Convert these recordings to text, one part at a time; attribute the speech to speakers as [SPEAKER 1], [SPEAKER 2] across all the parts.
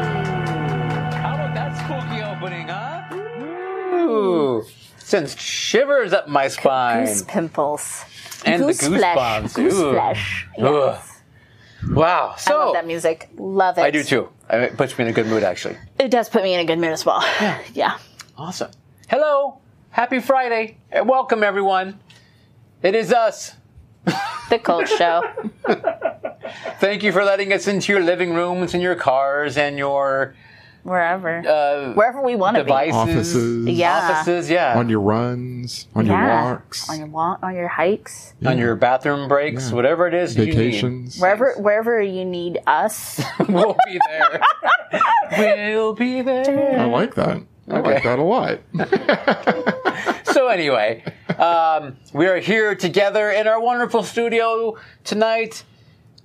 [SPEAKER 1] How about that spooky opening, huh?
[SPEAKER 2] Ooh, sends shivers up my spine.
[SPEAKER 3] Goose pimples.
[SPEAKER 2] And the
[SPEAKER 3] goose
[SPEAKER 2] goose
[SPEAKER 3] flesh.
[SPEAKER 2] bombs.
[SPEAKER 3] Goose
[SPEAKER 2] Ooh.
[SPEAKER 3] flesh. Yes.
[SPEAKER 2] Ugh. Wow. So
[SPEAKER 3] I love that music. Love it.
[SPEAKER 2] I do too. I- It puts me in a good mood, actually.
[SPEAKER 3] It does put me in a good mood as well. Yeah.
[SPEAKER 2] Awesome. Hello. Happy Friday. and Welcome, everyone. It is us.
[SPEAKER 3] The Cold Show.
[SPEAKER 2] Thank you for letting us into your living rooms and your cars and your
[SPEAKER 3] Wherever.
[SPEAKER 2] uh,
[SPEAKER 3] Wherever we want to be.
[SPEAKER 2] devices.
[SPEAKER 4] Offices.
[SPEAKER 3] Yeah.
[SPEAKER 2] Offices, yeah.
[SPEAKER 4] On your runs, on
[SPEAKER 3] Yeah.
[SPEAKER 4] your walks,
[SPEAKER 3] On your walk, on your hikes.
[SPEAKER 2] On your bathroom breaks,
[SPEAKER 4] Yeah.
[SPEAKER 2] whatever it is
[SPEAKER 4] vacations.
[SPEAKER 3] Wherever wherever you need us.
[SPEAKER 2] you need. We'll be there. we'll be there.
[SPEAKER 4] I like that. I
[SPEAKER 2] Okay.
[SPEAKER 4] like that a lot.
[SPEAKER 2] so anyway, um, we are here together in our wonderful studio tonight,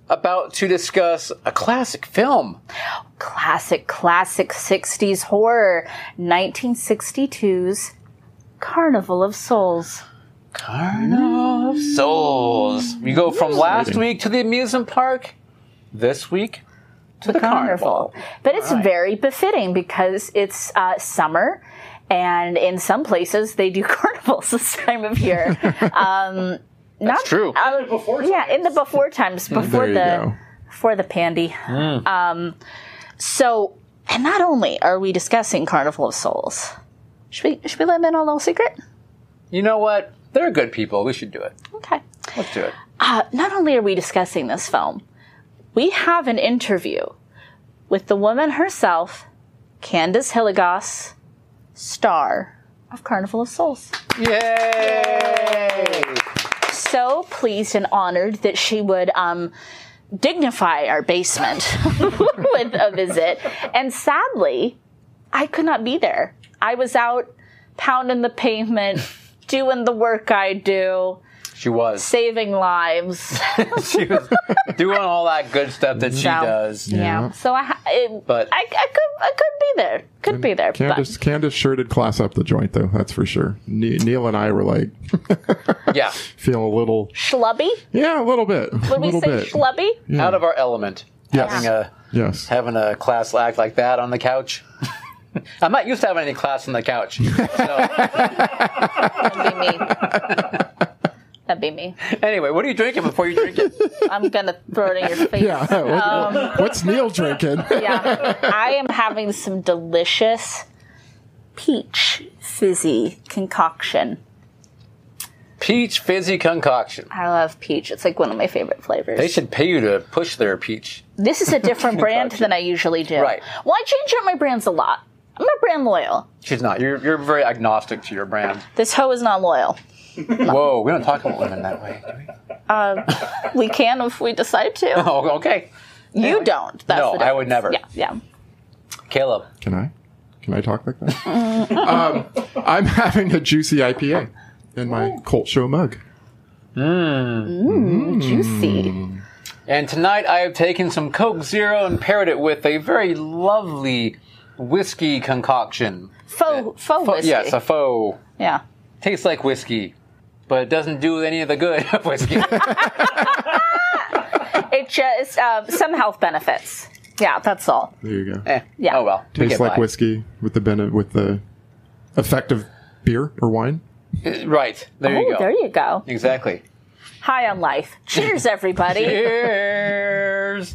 [SPEAKER 2] about to discuss a classic film.
[SPEAKER 3] classic, classic 60s horror. 1962's Carnival of Souls.
[SPEAKER 2] Carnival of Souls. We go from last
[SPEAKER 4] Exciting.
[SPEAKER 2] week to the amusement park, this week to the,
[SPEAKER 3] carnival.
[SPEAKER 2] carnival.
[SPEAKER 3] But it's very befitting because it's uh, summer, and in some places they do carnivals this time of year. um, That's
[SPEAKER 2] true.
[SPEAKER 3] before yeah, in the before times, before
[SPEAKER 4] There you
[SPEAKER 3] the
[SPEAKER 4] go.
[SPEAKER 3] before the pandy. Um, so, and not only are we discussing Carnival of Souls, should we should we let them in on a little secret?
[SPEAKER 2] You know what? They're good people. We should do it.
[SPEAKER 3] Okay.
[SPEAKER 2] Let's do it.
[SPEAKER 3] Uh, not only are we discussing this film, we have an interview with the woman herself, Candace Hilligoss, star of Carnival of Souls.
[SPEAKER 2] Yay!
[SPEAKER 3] So pleased and honored that she would um, dignify our basement with a visit. And sadly, I could not be there. I was out pounding the pavement, doing the work I do,
[SPEAKER 2] She was.
[SPEAKER 3] saving lives.
[SPEAKER 2] She was doing all that good stuff that she
[SPEAKER 3] So,
[SPEAKER 2] does.
[SPEAKER 3] Yeah. So I, ha- it,
[SPEAKER 2] But-
[SPEAKER 3] I, I could, I could be there. Could be there.
[SPEAKER 4] Candace, Candace sure did class up the joint, though. That's for sure. Ne- Neil and I were like,
[SPEAKER 2] Yeah.
[SPEAKER 4] feel a little,
[SPEAKER 3] But schlubby?
[SPEAKER 4] yeah, a little bit, a
[SPEAKER 3] Would we
[SPEAKER 4] little
[SPEAKER 3] say
[SPEAKER 4] bit.
[SPEAKER 3] schlubby?
[SPEAKER 4] Yeah.
[SPEAKER 2] Out of our element. Uh,
[SPEAKER 4] yes,
[SPEAKER 2] Having a-
[SPEAKER 4] yes.
[SPEAKER 2] having a class act like that on the couch. I'm not used to having any class on the couch. So,
[SPEAKER 3] That'd be me. That'd be me.
[SPEAKER 2] anyway, what are you drinking before you drink it?
[SPEAKER 3] I'm gonna throw it in your face.
[SPEAKER 4] Yeah.
[SPEAKER 3] Um.
[SPEAKER 4] What- What's Neil drinking?
[SPEAKER 3] Yeah. I am having some delicious peach fizzy concoction.
[SPEAKER 2] Peach fizzy concoction.
[SPEAKER 3] I love peach. It's like one of my favorite flavors.
[SPEAKER 2] They should pay you to push their peach.
[SPEAKER 3] This is a different brand
[SPEAKER 2] Concoction.
[SPEAKER 3] than I usually do.
[SPEAKER 2] Right.
[SPEAKER 3] Well, I change up my brands a lot. I'm not brand loyal.
[SPEAKER 2] She's not. You're, you're very agnostic to your brand.
[SPEAKER 3] This hoe is not loyal.
[SPEAKER 2] Whoa, we don't talk about women that way. do we?
[SPEAKER 3] We can if we decide to.
[SPEAKER 2] Oh, okay.
[SPEAKER 3] You don't. That's
[SPEAKER 2] No,
[SPEAKER 3] the difference.
[SPEAKER 2] I would never.
[SPEAKER 3] Yeah, yeah.
[SPEAKER 2] Caleb.
[SPEAKER 4] Can I? Can I talk like that? um, I'm having a juicy IPA in my Colt Show mug.
[SPEAKER 2] Mm.
[SPEAKER 3] Juicy.
[SPEAKER 2] And tonight I have taken some Coke Zero and paired it with a very lovely whiskey concoction.
[SPEAKER 3] Faux, faux whiskey.
[SPEAKER 2] Yes, a faux.
[SPEAKER 3] yeah.
[SPEAKER 2] Tastes like whiskey, but it doesn't do any of the good of whiskey.
[SPEAKER 3] It just, uh, some health benefits. Yeah, that's all.
[SPEAKER 4] There you go.
[SPEAKER 2] Eh,
[SPEAKER 3] Yeah.
[SPEAKER 2] Oh well. we
[SPEAKER 4] Tastes
[SPEAKER 2] get
[SPEAKER 4] like
[SPEAKER 2] by.
[SPEAKER 4] whiskey with the bene- with the effect of beer or wine.
[SPEAKER 2] Right. There you
[SPEAKER 3] oh,
[SPEAKER 2] go.
[SPEAKER 3] there you go.
[SPEAKER 2] Exactly.
[SPEAKER 3] High on life. Cheers, everybody.
[SPEAKER 2] Cheers.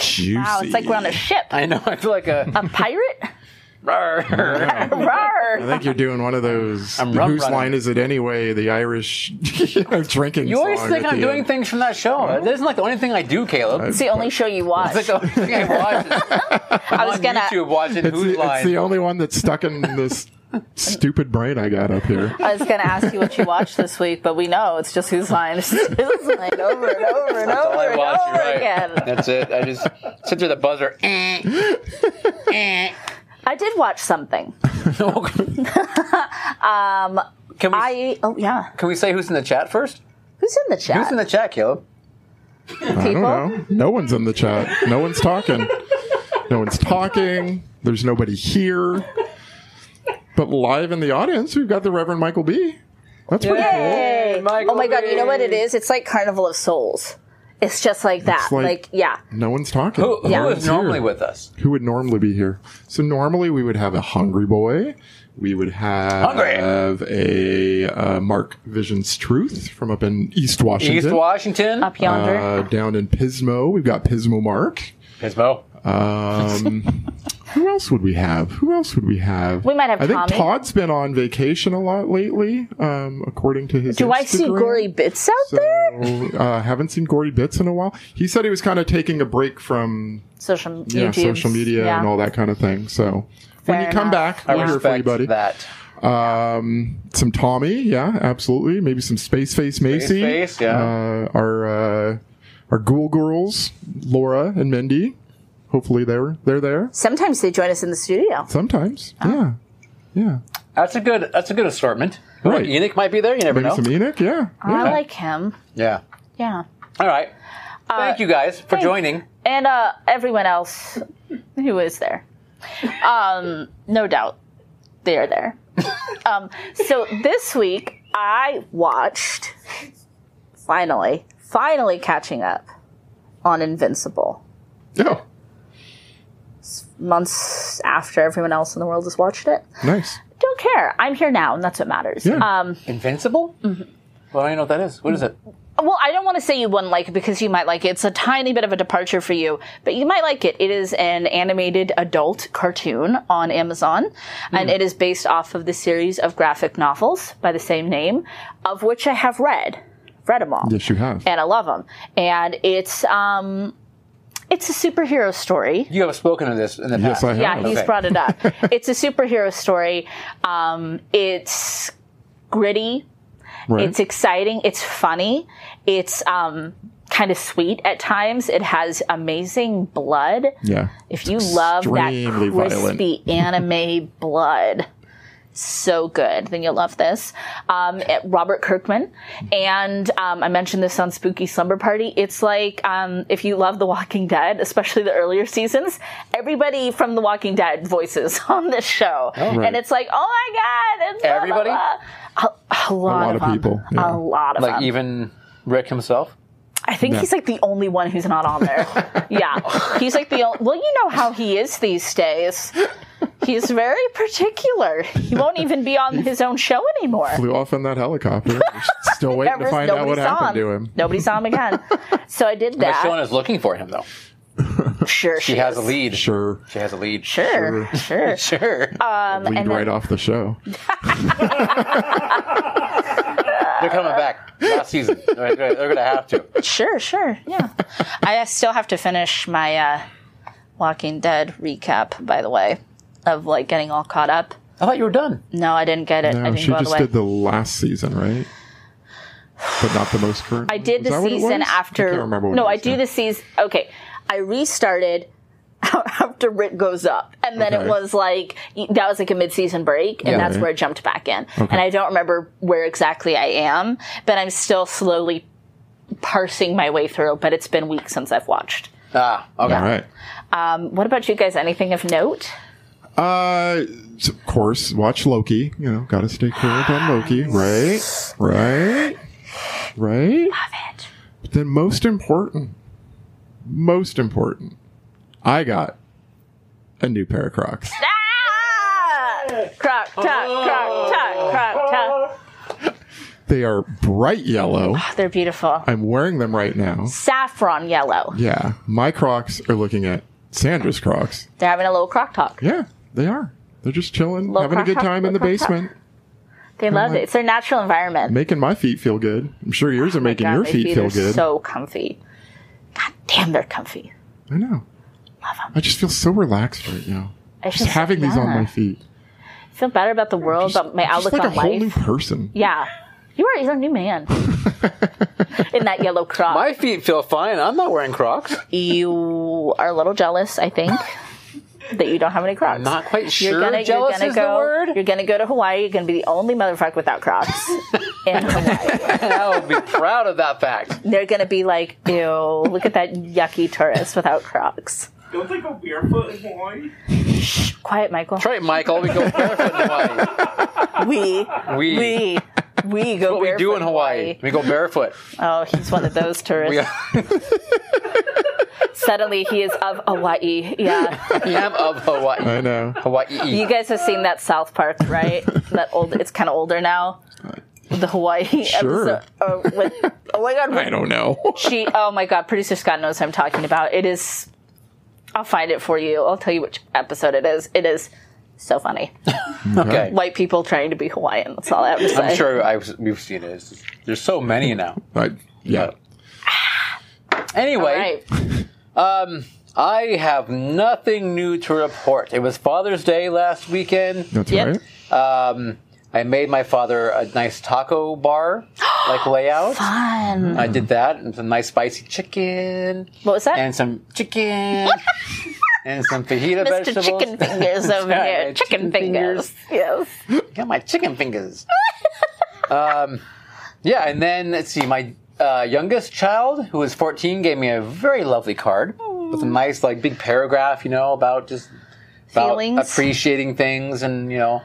[SPEAKER 4] Juicy.
[SPEAKER 3] Wow, it's like we're on a ship.
[SPEAKER 2] I know. I feel like a.
[SPEAKER 3] A pirate?
[SPEAKER 2] Rawr.
[SPEAKER 4] I
[SPEAKER 3] Rawr.
[SPEAKER 4] think you're doing one of those.
[SPEAKER 2] I'm
[SPEAKER 4] the
[SPEAKER 2] rum
[SPEAKER 4] whose
[SPEAKER 2] running.
[SPEAKER 4] line is it anyway? The Irish you know, drinking.
[SPEAKER 2] You always
[SPEAKER 4] song
[SPEAKER 2] think
[SPEAKER 4] at
[SPEAKER 2] I'm
[SPEAKER 4] the
[SPEAKER 2] doing
[SPEAKER 4] end.
[SPEAKER 2] things from that show. That isn't like the only thing I do, Caleb.
[SPEAKER 3] It's the only show you watch.
[SPEAKER 2] It's like the only thing I watch.
[SPEAKER 3] I was
[SPEAKER 2] on
[SPEAKER 3] gonna
[SPEAKER 2] YouTube watching
[SPEAKER 4] It's
[SPEAKER 2] Who's
[SPEAKER 4] the, it's the
[SPEAKER 2] Line.
[SPEAKER 4] only one that's stuck in this stupid brain I got up here.
[SPEAKER 3] I was gonna ask you what you watched this week, but we know it's just who's line, it's just who's line over and over and
[SPEAKER 2] That's all
[SPEAKER 3] over
[SPEAKER 2] I
[SPEAKER 3] and
[SPEAKER 2] watch,
[SPEAKER 3] over
[SPEAKER 2] you're right.
[SPEAKER 3] again.
[SPEAKER 2] That's it. I just sit through the buzzer.
[SPEAKER 3] I did watch something.
[SPEAKER 2] um, can we
[SPEAKER 3] Um, I oh yeah.
[SPEAKER 2] can we say who's in the chat first?
[SPEAKER 3] Who's in the chat?
[SPEAKER 2] Who's in the chat, Caleb?
[SPEAKER 4] I don't
[SPEAKER 3] People?
[SPEAKER 4] know. No one's in the chat. No one's talking. No one's talking. There's nobody here. But live in the audience, we've got the Reverend Michael B. That's pretty cool.
[SPEAKER 3] Hey.
[SPEAKER 2] Michael
[SPEAKER 3] oh my god, you know what it
[SPEAKER 2] Bay.
[SPEAKER 3] is? It's like Carnival of Souls. It's just like that.
[SPEAKER 4] like-
[SPEAKER 3] Like, yeah.
[SPEAKER 4] No one's talking.
[SPEAKER 2] Who,
[SPEAKER 4] No
[SPEAKER 2] who
[SPEAKER 4] one's
[SPEAKER 2] is normally
[SPEAKER 4] here.
[SPEAKER 2] with us?
[SPEAKER 4] Who would normally be here? So normally we would have a Hungry Boy. We would have
[SPEAKER 2] Hungry.
[SPEAKER 4] a uh, Mark Visions Truth from up in East Washington.
[SPEAKER 2] East Washington.
[SPEAKER 3] Up yonder.
[SPEAKER 4] Uh, down in Pismo, we've got Pismo Mark.
[SPEAKER 2] Pismo.
[SPEAKER 4] Um, who else would we have? Who else would we have?
[SPEAKER 3] We might have
[SPEAKER 4] I think
[SPEAKER 3] Tommy.
[SPEAKER 4] Todd's been on vacation a lot lately, um, according to his.
[SPEAKER 3] Do I see
[SPEAKER 4] Instagram.
[SPEAKER 3] gory bits out
[SPEAKER 4] So,
[SPEAKER 3] there?
[SPEAKER 4] uh, haven't seen Gory Bits in a while. He said he was kind of taking a break from
[SPEAKER 3] Social
[SPEAKER 4] yeah,
[SPEAKER 3] YouTubes,
[SPEAKER 4] social media
[SPEAKER 3] yeah.
[SPEAKER 4] and all that kind of thing. So when
[SPEAKER 3] Fair
[SPEAKER 4] you come
[SPEAKER 3] enough.
[SPEAKER 4] back,
[SPEAKER 2] I
[SPEAKER 4] we're here for you,
[SPEAKER 2] respect
[SPEAKER 4] buddy.
[SPEAKER 2] that.
[SPEAKER 4] Um, some Tommy, yeah, absolutely. Maybe some Space Face Macy.
[SPEAKER 2] Face, yeah.
[SPEAKER 4] Uh, our uh, our Ghoul Girls, Laura and Mindy. Hopefully they're they're there
[SPEAKER 3] Sometimes they join us in the studio.
[SPEAKER 4] sometimes.
[SPEAKER 3] Ah.
[SPEAKER 4] Yeah, yeah.
[SPEAKER 2] That's a good. That's a good assortment.
[SPEAKER 4] Right.
[SPEAKER 2] Enoch might be there. You never
[SPEAKER 4] Maybe
[SPEAKER 2] know.
[SPEAKER 4] some Enoch. Yeah. yeah.
[SPEAKER 3] Oh, I like him.
[SPEAKER 2] yeah.
[SPEAKER 3] Yeah.
[SPEAKER 2] All right. Thank you guys for joining.
[SPEAKER 3] and uh, everyone else who is there. Um, no doubt they are there. Um, so this week I watched, finally, finally catching up on Invincible.
[SPEAKER 4] Oh,
[SPEAKER 3] Months after everyone else in the world has watched it.
[SPEAKER 4] nice.
[SPEAKER 3] Don't care. I'm here now, and that's what matters.
[SPEAKER 4] Yeah.
[SPEAKER 3] Um,
[SPEAKER 2] Invincible. Well, I don't know what that is. What is it?
[SPEAKER 3] well, I don't want to say you wouldn't like it because you might like it. It's a tiny bit of a departure for you, but you might like it. It is an animated adult cartoon on Amazon, and it is based off of the series of graphic novels by the same name, of which I have read. Read them all
[SPEAKER 4] Yes, you have.
[SPEAKER 3] and I love them. And it's um, it's a superhero story.
[SPEAKER 2] You have spoken of this in the
[SPEAKER 4] Yes,
[SPEAKER 2] past.
[SPEAKER 4] I have.
[SPEAKER 3] Yeah, he's
[SPEAKER 2] Okay.
[SPEAKER 3] brought it up. it's a superhero story. Um, it's gritty.
[SPEAKER 4] right.
[SPEAKER 3] It's exciting. It's funny. It's um, kind of sweet at times. It has amazing blood.
[SPEAKER 4] yeah.
[SPEAKER 3] If you love that
[SPEAKER 4] extremely
[SPEAKER 3] crispy anime blood, so good, then you'll love this. Um, it- Robert Kirkman. And um, I mentioned this on Spooky Slumber Party. It's like um, if you love The Walking Dead, especially the earlier seasons, everybody from The Walking Dead voices on this show.
[SPEAKER 4] Right.
[SPEAKER 3] And it's like, oh my God. And blah, blah,
[SPEAKER 2] Everybody?
[SPEAKER 3] blah. A, a lot,
[SPEAKER 4] lot
[SPEAKER 3] of,
[SPEAKER 4] of
[SPEAKER 3] 'em.
[SPEAKER 4] people, yeah.
[SPEAKER 3] A lot of
[SPEAKER 2] Like
[SPEAKER 3] them.
[SPEAKER 2] even Rick himself.
[SPEAKER 3] I think
[SPEAKER 4] Yeah.
[SPEAKER 3] he's like the only one who's not on there. yeah. He's like the only, well, you know how he is these days. He's very particular. He won't even be on his own show anymore.
[SPEAKER 4] Flew off in that helicopter. We're Still waiting to
[SPEAKER 3] Everest,
[SPEAKER 4] find out
[SPEAKER 3] nobody
[SPEAKER 4] what
[SPEAKER 3] saw
[SPEAKER 4] happened
[SPEAKER 3] him.
[SPEAKER 4] to him.
[SPEAKER 3] Nobody saw him again. So I did
[SPEAKER 2] But Shona
[SPEAKER 3] that.
[SPEAKER 2] is looking for him though.
[SPEAKER 3] Sure,
[SPEAKER 2] She has a
[SPEAKER 3] is.
[SPEAKER 2] lead.
[SPEAKER 4] Sure.
[SPEAKER 2] She has a lead.
[SPEAKER 3] Sure, sure.
[SPEAKER 2] Sure.
[SPEAKER 4] Lead
[SPEAKER 3] and
[SPEAKER 4] right
[SPEAKER 3] then-
[SPEAKER 4] off the show.
[SPEAKER 2] They're coming back last season. They're, they're- they're gonna have to.
[SPEAKER 3] Sure, sure. Yeah. I uh, still have to finish my uh, Walking Dead recap, by the way, of like getting all caught up.
[SPEAKER 2] I thought you were done.
[SPEAKER 3] No, I didn't get it. I
[SPEAKER 4] No,
[SPEAKER 3] didn't
[SPEAKER 4] she
[SPEAKER 3] go all the
[SPEAKER 4] just
[SPEAKER 3] way.
[SPEAKER 4] did the last season, right? But not the most current.
[SPEAKER 3] I did the season after.
[SPEAKER 4] I can't remember what
[SPEAKER 3] no,
[SPEAKER 4] it
[SPEAKER 3] I
[SPEAKER 4] was
[SPEAKER 3] do
[SPEAKER 4] now.
[SPEAKER 3] the season. Okay, I restarted after Rick goes up, and then
[SPEAKER 4] Okay.
[SPEAKER 3] it was like that was like a mid-season break, and
[SPEAKER 2] Yeah.
[SPEAKER 3] that's where I jumped back in. And I don't remember where exactly I am, but I'm still slowly parsing my way through. But it's been weeks since I've watched. Um,
[SPEAKER 2] Ah, okay.
[SPEAKER 4] All right.
[SPEAKER 3] What about you guys? Anything of note?
[SPEAKER 4] Uh, so, of course, watch Loki. You know, gotta stay current on Loki, right? Right? Right?
[SPEAKER 3] Ah!
[SPEAKER 4] But then, most important, most important, I got a new pair of Crocs.
[SPEAKER 3] Ah! Croc, tuck, croc, tuck, croc, tuck.
[SPEAKER 4] They are bright yellow.
[SPEAKER 3] They're beautiful.
[SPEAKER 4] I'm wearing them right now.
[SPEAKER 3] Saffron yellow.
[SPEAKER 4] Yeah. My Crocs are looking at Sandra's Crocs.
[SPEAKER 3] They're having a little croc talk.
[SPEAKER 4] Yeah, they are. They're just chilling,
[SPEAKER 3] Little
[SPEAKER 4] having a
[SPEAKER 3] croc
[SPEAKER 4] good
[SPEAKER 3] talk,
[SPEAKER 4] time in the
[SPEAKER 3] little croc talk.
[SPEAKER 4] basement,
[SPEAKER 3] They love it. It's their natural environment.
[SPEAKER 4] making my feet feel good. I'm sure yours are making
[SPEAKER 3] God,
[SPEAKER 4] your
[SPEAKER 3] Oh my
[SPEAKER 4] feet, feel
[SPEAKER 3] are
[SPEAKER 4] good.
[SPEAKER 3] So comfy. God damn, they're comfy.
[SPEAKER 4] I know. I just feel so relaxed right now.
[SPEAKER 3] It's
[SPEAKER 4] Just having these on
[SPEAKER 3] yeah.
[SPEAKER 4] my feet.
[SPEAKER 3] I feel better about the world,
[SPEAKER 4] Just,
[SPEAKER 3] about my
[SPEAKER 4] just
[SPEAKER 3] outlook
[SPEAKER 4] like
[SPEAKER 3] on
[SPEAKER 4] a whole
[SPEAKER 3] life.
[SPEAKER 4] new person.
[SPEAKER 3] yeah, you are you're a new man. In that yellow croc,
[SPEAKER 2] My feet feel fine. I'm not wearing Crocs.
[SPEAKER 3] you are a little jealous. I think that you don't have any Crocs.
[SPEAKER 2] I'm not quite sure.
[SPEAKER 3] You're gonna,
[SPEAKER 2] Jealous
[SPEAKER 3] you're gonna
[SPEAKER 2] is
[SPEAKER 3] go.
[SPEAKER 2] the word.
[SPEAKER 3] You're gonna go to Hawaii. You're gonna be the only motherfucker without Crocs in Hawaii.
[SPEAKER 2] I would be proud of that fact.
[SPEAKER 3] They're gonna be like, ew, look at that yucky tourist without Crocs.
[SPEAKER 5] Don't they go barefoot in Hawaii?
[SPEAKER 3] Quiet, Michael.
[SPEAKER 2] That's right, Michael. We go barefoot in Hawaii.
[SPEAKER 3] We
[SPEAKER 2] We,
[SPEAKER 3] we we go.
[SPEAKER 2] what we do
[SPEAKER 3] barefoot
[SPEAKER 2] in Hawaii. We go barefoot.
[SPEAKER 3] Oh, he's one of those
[SPEAKER 2] We
[SPEAKER 3] tourists.
[SPEAKER 2] are,
[SPEAKER 3] Suddenly, he is of Hawaii. Yeah,
[SPEAKER 2] I am of Hawaii.
[SPEAKER 4] I know.
[SPEAKER 2] Hawaii.
[SPEAKER 3] you guys have seen that South Park, right? that old. It's kind of older now. The Hawaii
[SPEAKER 4] Sure.
[SPEAKER 3] episode. Or with, oh my god,
[SPEAKER 4] I don't know.
[SPEAKER 3] She, oh my god, producer Scott knows what I'm talking about. It is, I'll find it for you. I'll tell you which episode it is. It is so funny.
[SPEAKER 2] Okay.
[SPEAKER 3] White people trying to be Hawaiian. That's all I have to say.
[SPEAKER 2] I'm sure I was, we've seen it. It's just- there's so many now.
[SPEAKER 4] I, yeah.
[SPEAKER 2] Anyway,
[SPEAKER 3] All right.
[SPEAKER 2] I have nothing new to report. It was Father's Day last weekend.
[SPEAKER 4] That's
[SPEAKER 3] Yep.
[SPEAKER 4] right.
[SPEAKER 2] Um, I made my father a nice taco bar like layout.
[SPEAKER 3] Fun.
[SPEAKER 2] I did that and some nice spicy chicken
[SPEAKER 3] What was that?
[SPEAKER 2] and some chicken and some fajita
[SPEAKER 3] Mr.
[SPEAKER 2] vegetables.
[SPEAKER 3] Chicken Fingers over
[SPEAKER 2] That's right,
[SPEAKER 3] here.
[SPEAKER 2] my
[SPEAKER 3] Chicken,
[SPEAKER 2] chicken
[SPEAKER 3] fingers. Yes.
[SPEAKER 2] Got my chicken fingers. um, yeah, and then let's see, my uh, youngest child, who is 14, gave me a very lovely card with a nice, like, big paragraph, you know, about just about
[SPEAKER 3] Feelings.
[SPEAKER 2] appreciating things, and you know,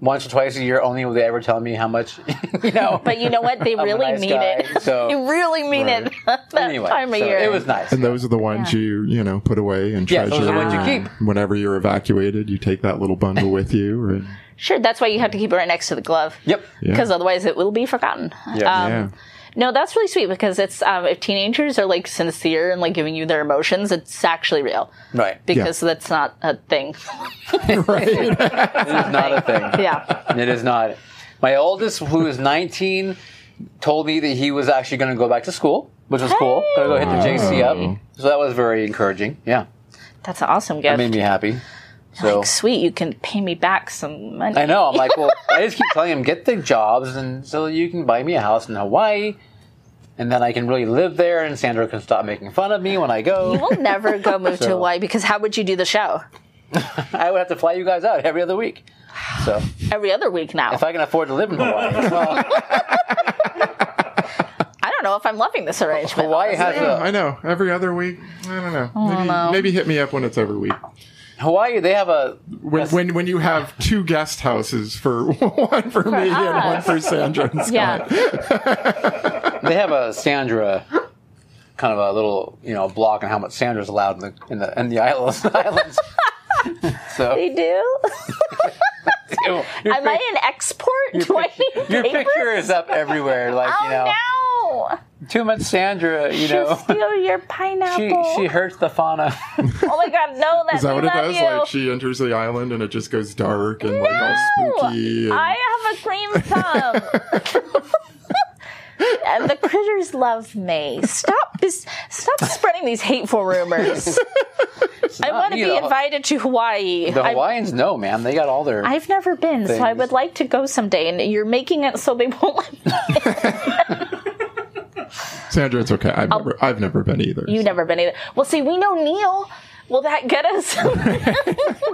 [SPEAKER 2] once or twice a year, only will they ever tell me how much, you know.
[SPEAKER 3] But you know what? They
[SPEAKER 2] I'm a
[SPEAKER 3] really
[SPEAKER 2] nice
[SPEAKER 3] mean
[SPEAKER 2] guy,
[SPEAKER 3] it.
[SPEAKER 2] so-
[SPEAKER 3] they really mean it. that
[SPEAKER 2] anyway,
[SPEAKER 3] time of
[SPEAKER 2] so
[SPEAKER 3] year.
[SPEAKER 2] it was nice.
[SPEAKER 4] And those are the ones
[SPEAKER 3] Yeah.
[SPEAKER 4] you, you know, put away and
[SPEAKER 2] Yeah,
[SPEAKER 4] treasure.
[SPEAKER 2] those are the ones you
[SPEAKER 4] and
[SPEAKER 2] keep.
[SPEAKER 4] Whenever you're evacuated, you take that little bundle with you. And,
[SPEAKER 3] Sure, that's why you have to keep it right next to the glove.
[SPEAKER 2] Yep.
[SPEAKER 4] Yeah.
[SPEAKER 3] Because otherwise it will be forgotten.
[SPEAKER 2] Yeah.
[SPEAKER 3] Um,
[SPEAKER 4] yeah.
[SPEAKER 3] No, that's really sweet because it's um, if teenagers are like sincere and like giving you their emotions, it's actually real
[SPEAKER 2] Right.
[SPEAKER 3] because that's not a thing.
[SPEAKER 2] It's not a thing.
[SPEAKER 3] Yeah,
[SPEAKER 2] It is not. My oldest, who is 19, told me that he was actually going to go back to school, which was cool. Going to go hit the JC
[SPEAKER 4] Wow.
[SPEAKER 2] up. So that was very encouraging. Yeah.
[SPEAKER 3] that's an awesome
[SPEAKER 2] That
[SPEAKER 3] gift.
[SPEAKER 2] made me happy. So
[SPEAKER 3] sweet, you can pay me back some money.
[SPEAKER 2] I know. I'm like, well, I just keep telling him, get the jobs, and so you can buy me a house in Hawaii. And then I can really live there, and Sandra can stop making fun of me when I
[SPEAKER 3] You
[SPEAKER 2] go.
[SPEAKER 3] will never go move to
[SPEAKER 2] So-
[SPEAKER 3] Hawaii because how would you do the show
[SPEAKER 2] I would have to fly you guys out every other week. So
[SPEAKER 3] every other week now?
[SPEAKER 2] if I can afford to live in Hawaii, well,
[SPEAKER 3] I don't know if I'm loving this arrangement.
[SPEAKER 2] Hawaii has
[SPEAKER 4] Yeah,
[SPEAKER 2] a
[SPEAKER 4] I know. Every other week. I don't know.
[SPEAKER 3] Oh,
[SPEAKER 4] Maybe, maybe hit me up when it's every week.
[SPEAKER 2] Hawaii. They have a
[SPEAKER 4] When, when when you have two guest houses for one for, me and one
[SPEAKER 3] us.
[SPEAKER 4] for Sandra and Scott.
[SPEAKER 3] Yeah.
[SPEAKER 2] they have a Sandra kind of a little you know block on how much Sandra's allowed in the in the, in the islands. islands. so
[SPEAKER 3] They do.
[SPEAKER 2] your,
[SPEAKER 3] Am I an export? Do I need
[SPEAKER 2] your
[SPEAKER 3] papers?
[SPEAKER 2] picture is up everywhere, like you know,
[SPEAKER 3] Oh no!
[SPEAKER 2] too much Sandra. You know,
[SPEAKER 3] She'll steal your
[SPEAKER 2] she
[SPEAKER 3] pineapple.
[SPEAKER 2] she hurts the fauna.
[SPEAKER 3] oh my god, no! That's
[SPEAKER 4] Is that what it
[SPEAKER 3] not
[SPEAKER 4] does?
[SPEAKER 3] You.
[SPEAKER 4] Like she enters the island and it just goes dark and like
[SPEAKER 3] No!
[SPEAKER 4] all spooky. And
[SPEAKER 3] I have a green thumb. and the critters love me. Stop this! Stop spreading these hateful rumors. I
[SPEAKER 2] not
[SPEAKER 3] want to
[SPEAKER 2] me,
[SPEAKER 3] be
[SPEAKER 2] though.
[SPEAKER 3] invited to Hawaii.
[SPEAKER 2] the
[SPEAKER 3] I-
[SPEAKER 2] Hawaiians know, man. They got all their.
[SPEAKER 3] I've never been, so I
[SPEAKER 2] Things.
[SPEAKER 3] would like to go someday. And you're making it so they won't let me.
[SPEAKER 4] Sandra, it's okay.
[SPEAKER 3] Oh.
[SPEAKER 4] I've never I've never been either.
[SPEAKER 3] You've never been either. Well, see, we know Neil. Will that get us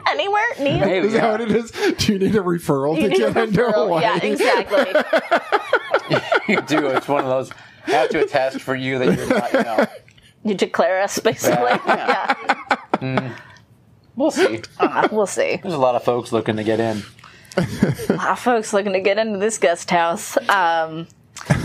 [SPEAKER 3] anywhere? Neil.
[SPEAKER 2] Hey,
[SPEAKER 4] is
[SPEAKER 2] yeah.
[SPEAKER 4] that what it is? Do you need a referral to
[SPEAKER 3] You
[SPEAKER 4] get
[SPEAKER 3] need
[SPEAKER 4] into
[SPEAKER 3] referral.
[SPEAKER 4] Hawaii?
[SPEAKER 3] Yeah, exactly.
[SPEAKER 2] you do. It's one of those. I have to attest for you that you're not. You know,
[SPEAKER 3] You declare us, basically.
[SPEAKER 2] Yeah.
[SPEAKER 3] Yeah.
[SPEAKER 2] we'll see.
[SPEAKER 3] Uh, we'll see.
[SPEAKER 2] There's a lot of folks looking to get in.
[SPEAKER 3] Our folks looking to get into this guest house. Um,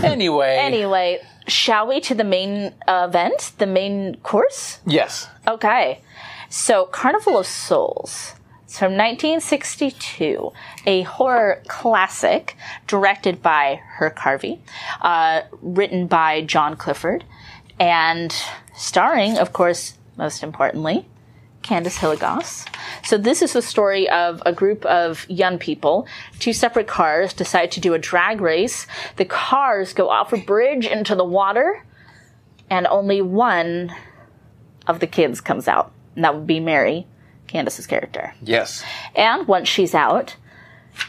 [SPEAKER 2] Anyway.
[SPEAKER 3] anyway, shall we to the main event, the main course?
[SPEAKER 2] Yes.
[SPEAKER 3] Okay. So, Carnival of Souls. It's from 1962, a horror classic directed by Herc Harvey, uh, written by John Clifford, and starring, of course, most importantly, Candace Hilligoss. So this is the story of a group of young people. Two separate cars decide to do a drag race. The cars go off a bridge into the water, and only one of the kids comes out. And that would be Mary, Candace's character.
[SPEAKER 2] Yes.
[SPEAKER 3] And once she's out,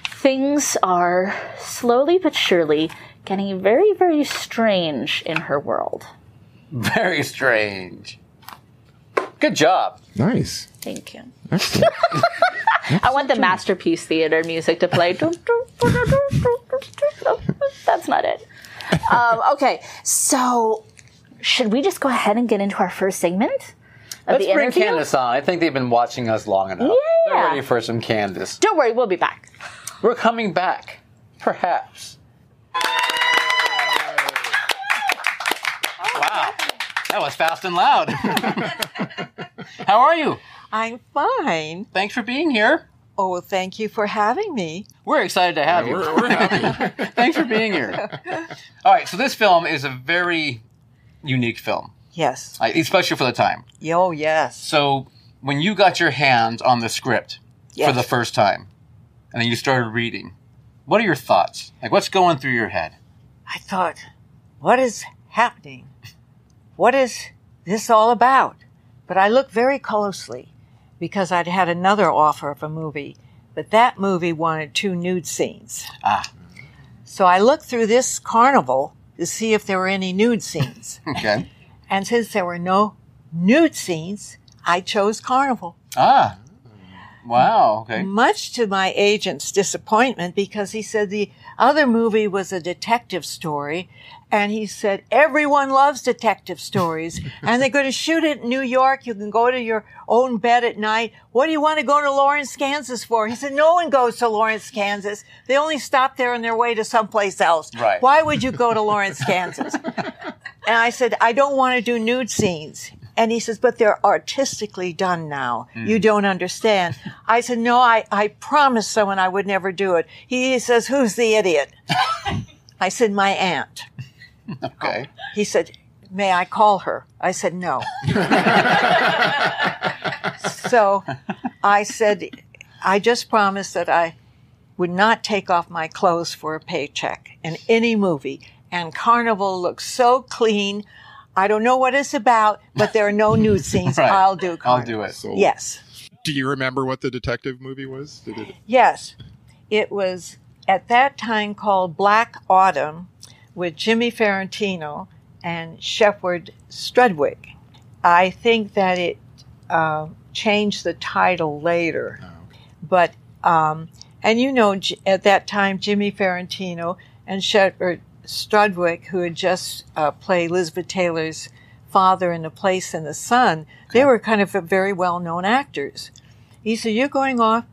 [SPEAKER 3] things are slowly but surely getting very, very strange in her world.
[SPEAKER 2] Very strange. Good job.
[SPEAKER 4] Nice.
[SPEAKER 3] Thank you.
[SPEAKER 4] Excellent.
[SPEAKER 3] I want the masterpiece theater music to play. That's not it. Um, okay, so should we just go ahead and get into our first segment of
[SPEAKER 2] Let's
[SPEAKER 3] the
[SPEAKER 2] bring
[SPEAKER 3] interview?
[SPEAKER 2] Candace on. I think they've been watching us long enough.
[SPEAKER 3] Yeah.
[SPEAKER 2] They're ready for some Candace.
[SPEAKER 3] Don't worry, we'll be back.
[SPEAKER 2] We're coming back. Perhaps.
[SPEAKER 3] Oh,
[SPEAKER 2] Wow. That was fast and loud. How are you?
[SPEAKER 6] I'm fine.
[SPEAKER 2] Thanks for being here.
[SPEAKER 6] Oh, thank you for having me.
[SPEAKER 2] We're excited to have you. Thanks for being here. All right, so this film is a very unique film,
[SPEAKER 6] Yes.
[SPEAKER 2] like, especially for the time.
[SPEAKER 6] Oh, yes.
[SPEAKER 2] So when you got your hands on the script
[SPEAKER 6] Yes.
[SPEAKER 2] for the first time, and then you started reading, what are your thoughts? Like, what's going through your head?
[SPEAKER 6] I thought, what is happening? What is this all about? But I looked very closely because I'd had another offer of a movie, but that movie wanted two nude scenes.
[SPEAKER 2] Ah.
[SPEAKER 6] So I looked through this carnival to see if there were any nude scenes.
[SPEAKER 2] Okay.
[SPEAKER 6] and since there were no nude scenes, I chose Carnival.
[SPEAKER 2] ah. Wow. Okay.
[SPEAKER 6] much to my agent's disappointment because he said the other movie was a detective story and he said everyone loves detective stories and they're going to shoot it in New York you can go to your own bed at night what do you want to go to Lawrence Kansas for he said no one goes to Lawrence Kansas they only stop there on their way to someplace else
[SPEAKER 2] Right.
[SPEAKER 6] why would you go to Lawrence Kansas and I said, I don't want to do nude scenes. And he says, but they're artistically done now. You don't understand. I said, no, I, I promised someone I would never do it. He says, who's the idiot? I said, my aunt.
[SPEAKER 2] Okay.
[SPEAKER 6] He said, may I call her? I said, no. so I said, I just promised that I would not take off my clothes for a paycheck in any movie. And Carnival looks so clean. I don't know what it's about, but there are no nude scenes.
[SPEAKER 2] Right.
[SPEAKER 6] I'll do
[SPEAKER 2] I'll
[SPEAKER 6] Carnival.
[SPEAKER 2] do it.
[SPEAKER 4] So-
[SPEAKER 6] Yes.
[SPEAKER 4] Do you remember what the detective movie was? Did it?
[SPEAKER 6] Yes. It was at that time called Black Autumn with Jimmy Ferrantino and Shepard Strudwick. I think that it uh, changed the title later. But, um, and you know, J- at that time, Jimmy Ferrantino and Shepard Strudwick, who had just uh, played Elizabeth Taylor's father in The Place and the Sun, they were kind of very well known actors. He said, You're going off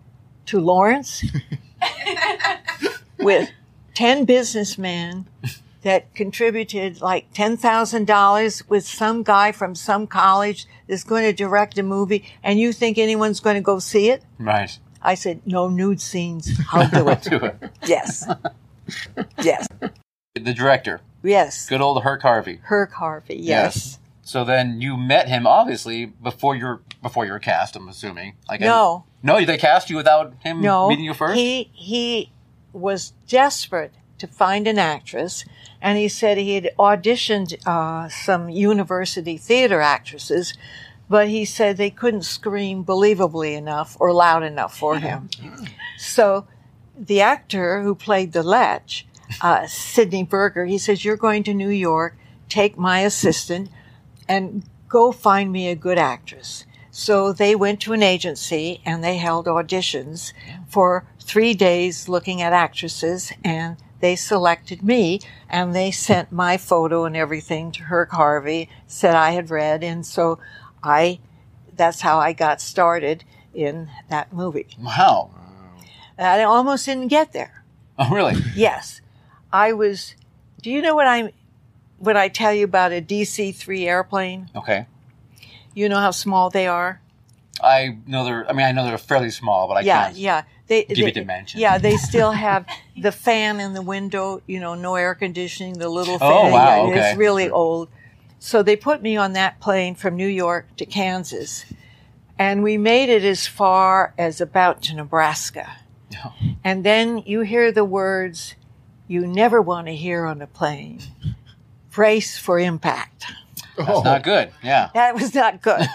[SPEAKER 6] to Lawrence with 10 businessmen that contributed like $10,000 with some guy from some college that's going to direct a movie, and you think anyone's going to go see it?
[SPEAKER 2] Right.
[SPEAKER 6] I said, No nude scenes. I'll do it.
[SPEAKER 2] Do it.
[SPEAKER 6] yes. Yes.
[SPEAKER 2] The director,
[SPEAKER 6] Yes.
[SPEAKER 2] good old Herc Harvey.
[SPEAKER 6] Herc Harvey. Yes.
[SPEAKER 2] So then you met him obviously before your before your cast. I'm assuming. Like
[SPEAKER 6] No.
[SPEAKER 2] no, they cast you without him
[SPEAKER 6] No.
[SPEAKER 2] meeting you first.
[SPEAKER 6] He he was desperate to find an actress, and he said he had auditioned uh, some university theater actresses, but he said they couldn't scream believably enough or loud enough for him.
[SPEAKER 2] Hmm.
[SPEAKER 6] So the actor who played the Lech, uh, Sidney Berger, he says, You're going to New York, take my assistant, and go find me a good actress. So they went to an agency and they held auditions for three days looking at actresses and they selected me and they sent my photo and everything to Herc Harvey, said I had read. And so I, that's how I got started in that movie.
[SPEAKER 2] Wow.
[SPEAKER 6] I almost didn't get there.
[SPEAKER 2] Oh, really?
[SPEAKER 6] Yes, I was. Do you know what I'm? When I tell you about a DC three airplane,
[SPEAKER 2] Okay.
[SPEAKER 6] you know how small they are.
[SPEAKER 2] I know they're. I mean, I know they're fairly small, but I
[SPEAKER 6] yeah,
[SPEAKER 2] can't.
[SPEAKER 6] yeah. They
[SPEAKER 2] Give me
[SPEAKER 6] they-
[SPEAKER 2] dimensions.
[SPEAKER 6] Yeah, they still have the fan in the window. You know, no air conditioning. The little fan.
[SPEAKER 2] Oh, wow,
[SPEAKER 6] yeah,
[SPEAKER 2] okay.
[SPEAKER 6] It's really old. So they put me on that plane from New York to Kansas, and we made it as far as about to Nebraska. And then you hear the words you never want to hear on a plane: brace for impact.
[SPEAKER 2] That's
[SPEAKER 4] Oh,
[SPEAKER 2] not good. Yeah.
[SPEAKER 6] That was not good.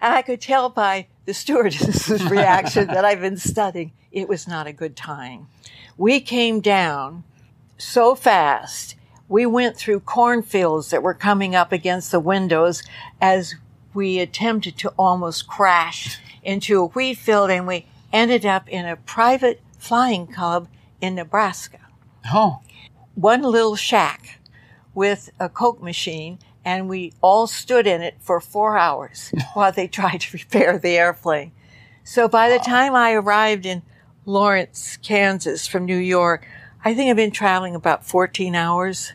[SPEAKER 6] and I could tell by the stewardess's reaction that I've been studying, it was not a good time. We came down so fast. We went through cornfields that were coming up against the windows as we attempted to almost crash into a wheat field and we ended up in a private flying club in Nebraska
[SPEAKER 2] Oh.
[SPEAKER 6] one little shack with a Coke machine, and we all stood in it for four hours while they tried to repair the airplane. So by the time I arrived in Lawrence, Kansas from New York, I think I've been traveling about 14 hours.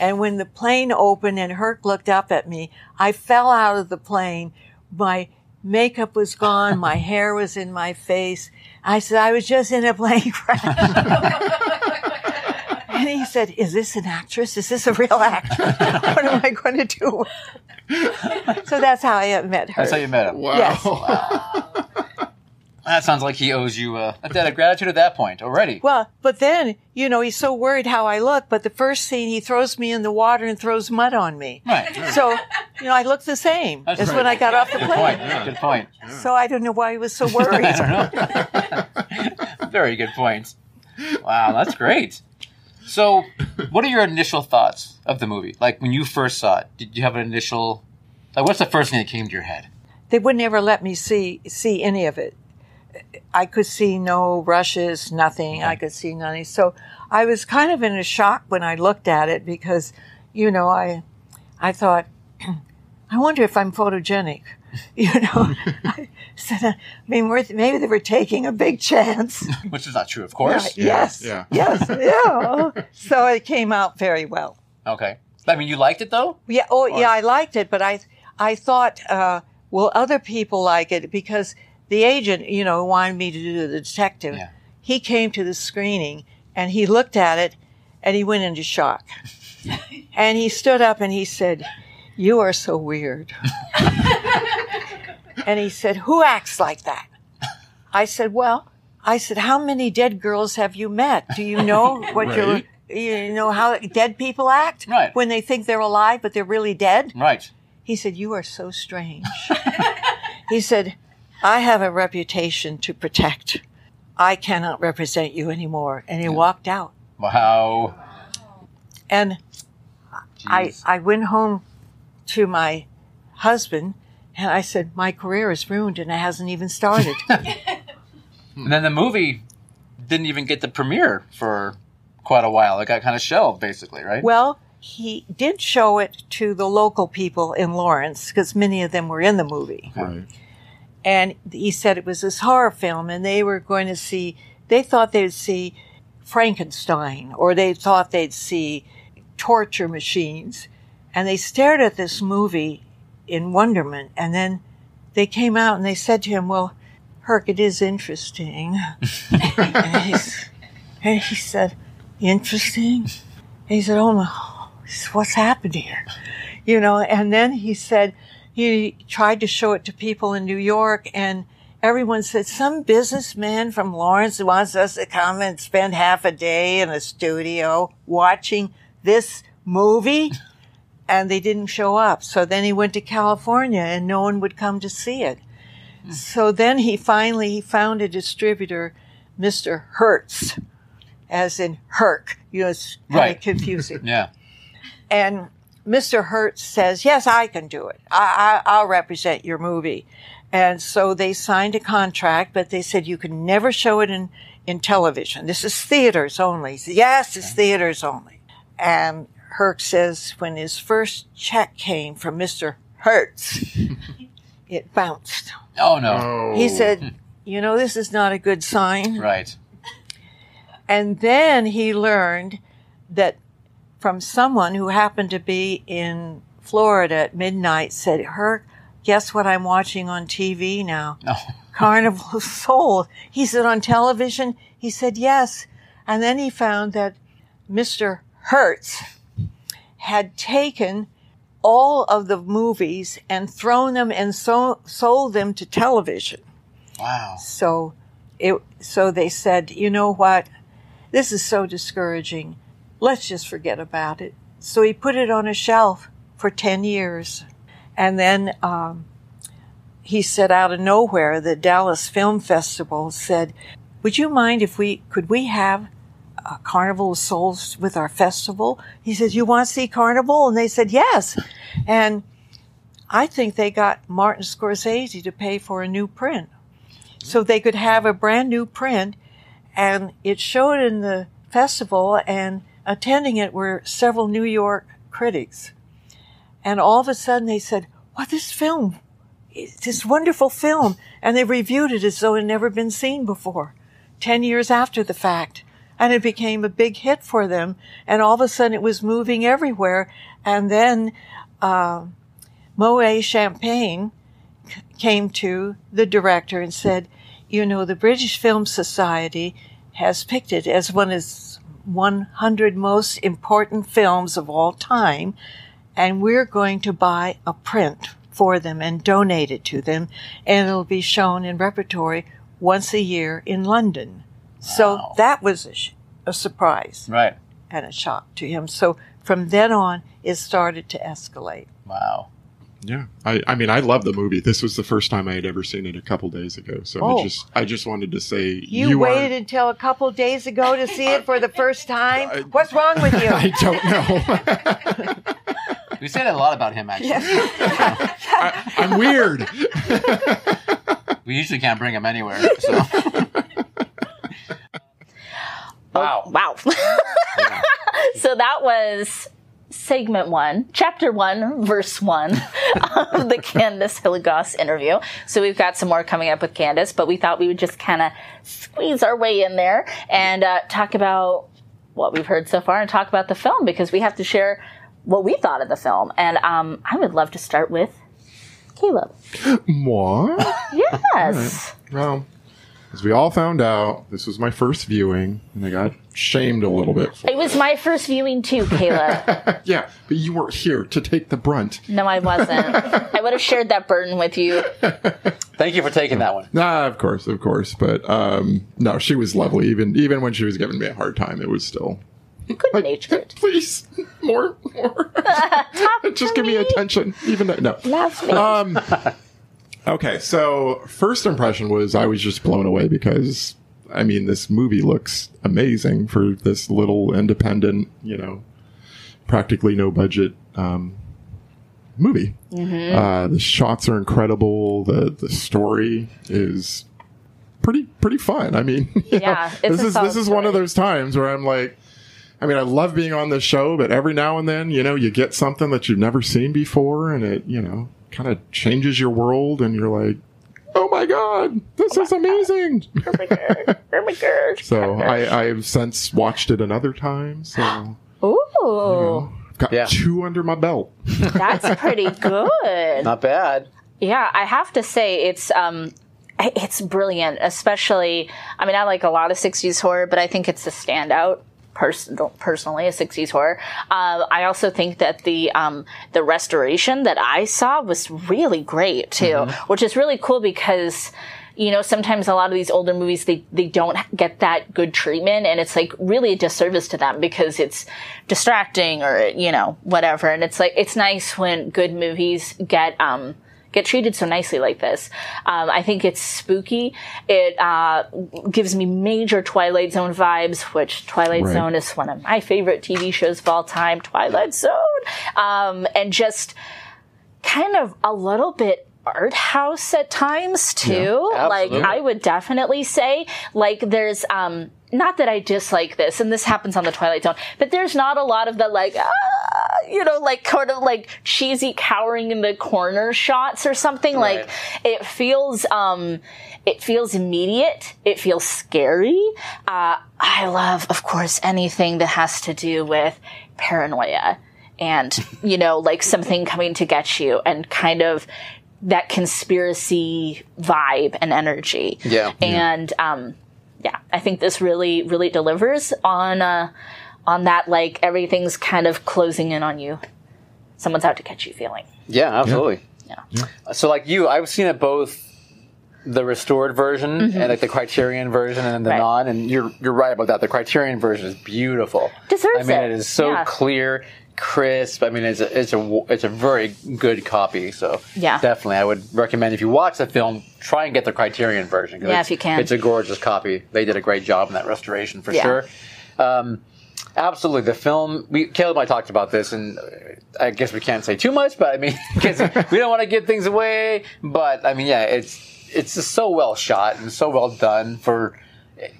[SPEAKER 6] And when the plane opened and Herc looked up at me, I fell out of the plane. My makeup was gone. My hair was in my face. I said, I was just in a plane crash. And he said, Is this an actress? Is this a real actress? what am I going to do with her? So that's how I met her.
[SPEAKER 2] That's how you met him.
[SPEAKER 4] Wow.
[SPEAKER 6] Yes.
[SPEAKER 2] That sounds like he owes you uh, a debt of gratitude at that point already.
[SPEAKER 6] Well, but then, you know, he's so worried how I look, but the first scene, he throws me in the water and throws mud on me.
[SPEAKER 2] right.
[SPEAKER 6] So, you know, I look the same
[SPEAKER 2] That's
[SPEAKER 6] as
[SPEAKER 2] right.
[SPEAKER 6] when I got off the
[SPEAKER 2] Good point.
[SPEAKER 6] plane.
[SPEAKER 2] Good point.
[SPEAKER 6] So I don't know why he was so worried.
[SPEAKER 2] Very good point. Wow, that's great. So, what are your initial thoughts of the movie? Like when you first saw it, did you have an initial? Like, what's the first thing that came to your head?
[SPEAKER 6] they would never let me see see any of it. I could see no rushes, nothing. I could see nothing. So I was kind of in a shock when I looked at it because, you know, I I thought, I wonder if I'm photogenic. You know, I said, I mean, we're, maybe they were taking a big chance.
[SPEAKER 2] Which is not true, of course.
[SPEAKER 6] yes,
[SPEAKER 4] yeah.
[SPEAKER 6] yes, yeah. So it came out very well.
[SPEAKER 2] Okay. I mean, you liked it though.
[SPEAKER 6] Yeah. Oh, yeah. I liked it, but I, I thought, uh, will other people like it? Because the agent, you know, wanted me to do the detective.
[SPEAKER 2] Yeah.
[SPEAKER 6] He came to the screening and he looked at it, and he went into shock. and he stood up and he said, "You are so weird." and he said, "Who acts like that?" I said, "Well." I said, "How many dead girls have you met? Do you know what you're,
[SPEAKER 4] Right.
[SPEAKER 6] you know how dead people act
[SPEAKER 2] Right.
[SPEAKER 6] when they think they're alive but they're really dead?"
[SPEAKER 2] Right.
[SPEAKER 6] He said, "You are so strange." he said, "I have a reputation to protect. I cannot represent you anymore." And he walked out.
[SPEAKER 2] Wow.
[SPEAKER 6] And I,
[SPEAKER 2] Jeez.
[SPEAKER 6] I went home to my husband and I said, My career is ruined and it hasn't even started.
[SPEAKER 2] Hmm. And then the movie didn't even get the premiere for quite a while. It got kind of shelved, basically, right?
[SPEAKER 6] well, he did show it to the local people in Lawrence because many of them were in the movie.
[SPEAKER 4] Right.
[SPEAKER 6] and he said it was this horror film and they were going to see they thought they'd see frankenstein or they thought they'd see torture machines and they stared at this movie in wonderment and then they came out and they said to him well herc it is interesting and, he's- and he said interesting and he said oh my what's happened here you know and then he said he tried to show it to people in new york and everyone said some businessman from lawrence wants us to come and spend half a day in a studio watching this movie and they didn't show up so then he went to california and no one would come to see it so then he finally he found a distributor mr hertz as in herc you know it's kind
[SPEAKER 2] Right.
[SPEAKER 6] of confusing
[SPEAKER 2] Yeah.
[SPEAKER 6] and Mr. Hertz says, "Yes, I can do it. I, I, I'll represent your movie." And so they signed a contract, but they said you can never show it in in television. This is theaters only. He said, yes, it's theaters only. And Herc says, when his first check came from Mr. Hertz, it bounced.
[SPEAKER 2] Oh no.
[SPEAKER 4] Oh.
[SPEAKER 6] He said, "You know, this is not a good sign."
[SPEAKER 2] Right.
[SPEAKER 6] And then he learned that from someone who happened to be in Florida at midnight said, Herc, guess what I'm watching on TV now?
[SPEAKER 2] No.
[SPEAKER 6] Carnival of Souls. He said, on television? He said, yes. And then he found that Mr. Hertz had taken all of the movies and thrown them and so- sold them to television.
[SPEAKER 2] Wow.
[SPEAKER 6] So it so they said, you know what? This is so discouraging. Let's just forget about it. So he put it on a shelf for 10 years. And then um, he said out of nowhere, the Dallas Film Festival said, would you mind if we, could we have a Carnival of Souls with our festival? He says, you want to see Carnival? And they said, yes. And I think they got Martin Scorsese to pay for a new print so they could have a brand new print and it showed in the festival and attending it were several new york critics and all of a sudden they said what this film it's this wonderful film and they reviewed it as though it had never been seen before 10 years after the fact and it became a big hit for them and all of a sudden it was moving everywhere and then uh, moet champagne came to the director and said, "You know, the British Film Society has picked it as one of its 100 most important films of all time, and we're going to buy a print for them and donate it to them, and it'll be shown in repertory once a year in London." So that was a, sh- a surprise
[SPEAKER 2] Right.
[SPEAKER 6] and a shock to him. So from then on, it started to escalate.
[SPEAKER 2] Wow.
[SPEAKER 4] Yeah, I, I mean, I love the movie. This was the first time I had ever seen it a couple days ago, so I
[SPEAKER 6] Oh.
[SPEAKER 4] just I just wanted to say
[SPEAKER 6] You,
[SPEAKER 4] are-
[SPEAKER 6] waited until a couple days ago to see it for the first time.
[SPEAKER 4] I-
[SPEAKER 6] What's wrong with you?
[SPEAKER 4] I don't know.
[SPEAKER 2] We said a lot about him, actually.
[SPEAKER 4] I, I'm weird.
[SPEAKER 2] We usually can't bring him anywhere. So. wow.
[SPEAKER 3] Oh, Wow. so that was segment one, chapter one, verse one of the Candace Hilligoss interview. So we've got some more coming up with Candace, but we thought we would just kind of squeeze our way in there and uh, talk about what we've heard so far and talk about the film because we have to share what we thought of the film. And um, I would love to start with Caleb.
[SPEAKER 4] Moi?
[SPEAKER 3] Yes.
[SPEAKER 4] Well, as we all found out, this was my first viewing, and I got shamed a little bit. For
[SPEAKER 3] It was my first viewing too, Caleb.
[SPEAKER 4] Yeah, but you weren't here to take the brunt.
[SPEAKER 3] No, I wasn't. I would have shared that burden with you.
[SPEAKER 2] Thank you for taking that one.
[SPEAKER 4] Nah, of course, of course. But um, no, she was lovely. Even even when she was giving me a hard time, it was still
[SPEAKER 3] Good natured.
[SPEAKER 4] please more more. Just give me attention. Even though, no.
[SPEAKER 3] Love me.
[SPEAKER 4] Um, okay, so first impression was I was just blown away because I mean this movie looks amazing for this little independent, you know, practically no budget um, movie.
[SPEAKER 3] Mm-hmm.
[SPEAKER 4] Uh, the shots are incredible. the The story is pretty pretty fun. I mean, you know,
[SPEAKER 3] Yeah, it's
[SPEAKER 4] this
[SPEAKER 3] a
[SPEAKER 4] is
[SPEAKER 3] solid
[SPEAKER 4] this is one of
[SPEAKER 3] story.
[SPEAKER 4] those times where I'm like. I mean, I love being on this show, but every now and then, you know, you get something that you've never seen before and it, you know, kind of changes your world and you're like, oh my God,
[SPEAKER 3] Oh
[SPEAKER 4] this is amazing. so I, I've since watched it another time. So
[SPEAKER 3] Ooh,
[SPEAKER 4] I've got
[SPEAKER 2] Yeah.
[SPEAKER 4] two under my belt.
[SPEAKER 3] that's pretty good.
[SPEAKER 2] Not bad.
[SPEAKER 3] Yeah, I have to say it's um it's brilliant, especially I mean I like a lot of 60s horror, but I think it's a standout personal personally a 60s horror. Um, I also think that the um the restoration that I saw was really great too, which is really cool because you know, sometimes a lot of these older movies, they, they don't get that good treatment and it's like really a disservice to them because it's distracting or, you know, whatever. And it's like, it's nice when good movies get, um, get treated so nicely like this. Um, I think it's spooky. It uh, gives me major Twilight Zone vibes, which Twilight
[SPEAKER 4] Right.
[SPEAKER 3] Zone is one of my favorite TV shows of all time. Twilight Zone, um, and just kind of a little bit art house at times too. like
[SPEAKER 2] absolutely.
[SPEAKER 3] I would definitely say, like there's. Um, not that I dislike this, and this happens on the Twilight Zone, but there's not a lot of the like, ah, you know, like kind of like cheesy cowering in the corner shots or something. Like it feels, um, it feels immediate. It feels scary. Uh, I love, of course, anything that has to do with paranoia and, you know, like something coming to get you and kind of that conspiracy vibe and energy.
[SPEAKER 2] Yeah.
[SPEAKER 3] And um, yeah, I think this really, really delivers on uh, on that like everything's kind of closing in on you. Someone's out to catch you feeling.
[SPEAKER 2] Yeah, absolutely.
[SPEAKER 3] Yeah.
[SPEAKER 2] So, like you, I've seen it both the restored version and like the Criterion version and the
[SPEAKER 3] Mm-hmm. Right.
[SPEAKER 2] non. And you're you're right about that. The Criterion version is beautiful.
[SPEAKER 3] Deserves
[SPEAKER 2] I mean,
[SPEAKER 3] it.
[SPEAKER 2] it is so
[SPEAKER 3] Yeah.
[SPEAKER 2] clear, crisp. I mean, it's a, it's a w- it's a very good copy. So
[SPEAKER 3] Yeah.
[SPEAKER 2] definitely, I would recommend if you watch the film, try and get the Criterion version. 'cause
[SPEAKER 3] Yeah,
[SPEAKER 2] it's-
[SPEAKER 3] if you can.
[SPEAKER 2] it's a gorgeous copy. They did a great job in that restoration for
[SPEAKER 3] Yeah.
[SPEAKER 2] sure. Um, Absolutely, the film. We, Caleb and I talked about this, and uh, I guess we can't say too much, but I mean, 'cause we don't want to give things away. But I mean, yeah, it's it's just so well shot and so well done for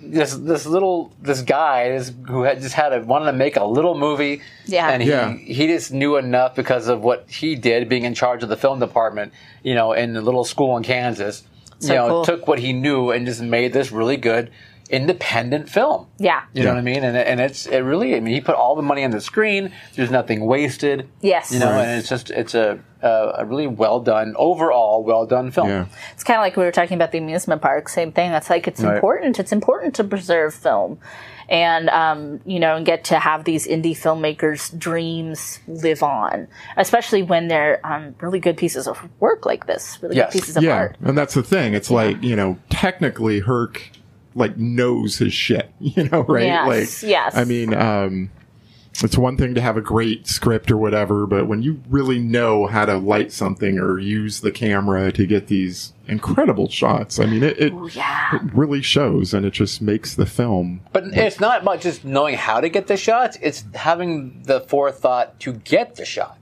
[SPEAKER 2] this this little this guy this, who had just had a, wanted to make a little movie.
[SPEAKER 3] Yeah.
[SPEAKER 2] and he
[SPEAKER 4] Yeah.
[SPEAKER 2] he just knew enough because of what he did, being in charge of the film department, you know, in the little school in Kansas.
[SPEAKER 3] So
[SPEAKER 2] you know,
[SPEAKER 3] cool.
[SPEAKER 2] took what he knew and just made this really good independent film.
[SPEAKER 3] Yeah.
[SPEAKER 2] You know what I mean? And, and it's it really. I mean, he put all the money on the screen. There's nothing wasted.
[SPEAKER 3] Yes.
[SPEAKER 2] You know, and it's just it's a a, a really well done overall well done film.
[SPEAKER 4] Yeah.
[SPEAKER 3] It's kind of like we were talking about the amusement park. Same thing. That's like it's
[SPEAKER 2] Right.
[SPEAKER 3] important. It's important to preserve film, and um, you know, and get to have these indie filmmakers' dreams live on, especially when they're um, really good pieces of work like this, really
[SPEAKER 2] Yes.
[SPEAKER 3] good pieces of
[SPEAKER 4] yeah.
[SPEAKER 3] art.
[SPEAKER 4] And that's the thing. It's like, you know, technically Herc like knows his shit, you know, right?
[SPEAKER 3] Yes,
[SPEAKER 4] like
[SPEAKER 3] yes.
[SPEAKER 4] I mean, um it's one thing to have a great script or whatever, but when you really know how to light something or use the camera to get these incredible shots, I mean, it, it,
[SPEAKER 3] Oh, Yeah.
[SPEAKER 4] it really shows and it just makes the film.
[SPEAKER 2] But it's not about just knowing how to get the shots. It's having the forethought to get the shot.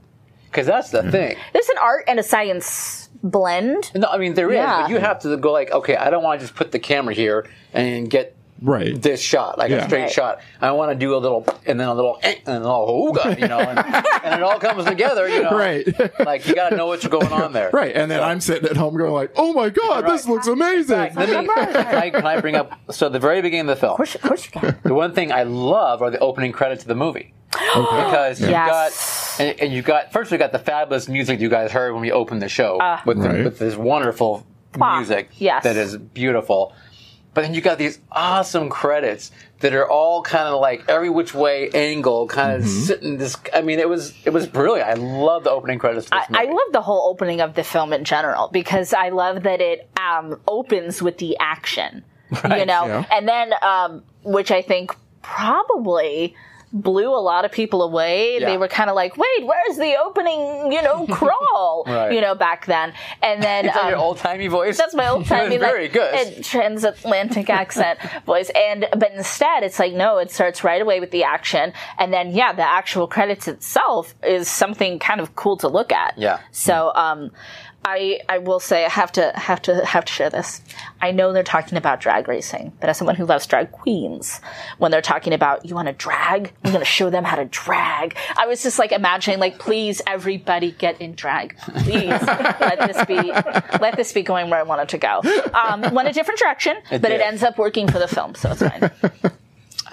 [SPEAKER 2] Because that's
[SPEAKER 4] Mm-hmm.
[SPEAKER 2] the thing.
[SPEAKER 3] There's an art and a science blend.
[SPEAKER 2] No, I mean there is,
[SPEAKER 3] Yeah.
[SPEAKER 2] but you have to go like, okay, I don't want to just put the camera here and get
[SPEAKER 4] Right.
[SPEAKER 2] this shot, like a
[SPEAKER 4] Yeah.
[SPEAKER 2] straight
[SPEAKER 3] Right.
[SPEAKER 2] shot. I want to do a little, and then a little, eh, and then a little, ooga, you know, and, and it all comes together, you
[SPEAKER 3] uh,
[SPEAKER 2] know.
[SPEAKER 4] Right.
[SPEAKER 2] Like you got to know what's going on there.
[SPEAKER 4] Right. And then I'm sitting at home going like, "Oh my god, this looks amazing."
[SPEAKER 2] Like, let me, can, I, can I bring up so the very beginning of the film?
[SPEAKER 3] Of course, of course you can.
[SPEAKER 2] The one thing I love are the opening credits of the movie because you
[SPEAKER 3] Yes.
[SPEAKER 2] got and, and you got first we got the fabulous music you guys heard when we opened the show with, the-
[SPEAKER 4] Right.
[SPEAKER 2] with this wonderful
[SPEAKER 3] Wow.
[SPEAKER 2] music
[SPEAKER 3] Uh, Yes.
[SPEAKER 2] that is beautiful. But then you got these awesome credits that are all kind of like every which way angle, kind of sitting. This, I mean, it was it was brilliant. I love the opening credits. To this
[SPEAKER 3] I, I
[SPEAKER 2] movie.
[SPEAKER 3] love the whole opening of the film in general because I love that it um, opens with the action, you know,
[SPEAKER 4] yeah.
[SPEAKER 3] and then um, which I think probably blew a lot of people away.
[SPEAKER 2] Yeah.
[SPEAKER 3] They were kind of like, "Wait, where's the opening?" You know, crawl,
[SPEAKER 2] Right.
[SPEAKER 3] you know, back then, and then
[SPEAKER 2] Is that your
[SPEAKER 3] um,
[SPEAKER 2] old timey voice.
[SPEAKER 3] that's my old timey, like,
[SPEAKER 2] very good.
[SPEAKER 3] uh, transatlantic accent voice. And but instead, it's like no, it starts right away with the action, and then yeah, the actual credits itself is something kind of cool to look at.
[SPEAKER 2] Yeah.
[SPEAKER 3] So um, I I will say I have to have to have to share this. I know they're talking about drag racing, but as someone who loves drag queens, when they're talking about you want to drag, we're going to show them how to drag. I was just like imagining like please everybody get in drag. Please let this be let this be going where I want it to go. Um, went a different direction, but
[SPEAKER 2] did.
[SPEAKER 3] it ends up working for the film, so it's fine.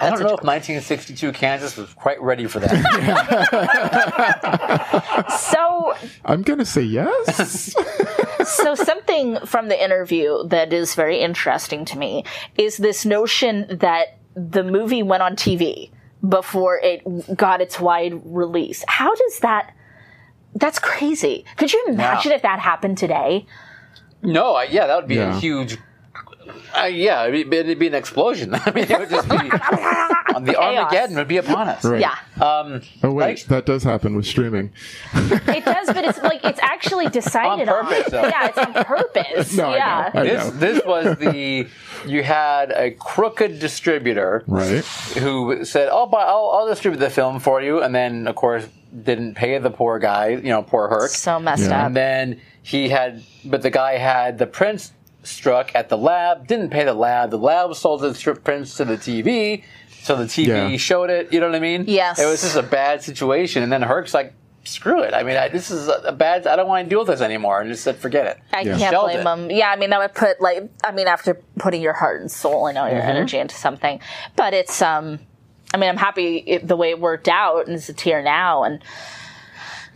[SPEAKER 2] I don't know if 1962 Kansas was quite ready for that.
[SPEAKER 3] So
[SPEAKER 4] I'm going to say yes.
[SPEAKER 3] so something from the interview that is very interesting to me is this notion that the movie went on TV before it got its wide release. How does that that's crazy. Could you imagine if that happened today?
[SPEAKER 2] No, I, yeah, that would be a
[SPEAKER 4] Yeah.
[SPEAKER 2] huge. Uh, yeah, it'd be, it'd be an explosion. I mean, it would just be on the Armageddon would be upon us.
[SPEAKER 4] Right.
[SPEAKER 3] Yeah.
[SPEAKER 2] Um,
[SPEAKER 4] Oh wait,
[SPEAKER 2] Like-
[SPEAKER 4] that does happen with streaming.
[SPEAKER 3] It does, but it's like it's actually decided
[SPEAKER 2] On purpose, though.
[SPEAKER 3] Yeah, it's on purpose.
[SPEAKER 4] No, I know.
[SPEAKER 3] yeah.
[SPEAKER 4] I
[SPEAKER 2] this
[SPEAKER 4] know.
[SPEAKER 2] this was the you had a crooked distributor
[SPEAKER 4] Right.
[SPEAKER 2] who said, "I'll buy, I'll, I'll distribute the film for you," and then of course didn't pay the poor guy. You know, poor Herc.
[SPEAKER 3] So messed
[SPEAKER 4] Yeah.
[SPEAKER 3] up.
[SPEAKER 2] And then he had, but the guy had the prints struck at the lab, didn't pay the lab. The lab sold the stri- prints to the TV, so the TV
[SPEAKER 4] Yeah.
[SPEAKER 2] showed it. You know what I mean?
[SPEAKER 3] Yes.
[SPEAKER 2] It was just a bad situation. And then Herc's like, screw it. I mean, I, this is a, a bad, I don't want to deal with this anymore. And just said, forget it.
[SPEAKER 3] I
[SPEAKER 4] Yeah.
[SPEAKER 3] can't
[SPEAKER 2] Shelved
[SPEAKER 3] blame
[SPEAKER 2] it.
[SPEAKER 3] them. Yeah, I mean that would put like I mean after putting your heart and soul and all
[SPEAKER 2] Mm-hmm.
[SPEAKER 3] your energy into something, but it's um, I mean I'm happy it, the way it worked out and it's here now and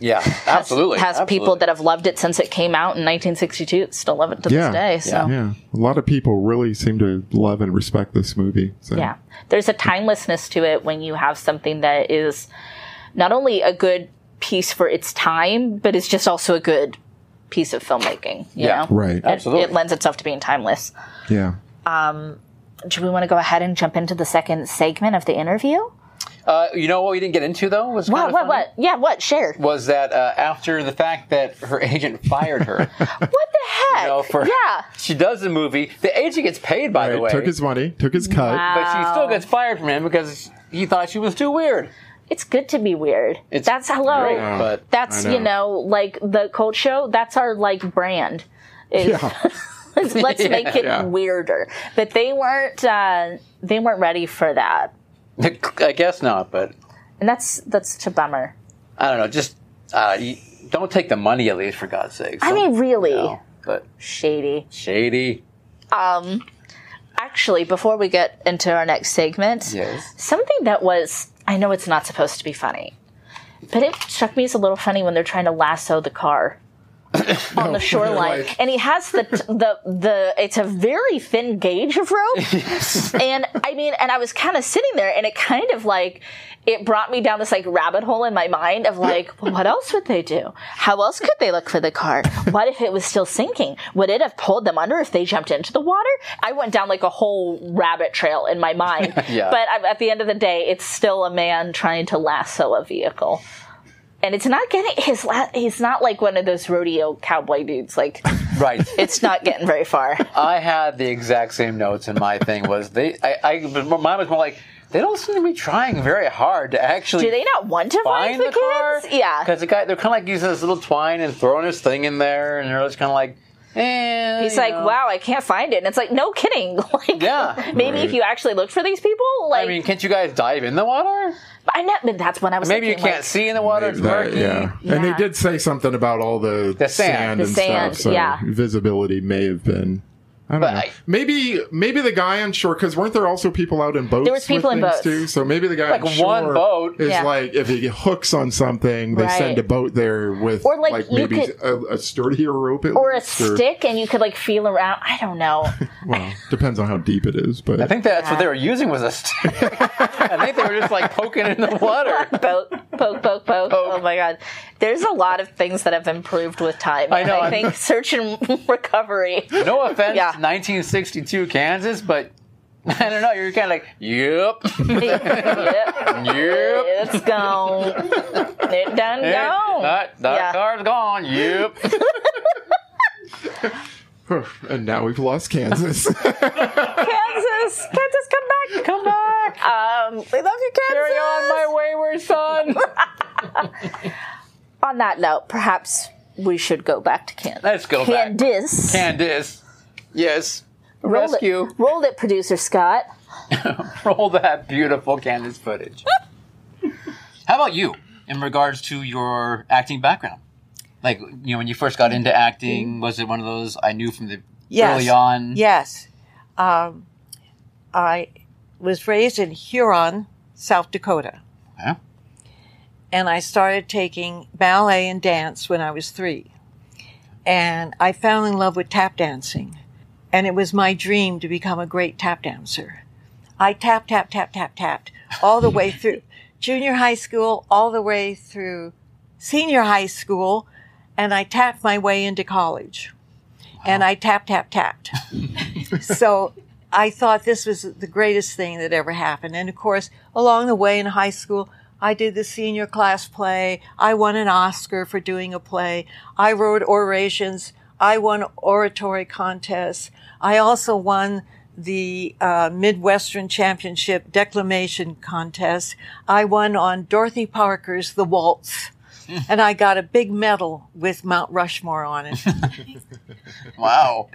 [SPEAKER 2] Yeah, absolutely.
[SPEAKER 3] Has people
[SPEAKER 2] absolutely.
[SPEAKER 3] that have loved it since it came out in 1962 still love it to
[SPEAKER 4] Yeah.
[SPEAKER 3] this day. So.
[SPEAKER 4] Yeah, a lot of people really seem to love and respect this movie. So.
[SPEAKER 3] Yeah. There's a timelessness to it when you have something that is not only a good piece for its time, but it's just also a good piece of filmmaking. You
[SPEAKER 2] Yeah.
[SPEAKER 3] know?
[SPEAKER 4] Right.
[SPEAKER 3] It-
[SPEAKER 2] Absolutely.
[SPEAKER 3] It, lends itself to being timeless.
[SPEAKER 4] Yeah.
[SPEAKER 3] Do we want to go ahead and jump into the second segment of the interview?
[SPEAKER 2] Uh, you know what we didn't get into though was
[SPEAKER 3] What,
[SPEAKER 2] kinda
[SPEAKER 3] what,
[SPEAKER 2] funny?
[SPEAKER 3] what? Yeah, what? Share. What
[SPEAKER 2] was that uh, after the fact that her agent fired her.
[SPEAKER 3] the heck?
[SPEAKER 2] You know, for-
[SPEAKER 3] yeah.
[SPEAKER 2] she does the movie. The agent gets paid, by the
[SPEAKER 4] Right,
[SPEAKER 2] way,
[SPEAKER 4] Took his money, took his cut.
[SPEAKER 2] but she still gets fired from him because he thought she was too weird.
[SPEAKER 3] It's good to be weird.
[SPEAKER 2] It's
[SPEAKER 3] That's hello.
[SPEAKER 2] Great,
[SPEAKER 4] Yeah.
[SPEAKER 2] but
[SPEAKER 3] That's,
[SPEAKER 4] I know.
[SPEAKER 3] you know, like the cult show, that's our like brand. Is,
[SPEAKER 4] Yeah.
[SPEAKER 3] let's let's make it
[SPEAKER 4] Yeah.
[SPEAKER 3] weirder. But they weren't uh, they weren't ready for that,
[SPEAKER 2] I guess not. But
[SPEAKER 3] and that's that's such a bummer.
[SPEAKER 2] I don't know. Just uh, you, don't take the money at least for God's sake.
[SPEAKER 3] I mean, really
[SPEAKER 2] but
[SPEAKER 3] shady.
[SPEAKER 2] shady.
[SPEAKER 3] Actually, before we get into our next segment,
[SPEAKER 2] Yes.
[SPEAKER 3] something that was I know it's not supposed to be funny, but it struck me as a little funny when they're trying to lasso the car. on the shoreline,
[SPEAKER 4] like-
[SPEAKER 3] and he has the the the. It's a very thin gauge of rope, and I mean, and I was kind of sitting there, and it kind of like it brought me down this like rabbit hole in my mind of like, well, what else would they do? How else could they look for the car? What if it was still sinking? Would it have pulled them under if they jumped into the water? I went down like a whole rabbit trail in my mind.
[SPEAKER 2] Yeah.
[SPEAKER 3] But I, at the end of the day, it's still a man trying to lasso a vehicle. And it's not getting his. La- he's not like one of those rodeo cowboy dudes. Like
[SPEAKER 2] Right.
[SPEAKER 3] it's not getting very far.
[SPEAKER 2] I had the exact same notes, and my thing was they. I, I but mine was more like they don't seem to be trying very hard to actually.
[SPEAKER 3] Do they not want to
[SPEAKER 2] find the, car?
[SPEAKER 3] kids? Yeah.
[SPEAKER 2] because the guy they're kind of like using this little twine and throwing this thing in there, and they're just kind of like, eh.
[SPEAKER 3] He's
[SPEAKER 2] you
[SPEAKER 3] like,
[SPEAKER 2] know.
[SPEAKER 3] wow, I can't find it. And it's like, no kidding. Like,
[SPEAKER 2] Yeah.
[SPEAKER 3] maybe if you actually look for these people, like,
[SPEAKER 2] I
[SPEAKER 3] I,
[SPEAKER 2] mean, can't you guys dive in the water?
[SPEAKER 3] know, but that's when I was
[SPEAKER 2] Maybe you
[SPEAKER 3] thinking,
[SPEAKER 2] can't
[SPEAKER 3] like,
[SPEAKER 2] see in the water; it's
[SPEAKER 4] That-
[SPEAKER 2] murky.
[SPEAKER 4] yeah. and they
[SPEAKER 3] Yeah.
[SPEAKER 4] did say something about all the,
[SPEAKER 2] The sand.
[SPEAKER 4] sand
[SPEAKER 3] The
[SPEAKER 4] and
[SPEAKER 3] sand,
[SPEAKER 4] stuff. So
[SPEAKER 3] yeah.
[SPEAKER 4] visibility may have been. I don't
[SPEAKER 2] But
[SPEAKER 4] know.
[SPEAKER 2] I-
[SPEAKER 4] maybe maybe the guy on shore because weren't there also people out in boats?
[SPEAKER 3] There was people
[SPEAKER 4] with
[SPEAKER 3] in
[SPEAKER 4] things
[SPEAKER 3] boats.
[SPEAKER 4] too. So maybe the guy
[SPEAKER 2] Like
[SPEAKER 4] on shore
[SPEAKER 2] one boat.
[SPEAKER 4] is
[SPEAKER 3] Yeah.
[SPEAKER 4] like if he hooks on something, they
[SPEAKER 3] Right.
[SPEAKER 4] send a boat there with
[SPEAKER 3] Or, like,
[SPEAKER 4] like,
[SPEAKER 3] you
[SPEAKER 4] maybe
[SPEAKER 3] could-
[SPEAKER 4] a, a sturdier rope at
[SPEAKER 3] or a
[SPEAKER 4] least, or-
[SPEAKER 3] stick and you could like feel around. I don't know.
[SPEAKER 4] Well, depends on how deep it is, but
[SPEAKER 2] I think that's what they were using was a stick. I think they were just like poking in the water.
[SPEAKER 3] poke, poke, poke, poke. Oh my god. There's a lot of things that have improved with time.
[SPEAKER 2] I know,
[SPEAKER 3] And I
[SPEAKER 2] I'm-
[SPEAKER 3] think search and recovery.
[SPEAKER 2] No offense,
[SPEAKER 3] Yeah.
[SPEAKER 2] 1962 Kansas, but I don't know. You're kind of like, yep,
[SPEAKER 3] yep.
[SPEAKER 2] yep.
[SPEAKER 3] It's gone. It done
[SPEAKER 2] Hey,
[SPEAKER 3] gone.
[SPEAKER 2] That, that
[SPEAKER 3] Yeah.
[SPEAKER 2] car's gone. Yep.
[SPEAKER 4] and now we've lost Kansas.
[SPEAKER 3] Kansas, Kansas, come back, come back. Um, we love you, Kansas.
[SPEAKER 2] Carry on, my wayward son.
[SPEAKER 3] On that note, perhaps we should go back to Kansas.
[SPEAKER 2] Let's go back.
[SPEAKER 3] Candace,
[SPEAKER 2] Candace. Yes.
[SPEAKER 3] roll
[SPEAKER 2] Rescue.
[SPEAKER 3] It, roll it, producer Scott.
[SPEAKER 2] Roll that beautiful Candace footage. How about you in regards to your acting background? Like, you know, when you first got into acting, was it one of those I knew from the
[SPEAKER 6] Yes.
[SPEAKER 2] early on?
[SPEAKER 6] Yes. Um, I was raised in Huron, South Dakota,
[SPEAKER 2] Yeah.
[SPEAKER 6] and I started taking ballet and dance when I was three. And I fell in love with tap dancing, and it was my dream to become a great tap dancer. I tap, tap, tap, tap, tapped all the way through junior high school, all the way through senior high school, and I tapped my way into college. And I tap, tap, tapped so I thought this was the greatest thing that ever happened. And of course, along the way in high school, I did the senior class play. I won an Oscar for doing a play. I wrote orations. I won oratory contests. I also won the uh, Midwestern Championship Declamation Contest. I won on Dorothy Parker's The Waltz. And I got a big medal with Mount Rushmore on it.
[SPEAKER 2] Wow.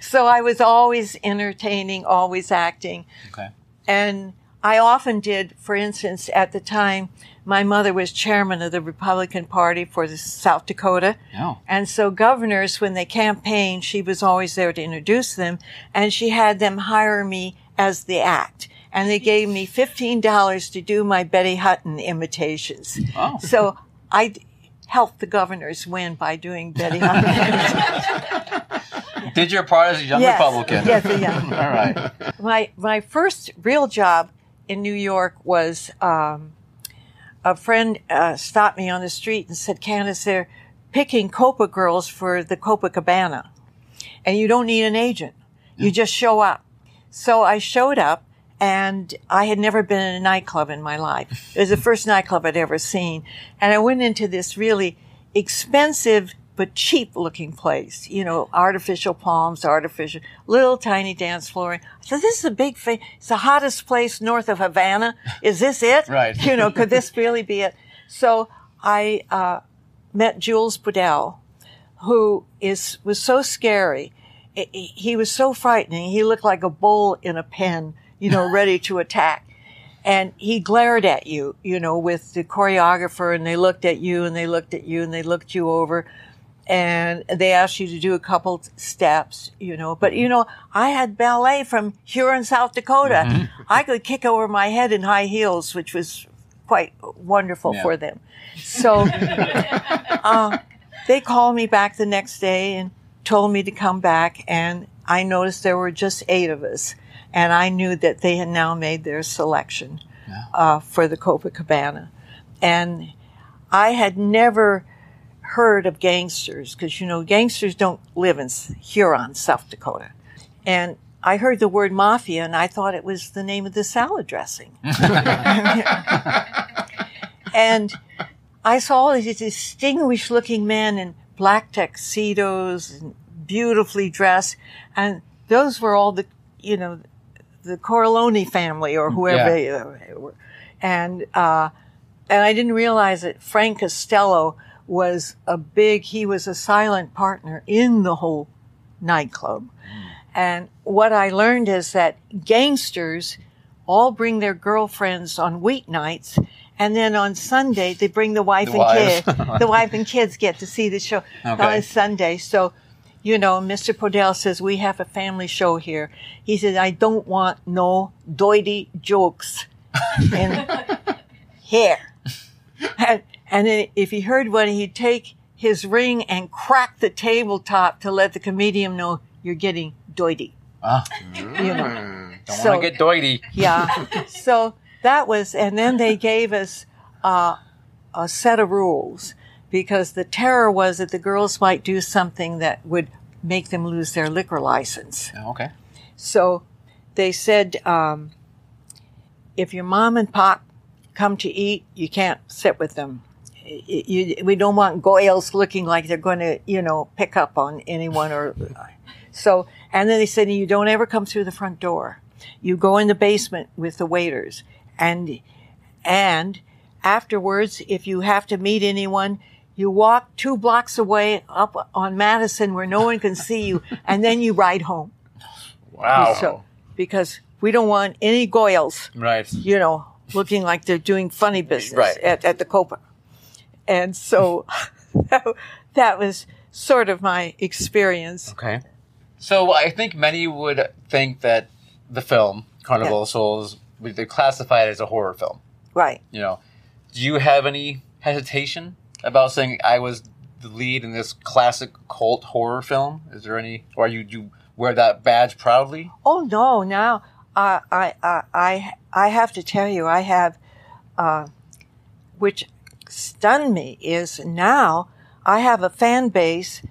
[SPEAKER 6] So I was always entertaining, always acting.
[SPEAKER 2] Okay.
[SPEAKER 6] And I often did, for instance, at the time, my mother was chairman of the Republican Party for the South Dakota.
[SPEAKER 2] No.
[SPEAKER 6] And so governors, when they campaigned, she was always there to introduce them and she had them hire me as the act. And they gave me $15 to do my Betty Hutton imitations.
[SPEAKER 2] Oh.
[SPEAKER 6] So I, help the governors win by doing Betty Hunter.
[SPEAKER 2] Did your part as a young
[SPEAKER 6] Yes.
[SPEAKER 2] Republican.
[SPEAKER 6] Yes, yeah.
[SPEAKER 2] All right.
[SPEAKER 6] my my first real job in New York was um, a friend uh, stopped me on the street and said, "Candace, they're picking Copa girls for the Copacabana, and you don't need an agent. You just show up." So I showed up, and I had never been in a nightclub in my life. It was the first nightclub I'd ever seen, and I went into this really expensive but cheap-looking place. You know, artificial palms, artificial little tiny dance floor. So this is a big thing. It's the hottest place north of Havana. Is this it?
[SPEAKER 2] Right.
[SPEAKER 6] You know, could this really be it? So I uh, met Jules Budell, who is was so scary. I- I- He was so frightening. He looked like a bull in a pen, you know, ready to attack. And he glared at you, you know, with the choreographer, and they looked at you, and they looked at you, and they looked you over, and they asked you to do a couple steps, you know. But you know, I had ballet from Huron, South Dakota. I could kick over my head in high heels, which was quite wonderful
[SPEAKER 2] Yeah.
[SPEAKER 6] for them. So they called me back the next day and told me to come back and i noticed there were just eight of us and i knew that they had now made their selection uh, for the copacabana and i had never heard of gangsters because you know gangsters don't live in S- huron south dakota and i heard the word mafia and i thought it was the name of the salad dressing and I saw all these distinguished looking men in black tuxedos and beautifully dressed. And those were all the, you know, the Corleone family or whoever
[SPEAKER 2] Yeah.
[SPEAKER 6] they they were. And, uh, and I didn't realize that Frank Costello was a big, he was a silent partner in the whole nightclub. And what I learned is that gangsters all bring their girlfriends on weeknights. And then on Sunday, they bring the wife
[SPEAKER 2] The
[SPEAKER 6] and
[SPEAKER 2] wives.
[SPEAKER 6] kid. the wife and kids get to see the show
[SPEAKER 2] Okay.
[SPEAKER 6] on Sunday. So, you know, Mr. Podell says, we have a family show here. He said, I don't want no doity jokes in here. And, and then if he heard one, he'd take his ring and crack the tabletop to let the comedian know you're getting doity.
[SPEAKER 2] Ah.
[SPEAKER 6] You know,
[SPEAKER 2] Don't
[SPEAKER 6] So-
[SPEAKER 2] want to get doity.
[SPEAKER 6] yeah. so that was, and then they gave us uh, a set of rules because the terror was that the girls might do something that would make them lose their liquor license.
[SPEAKER 2] Okay.
[SPEAKER 6] So they said, um, if your mom and pop come to eat, you can't sit with them. Y- y- you- we don't want goyles looking like they're going to, you know, pick up on anyone or. So, and then they said, you don't ever come through the front door. You go in the basement with the waiters. And, and afterwards, if you have to meet anyone, you walk two blocks away up on Madison where no one can see you, and then you ride home.
[SPEAKER 2] Wow.
[SPEAKER 6] So, because we don't want any goyles,
[SPEAKER 2] right.
[SPEAKER 6] you know, looking like they're doing funny business
[SPEAKER 2] Right.
[SPEAKER 6] at, at the Copa. And so that was sort of my experience.
[SPEAKER 2] Okay. So I think many would think that the film Carnival
[SPEAKER 6] Yeah.
[SPEAKER 2] of Souls would they classify it as a horror film.
[SPEAKER 6] Right.
[SPEAKER 2] You know, do you have any hesitation about saying I was the lead in this classic cult horror film? Is there any, or you you wear that badge proudly?
[SPEAKER 6] Oh no! Now I I I I I have to tell you, I have, uh, which stunned me is now I have a fan base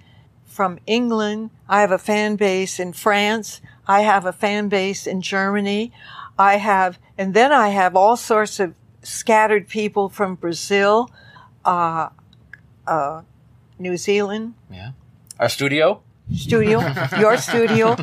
[SPEAKER 6] from England. I have a fan base in France. I have a fan base in Germany. I have, and then I have all sorts of scattered people from Brazil, uh, uh, New Zealand
[SPEAKER 2] Yeah. Our studio.
[SPEAKER 6] studio, your studio,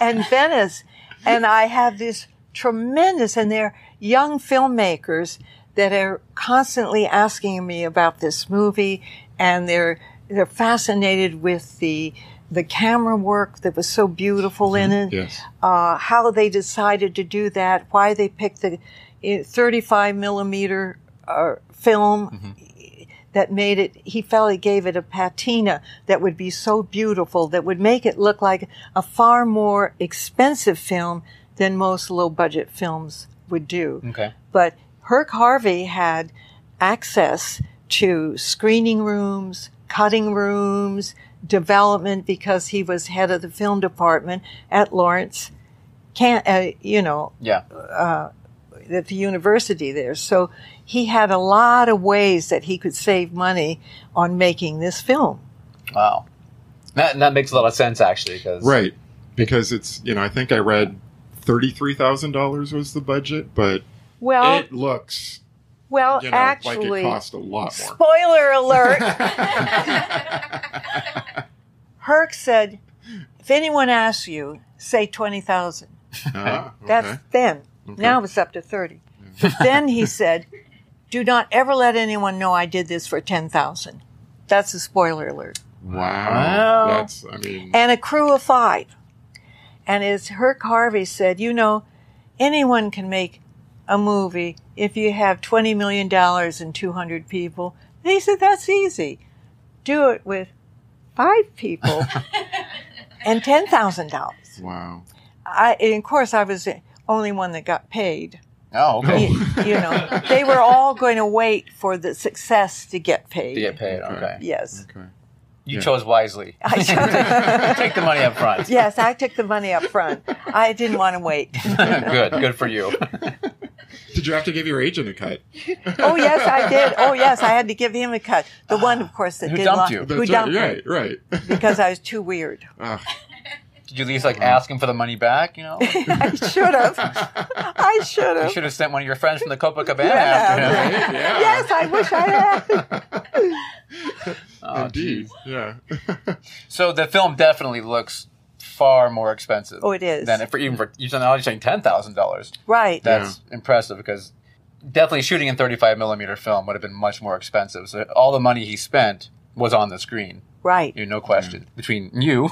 [SPEAKER 6] and Venice. And I have this tremendous, and they're young filmmakers that are constantly asking me about this movie, and they're they're fascinated with the the camera work that was so beautiful in it
[SPEAKER 4] Yes.
[SPEAKER 6] uh, how they decided to do that, why they picked the uh, 35 millimeter uh, film that made it. He felt he gave it a patina that would be so beautiful that would make it look like a far more expensive film than most low budget films would do.
[SPEAKER 2] Okay.
[SPEAKER 6] But Herc Harvey had access to screening rooms, cutting rooms, development because he was head of the film department at Lawrence, can uh, you know,
[SPEAKER 2] Yeah.
[SPEAKER 6] at the university there. So he had a lot of ways that he could save money on making this film.
[SPEAKER 2] Wow. That, that makes a lot of sense, actually. Cause,
[SPEAKER 4] Right. Because it's, you know, I think I read $33,000 was the budget, but
[SPEAKER 6] Well,
[SPEAKER 4] it looks,
[SPEAKER 6] well,
[SPEAKER 4] you know,
[SPEAKER 6] actually,
[SPEAKER 4] like it cost a lot more.
[SPEAKER 6] spoiler alert. Herc said, "If anyone asks you, say twenty thousand.
[SPEAKER 4] Ah,
[SPEAKER 6] That's
[SPEAKER 4] okay.
[SPEAKER 6] then. Now it's up to thirty. then he said, "Do not ever let anyone know I did this for ten thousand. That's a spoiler alert."
[SPEAKER 4] Wow.
[SPEAKER 2] Wow.
[SPEAKER 4] That's, I mean,
[SPEAKER 6] and a crew of five. And as Herc Harvey said, you know, anyone can make a movie if you have $20 million and 200 people. And he said, that's easy. Do it with five people and $10,000.
[SPEAKER 4] wow.
[SPEAKER 6] I, and of course, I was the only one that got paid.
[SPEAKER 2] Oh, okay.
[SPEAKER 6] You, you know, they were all going to wait for the success to get paid.
[SPEAKER 2] To get paid. Okay.
[SPEAKER 6] Yes.
[SPEAKER 4] Okay.
[SPEAKER 2] You
[SPEAKER 4] Yeah.
[SPEAKER 2] chose wisely. Take the money up front.
[SPEAKER 6] yes, I took the money up front. I didn't want to wait.
[SPEAKER 2] good. Good for you.
[SPEAKER 4] Did you have to give your agent a cut?
[SPEAKER 6] Oh yes, I did. Oh yes, I had to give him a cut. The one, of course, that
[SPEAKER 2] Who
[SPEAKER 6] did
[SPEAKER 2] dumped you?
[SPEAKER 4] That's
[SPEAKER 6] Who dumped me
[SPEAKER 4] right, right, right.
[SPEAKER 6] because I was too weird.
[SPEAKER 4] Ah,
[SPEAKER 2] Did you at least like ask him for the money back? You know, you
[SPEAKER 6] I should have. I should have.
[SPEAKER 2] should have sent one of your friends from the Copacabana
[SPEAKER 6] Yeah.
[SPEAKER 2] after him.
[SPEAKER 4] right, yeah.
[SPEAKER 6] Yes, I wish I had.
[SPEAKER 2] Oh,
[SPEAKER 4] Indeed.
[SPEAKER 2] geez.
[SPEAKER 4] Yeah.
[SPEAKER 2] So the film definitely looks far more expensive.
[SPEAKER 6] Oh, it is.
[SPEAKER 2] Than for even for you're saying- now you're saying ten thousand dollars.
[SPEAKER 6] Right.
[SPEAKER 2] That's impressive because definitely shooting in 35 millimeter film would have been much more expensive. So all the money he spent was on the screen.
[SPEAKER 6] Right.
[SPEAKER 2] You know, no question between you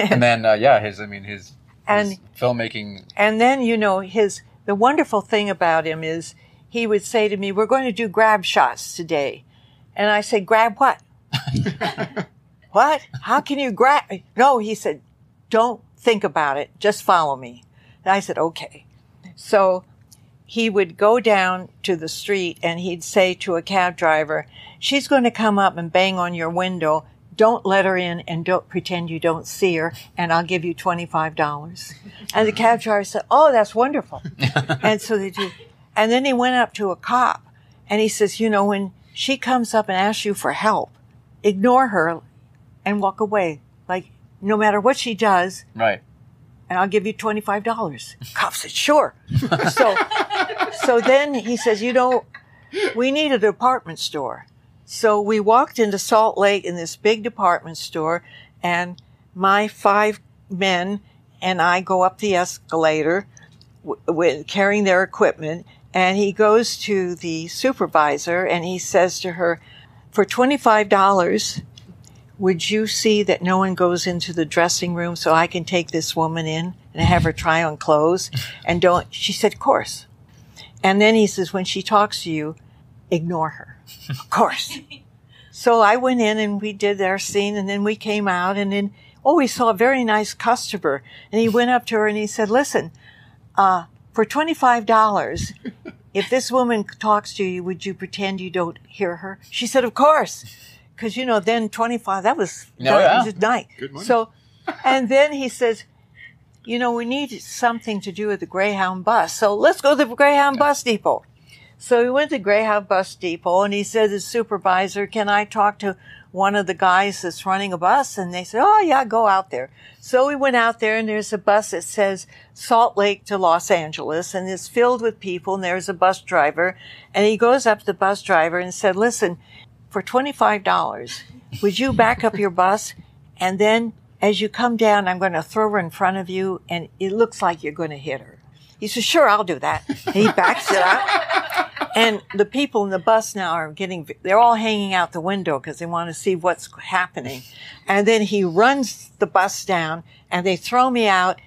[SPEAKER 2] and then uh, yeah, his I mean his,
[SPEAKER 6] And
[SPEAKER 2] his filmmaking.
[SPEAKER 6] and then you know his the wonderful thing about him is he would say to me, "We're going to do grab shots today," and I said, "Grab what? what? How can you grab?" No, he said, "Don't think about it. Just follow me." And I said, "Okay." So he would go down to the street and he'd say to a cab driver, She's going to come up and bang on your window. Don't let her in and don't pretend you don't see her, and I'll give you $25. And the cab driver said, Oh, that's wonderful. and so they do. And then he went up to a cop and he says, You know, when she comes up and asks you for help, ignore her and walk away. Like, no matter what she does,
[SPEAKER 2] Right.
[SPEAKER 6] and I'll give you $25. Cop said, sure. so, so then he says, you know, we need a department store. So we walked into Salt Lake in this big department store and my five men and I go up the escalator w- with carrying their equipment and he goes to the supervisor and he says to her, for $25, would you see that no one goes into the dressing room so I can take this woman in and have her try on clothes? And don't, she said, of course. And then he says, when she talks to you, ignore her. Of course. so I went in and we did our scene and then we came out and then, oh, we saw a very nice customer and he went up to her and he said, listen, uh, for $25, if this woman talks to you, would you pretend you don't hear her? She said, of course. Cause you know, then 25, that was,
[SPEAKER 2] No,
[SPEAKER 6] that
[SPEAKER 2] yeah.
[SPEAKER 6] was at night.
[SPEAKER 4] Good money.
[SPEAKER 6] So, and then he says, you know, we need something to do with the Greyhound bus. So let's go to the Greyhound bus depot. So we went to Greyhound bus depot and he said to the supervisor, can I talk to one of the guys that's running a bus? And they said, oh yeah, go out there. So we went out there and there's a bus that says Salt Lake to Los Angeles and it's filled with people and there's a bus driver and he goes up to the bus driver and said, listen, for $25, would you back up your bus? And then as you come down, I'm going to throw her in front of you and it looks like you're going to hit her. He says, sure, I'll do that. And he backs it up. And the people in the bus now are getting, they're all hanging out the window because they want to see what's happening. And then he runs the bus down and they throw me out.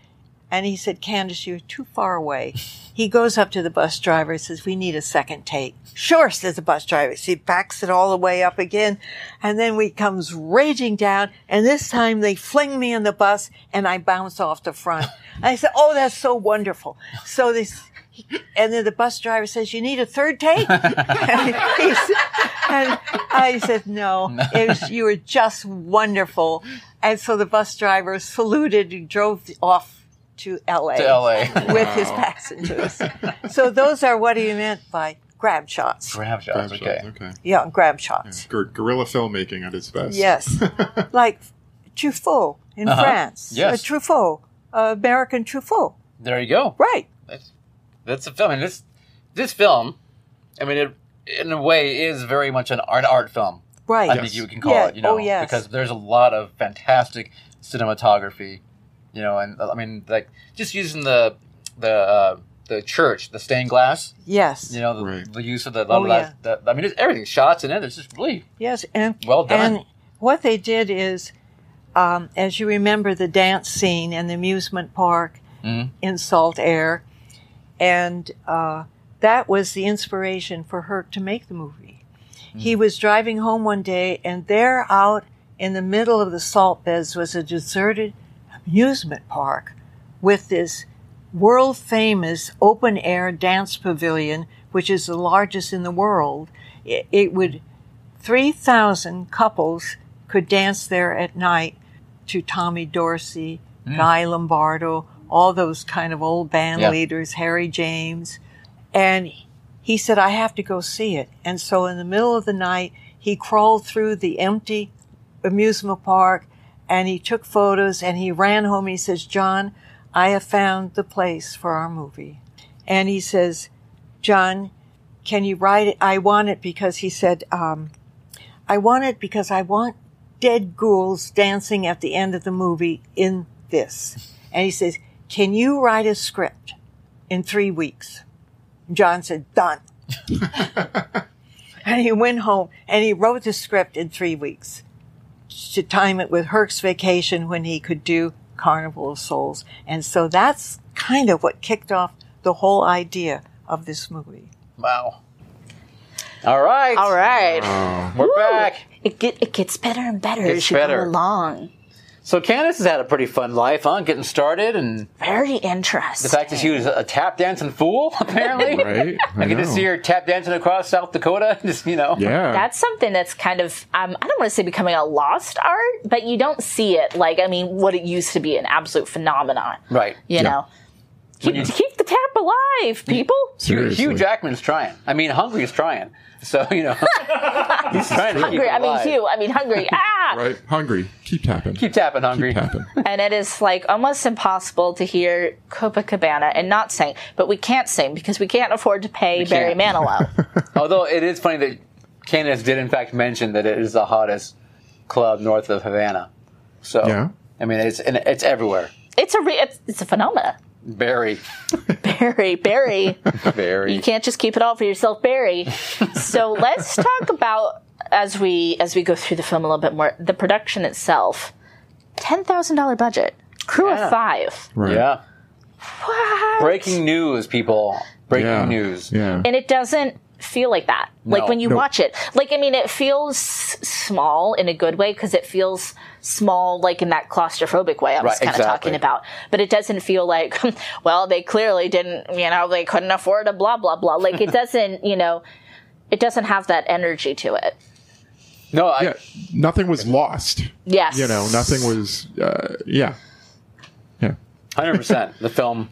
[SPEAKER 6] And he said, Candace, you're too far away. He goes up to the bus driver and says, We need a second take. Sure, says the bus driver. So he backs it all the way up again. And then we comes raging down. And this time they fling me in the bus and I bounce off the front. I said, Oh, that's so wonderful. So this, and then the bus driver says, You need a third take? and, he said- and I said, No, it was, you were just wonderful. And so the bus driver saluted and drove off to LA
[SPEAKER 2] To LA.
[SPEAKER 6] with his passengers. so those are what he meant by grab shots.
[SPEAKER 2] Grab
[SPEAKER 4] Grab
[SPEAKER 2] shots.
[SPEAKER 4] shots,
[SPEAKER 2] Okay.
[SPEAKER 4] okay.
[SPEAKER 6] Yeah, grab shots.
[SPEAKER 4] Gu- guerrilla filmmaking at its best.
[SPEAKER 6] Yes. like Truffaut in France.
[SPEAKER 2] Uh-huh. Yes.
[SPEAKER 6] Uh, Truffaut, uh, American Truffaut.
[SPEAKER 2] There you go.
[SPEAKER 6] Right.
[SPEAKER 2] That's, that's a film. And this this film, I mean, it, in a way, is very much an art art film.
[SPEAKER 6] Right.
[SPEAKER 2] I think you can call
[SPEAKER 6] Yeah.
[SPEAKER 2] it. You know,
[SPEAKER 6] Oh, yes.
[SPEAKER 2] because there's a lot of fantastic cinematography. You know, and uh, I mean, like just using the the uh, the church, the stained glass.
[SPEAKER 6] Yes.
[SPEAKER 2] You know, the,
[SPEAKER 4] Right.
[SPEAKER 2] the use of the,
[SPEAKER 6] Oh, yeah.
[SPEAKER 2] the- I mean, there's everything shots in it. It's just really
[SPEAKER 6] Yes, and
[SPEAKER 2] Well done.
[SPEAKER 6] And what they did is, um, as you remember, the dance scene in the amusement park
[SPEAKER 2] Mm-hmm.
[SPEAKER 6] in Salt Air, and uh, that was the inspiration for Herc to make the movie.
[SPEAKER 2] Mm-hmm.
[SPEAKER 6] He was driving home one day, and there, out in the middle of the salt beds, was a deserted amusement park with this world famous open air dance pavilion, which is the largest in the world. It, it would 3,000 couples could dance there at night to Tommy Dorsey, Guy Lombardo, all those kind of old band
[SPEAKER 2] Yeah.
[SPEAKER 6] leaders, Harry James. And he said, I have to go see it. And so in the middle of the night, he crawled through the empty amusement park and he took photos and he ran home. He says, John, I have found the place for our movie. And he says, John, can you write it? I want it because he said, um, I want it because I want dead ghouls dancing at the end of the movie in this. And he says, Can you write a script in three weeks? John said, Done. and he went home and he wrote the script in three weeks to time it with Herc's vacation when he could do Carnival of Souls. And so that's kind of what kicked off the whole idea of this movie.
[SPEAKER 2] wow. All right.
[SPEAKER 3] All right.
[SPEAKER 4] Oh,
[SPEAKER 2] We're back.
[SPEAKER 3] It get, it gets better and better
[SPEAKER 2] Gets
[SPEAKER 3] as you
[SPEAKER 2] better.
[SPEAKER 3] go along.
[SPEAKER 2] So Candace has had a pretty fun life, huh? Getting started, and
[SPEAKER 3] Very interesting.
[SPEAKER 2] the fact that she was a tap dancing fool, apparently.
[SPEAKER 4] Right?
[SPEAKER 2] I get to see her tap dancing across South Dakota. Just you know,
[SPEAKER 4] Yeah.
[SPEAKER 3] that's something that's kind of um, I don't want to say becoming a lost art, but you don't see it like I mean what it used to be an absolute phenomenon.
[SPEAKER 2] right.
[SPEAKER 3] You know, keep, keep the tap alive, people.
[SPEAKER 2] Hugh,
[SPEAKER 4] Seriously.
[SPEAKER 2] Hugh Jackman's trying. I mean, Hungry's trying. So you know, he's trying to keep
[SPEAKER 3] Hungry,
[SPEAKER 2] it
[SPEAKER 3] I mean
[SPEAKER 2] alive.
[SPEAKER 3] Hugh. I mean hungry. Ah,
[SPEAKER 4] Right? Hungry. Keep tapping.
[SPEAKER 2] Keep tapping, Hungry.
[SPEAKER 4] Keep tapping.
[SPEAKER 3] and it is like almost impossible to hear Copacabana and not sing, but we can't sing because we can't afford to pay Barry
[SPEAKER 2] can't.
[SPEAKER 3] Manilow.
[SPEAKER 2] Although it is funny that Candace did in fact mention that it is the hottest club north of Havana. So
[SPEAKER 4] Yeah.
[SPEAKER 2] I mean, it's and it's everywhere.
[SPEAKER 3] it's a re- it's, it's a phenomena.
[SPEAKER 2] Barry,
[SPEAKER 3] Barry, Barry.
[SPEAKER 2] Barry.
[SPEAKER 3] you can't just keep it all for yourself barry so let's talk about as we as we go through the film a little bit more the production itself $10000 budget crew
[SPEAKER 2] Yeah.
[SPEAKER 3] of five
[SPEAKER 4] Right.
[SPEAKER 2] Yeah.
[SPEAKER 3] What?
[SPEAKER 2] Breaking news, people. Breaking
[SPEAKER 4] Yeah.
[SPEAKER 2] news.
[SPEAKER 4] Yeah.
[SPEAKER 3] and it doesn't feel like that
[SPEAKER 2] No.
[SPEAKER 3] like when you watch it like i mean it feels s- small in a good way because it feels small like in that claustrophobic way i was
[SPEAKER 2] Right,
[SPEAKER 3] kind of
[SPEAKER 2] exactly.
[SPEAKER 3] talking about but it doesn't feel like well they clearly didn't you know they couldn't afford a blah blah blah like it doesn't you know it doesn't have that energy to it
[SPEAKER 2] No, I,
[SPEAKER 4] yeah. Nothing was lost.
[SPEAKER 3] Yes.
[SPEAKER 4] You know, nothing was, uh, yeah. Yeah.
[SPEAKER 2] hundred percent. The film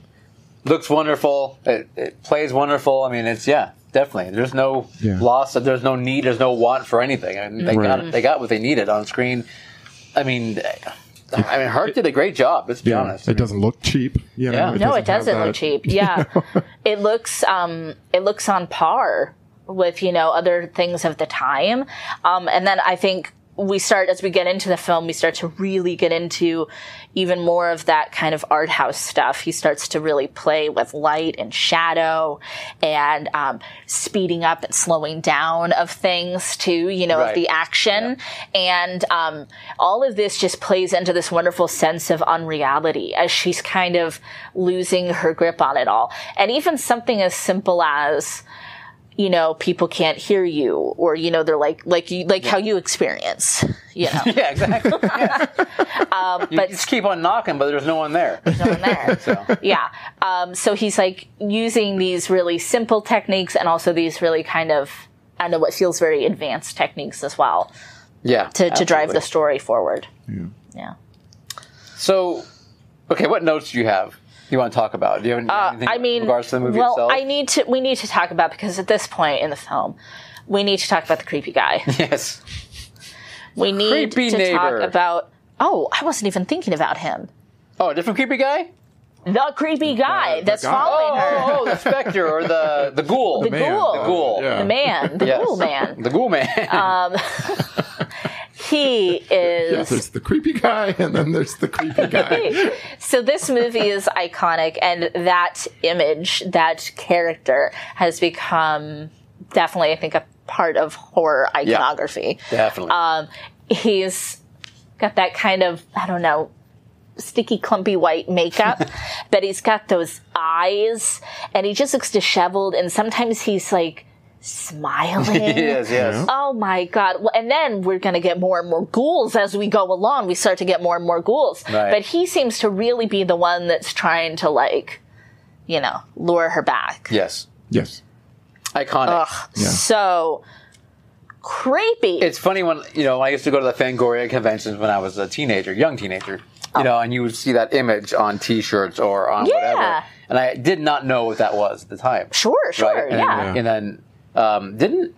[SPEAKER 2] looks wonderful. It, it plays wonderful. I mean, it's yeah, definitely. There's no
[SPEAKER 4] Yeah.
[SPEAKER 2] loss. There's no need. There's no want for anything. I mean, they got
[SPEAKER 4] Right.
[SPEAKER 2] they got what they needed on screen. I mean, I mean, Hart did a great job. Let's be
[SPEAKER 4] Yeah.
[SPEAKER 2] honest.
[SPEAKER 4] It doesn't look cheap. You know,
[SPEAKER 2] Yeah.
[SPEAKER 3] No, it
[SPEAKER 4] have
[SPEAKER 3] doesn't
[SPEAKER 4] that-
[SPEAKER 3] look cheap. Yeah, it looks um, it looks on par with you know other things of the time, um, and then I think we start as we get into the film, we start to really get into even more of that kind of art house stuff. He starts to really play with light and shadow, and um, speeding up and slowing down of things too. You know,
[SPEAKER 2] Right.
[SPEAKER 3] of the action, and um, all of this just plays into this wonderful sense of unreality as she's kind of losing her grip on it all, and even something as simple as you know, people can't hear you, or you know, they're like like you like how you experience, you know,
[SPEAKER 2] Yeah, exactly.
[SPEAKER 3] Um, but
[SPEAKER 2] just keep on knocking, but there's no one there.
[SPEAKER 3] no one there. Yeah. Um, so he's like using these really simple techniques and also these really kind of I don't know what feels very advanced techniques as well
[SPEAKER 2] Yeah,
[SPEAKER 3] to, to drive
[SPEAKER 2] absolutely.
[SPEAKER 3] the story forward.
[SPEAKER 4] Yeah.
[SPEAKER 3] Yeah.
[SPEAKER 2] So, okay, what notes do you have? You want to talk about? Do you have any- anything
[SPEAKER 3] Uh, I
[SPEAKER 2] in
[SPEAKER 3] mean,
[SPEAKER 2] regards to the movie
[SPEAKER 3] well,
[SPEAKER 2] itself?
[SPEAKER 3] I need to. We need to talk about because at this point in the film, we need to talk about the creepy guy.
[SPEAKER 2] yes.
[SPEAKER 3] We need
[SPEAKER 2] Creepy
[SPEAKER 3] to
[SPEAKER 2] neighbor.
[SPEAKER 3] talk about. Oh, I wasn't even thinking about him.
[SPEAKER 2] Oh, a different creepy guy.
[SPEAKER 3] The creepy guy
[SPEAKER 4] the
[SPEAKER 3] that's
[SPEAKER 4] guy.
[SPEAKER 3] following her.
[SPEAKER 2] Oh, oh, the specter or the the ghoul, the,
[SPEAKER 3] man. ghoul.
[SPEAKER 2] The ghoul.
[SPEAKER 4] uh, Yeah.
[SPEAKER 3] The man, the
[SPEAKER 2] Yes.
[SPEAKER 3] cool man.
[SPEAKER 2] the ghoul man.
[SPEAKER 3] Uh, He
[SPEAKER 4] Yeah,
[SPEAKER 3] is.
[SPEAKER 4] there's the creepy guy, and then there's the creepy guy.
[SPEAKER 3] so this movie is iconic, and that image, that character, has become definitely, I think, a part of horror iconography.
[SPEAKER 2] Definitely.
[SPEAKER 3] uh, He's got that kind of, I don't know, sticky, clumpy white makeup, but he's got those eyes, and he just looks disheveled, and sometimes he's like smiling.
[SPEAKER 2] he is. Yes.
[SPEAKER 3] Oh my god! Well, and then we're going to get more and more ghouls as we go along. We start to get more and more ghouls.
[SPEAKER 2] Right.
[SPEAKER 3] But he seems to really be the one that's trying to like, you know, lure her back.
[SPEAKER 2] Yes.
[SPEAKER 4] Yes.
[SPEAKER 2] Iconic.
[SPEAKER 3] Ugh, so creepy.
[SPEAKER 2] it's funny when you know I used to go to the Fangoria conventions when I was a teenager, young teenager. You know, and you would see that image on T-shirts or on
[SPEAKER 3] Oh. Yeah.
[SPEAKER 2] whatever, and I did not know what that was at the time.
[SPEAKER 3] sure, sure,
[SPEAKER 2] right? And,
[SPEAKER 3] yeah.
[SPEAKER 2] And then um, didn't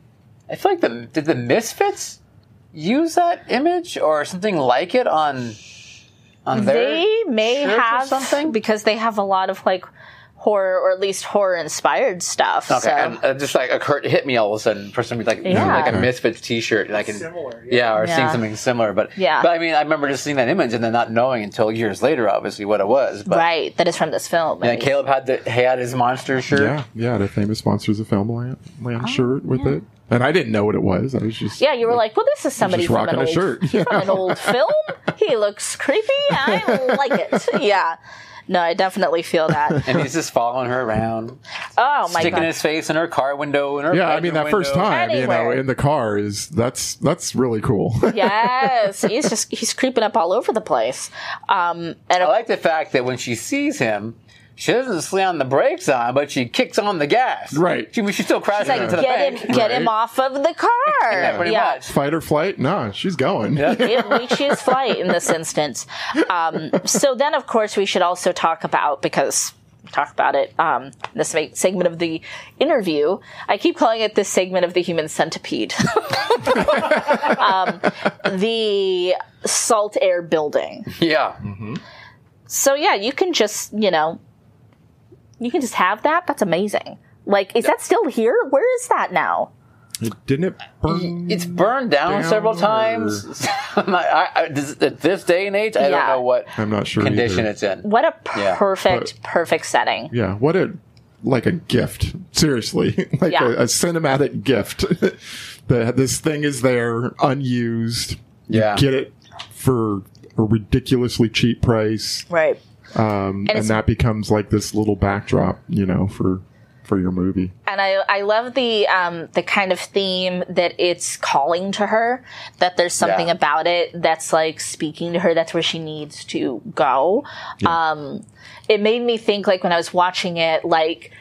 [SPEAKER 2] I feel like the did the Misfits use that image or something like it on on their
[SPEAKER 3] They may
[SPEAKER 2] shirts or
[SPEAKER 3] have
[SPEAKER 2] something?
[SPEAKER 3] because they have a lot of like horror or at least horror inspired stuff.
[SPEAKER 2] Okay,
[SPEAKER 3] so.
[SPEAKER 2] and it just like occurred, hit me all of a sudden for some like
[SPEAKER 3] Yeah.
[SPEAKER 2] like a
[SPEAKER 3] Okay.
[SPEAKER 2] Misfits T-shirt, and I can
[SPEAKER 5] Similar,
[SPEAKER 2] yeah,
[SPEAKER 5] yeah.
[SPEAKER 2] or seeing
[SPEAKER 3] Yeah.
[SPEAKER 2] something similar. But
[SPEAKER 3] Yeah.
[SPEAKER 2] but I mean, I remember just seeing that image and then not knowing until years later, obviously, what it was. But
[SPEAKER 3] right, that is from this film.
[SPEAKER 2] and Caleb had the he had his monster shirt.
[SPEAKER 4] Yeah, yeah. The famous sponsors of Filmland land shirt with it, and I didn't know what it was. I was just
[SPEAKER 3] Yeah, you were like, well, this is somebody
[SPEAKER 4] just
[SPEAKER 3] from an,
[SPEAKER 4] rocking a
[SPEAKER 3] old,
[SPEAKER 4] shirt. Yeah.
[SPEAKER 3] from an old film. He looks creepy. I like it. Yeah. No, I definitely feel that.
[SPEAKER 2] And he's just following her around,
[SPEAKER 3] Oh my
[SPEAKER 2] sticking
[SPEAKER 3] god.
[SPEAKER 2] his face in her car window. In her
[SPEAKER 4] yeah. I mean, that
[SPEAKER 2] bedroom
[SPEAKER 4] first
[SPEAKER 2] window.
[SPEAKER 4] time, you know,
[SPEAKER 3] Anywhere.
[SPEAKER 4] in the car is that's that's really cool.
[SPEAKER 3] yes, he's just he's creeping up all over the place. Um, and
[SPEAKER 2] I like the fact that when she sees him, she doesn't slam the brakes on, but she kicks on the gas.
[SPEAKER 4] Right.
[SPEAKER 2] She, she still crashes
[SPEAKER 3] like,
[SPEAKER 2] into the
[SPEAKER 3] get
[SPEAKER 2] bank.
[SPEAKER 3] him, get him
[SPEAKER 4] Right.
[SPEAKER 3] off of the car.
[SPEAKER 2] Yeah, pretty
[SPEAKER 3] yeah,
[SPEAKER 2] much.
[SPEAKER 4] Fight or flight? Nah, she's going.
[SPEAKER 3] it reaches flight in this instance. Um, so then, of course, we should also talk about because we talk about it. Um, this ma- segment of the interview, I keep calling it this segment of the human centipede. um, the salt air building.
[SPEAKER 2] Yeah.
[SPEAKER 3] So yeah, you can just you know, you can just have that. That's amazing. Like, is that still here? Where is that now?
[SPEAKER 4] Didn't it burn?
[SPEAKER 2] It's burned down,
[SPEAKER 4] Down
[SPEAKER 2] several
[SPEAKER 4] or-
[SPEAKER 2] times. I'm not- I, I, this, at this day and age, I don't
[SPEAKER 3] Yeah.
[SPEAKER 2] know what
[SPEAKER 4] I'm not sure.
[SPEAKER 2] condition
[SPEAKER 4] either.
[SPEAKER 2] it's in.
[SPEAKER 3] What a
[SPEAKER 2] Yeah,
[SPEAKER 3] perfect, perfect setting.
[SPEAKER 4] Yeah, what a like a gift. Seriously, like
[SPEAKER 3] Yeah.
[SPEAKER 4] a, a cinematic gift. that this thing is there, unused. You
[SPEAKER 2] Yeah.
[SPEAKER 4] get it for a ridiculously cheap price,
[SPEAKER 6] Right.
[SPEAKER 4] um, and,
[SPEAKER 3] it's-
[SPEAKER 4] that becomes like this little backdrop, you know, for for your movie.
[SPEAKER 3] and I, I love the um, the kind of theme that it's calling to her that there's something
[SPEAKER 2] Yeah.
[SPEAKER 3] about it that's like speaking to her that's where she needs to go um, it made me think like when i was watching it like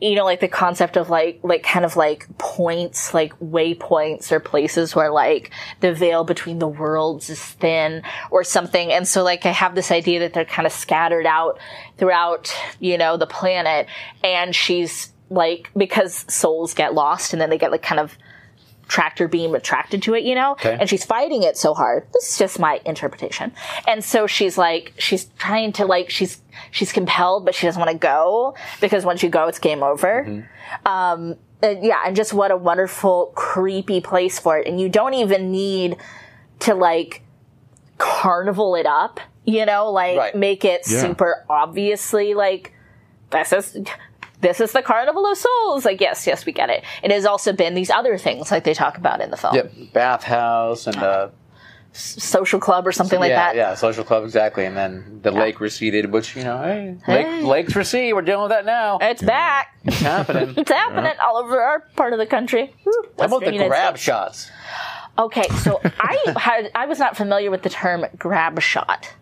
[SPEAKER 3] you know like the concept of like like kind of like points like waypoints or places where like the veil between the worlds is thin or something and so like i have this idea that they're kind of scattered out throughout you know the planet and she's like because souls get lost and then they get like kind of tractor beam attracted to it, you know? And she's fighting it so hard. This is just my interpretation. And so she's like, she's trying to like, she's, she's compelled, but she doesn't want to go because once you go, it's game over. Um, and yeah, and just what a wonderful, creepy place for it. And you don't even need to like carnival it up, you know, like
[SPEAKER 2] Right.
[SPEAKER 3] make it
[SPEAKER 4] Yeah.
[SPEAKER 3] super obviously like this is this is the carnival of souls. Like yes, yes, we get it. It has also been these other things like they talk about in the film.
[SPEAKER 2] Yep, bathhouse and uh,
[SPEAKER 3] Social club or something like
[SPEAKER 2] yeah,
[SPEAKER 3] that.
[SPEAKER 2] yeah, social club exactly, and then the lake receded, which you know, hey,
[SPEAKER 3] Hey.
[SPEAKER 2] Lake, lakes recede. We're dealing with that now.
[SPEAKER 3] It's back.
[SPEAKER 2] It's happening.
[SPEAKER 3] It's happening all over our part of the country.
[SPEAKER 2] Uh-huh. How about the
[SPEAKER 3] Western United
[SPEAKER 2] grab
[SPEAKER 3] States.
[SPEAKER 2] shots?
[SPEAKER 3] Okay, so I had I was not familiar with the term grab shot.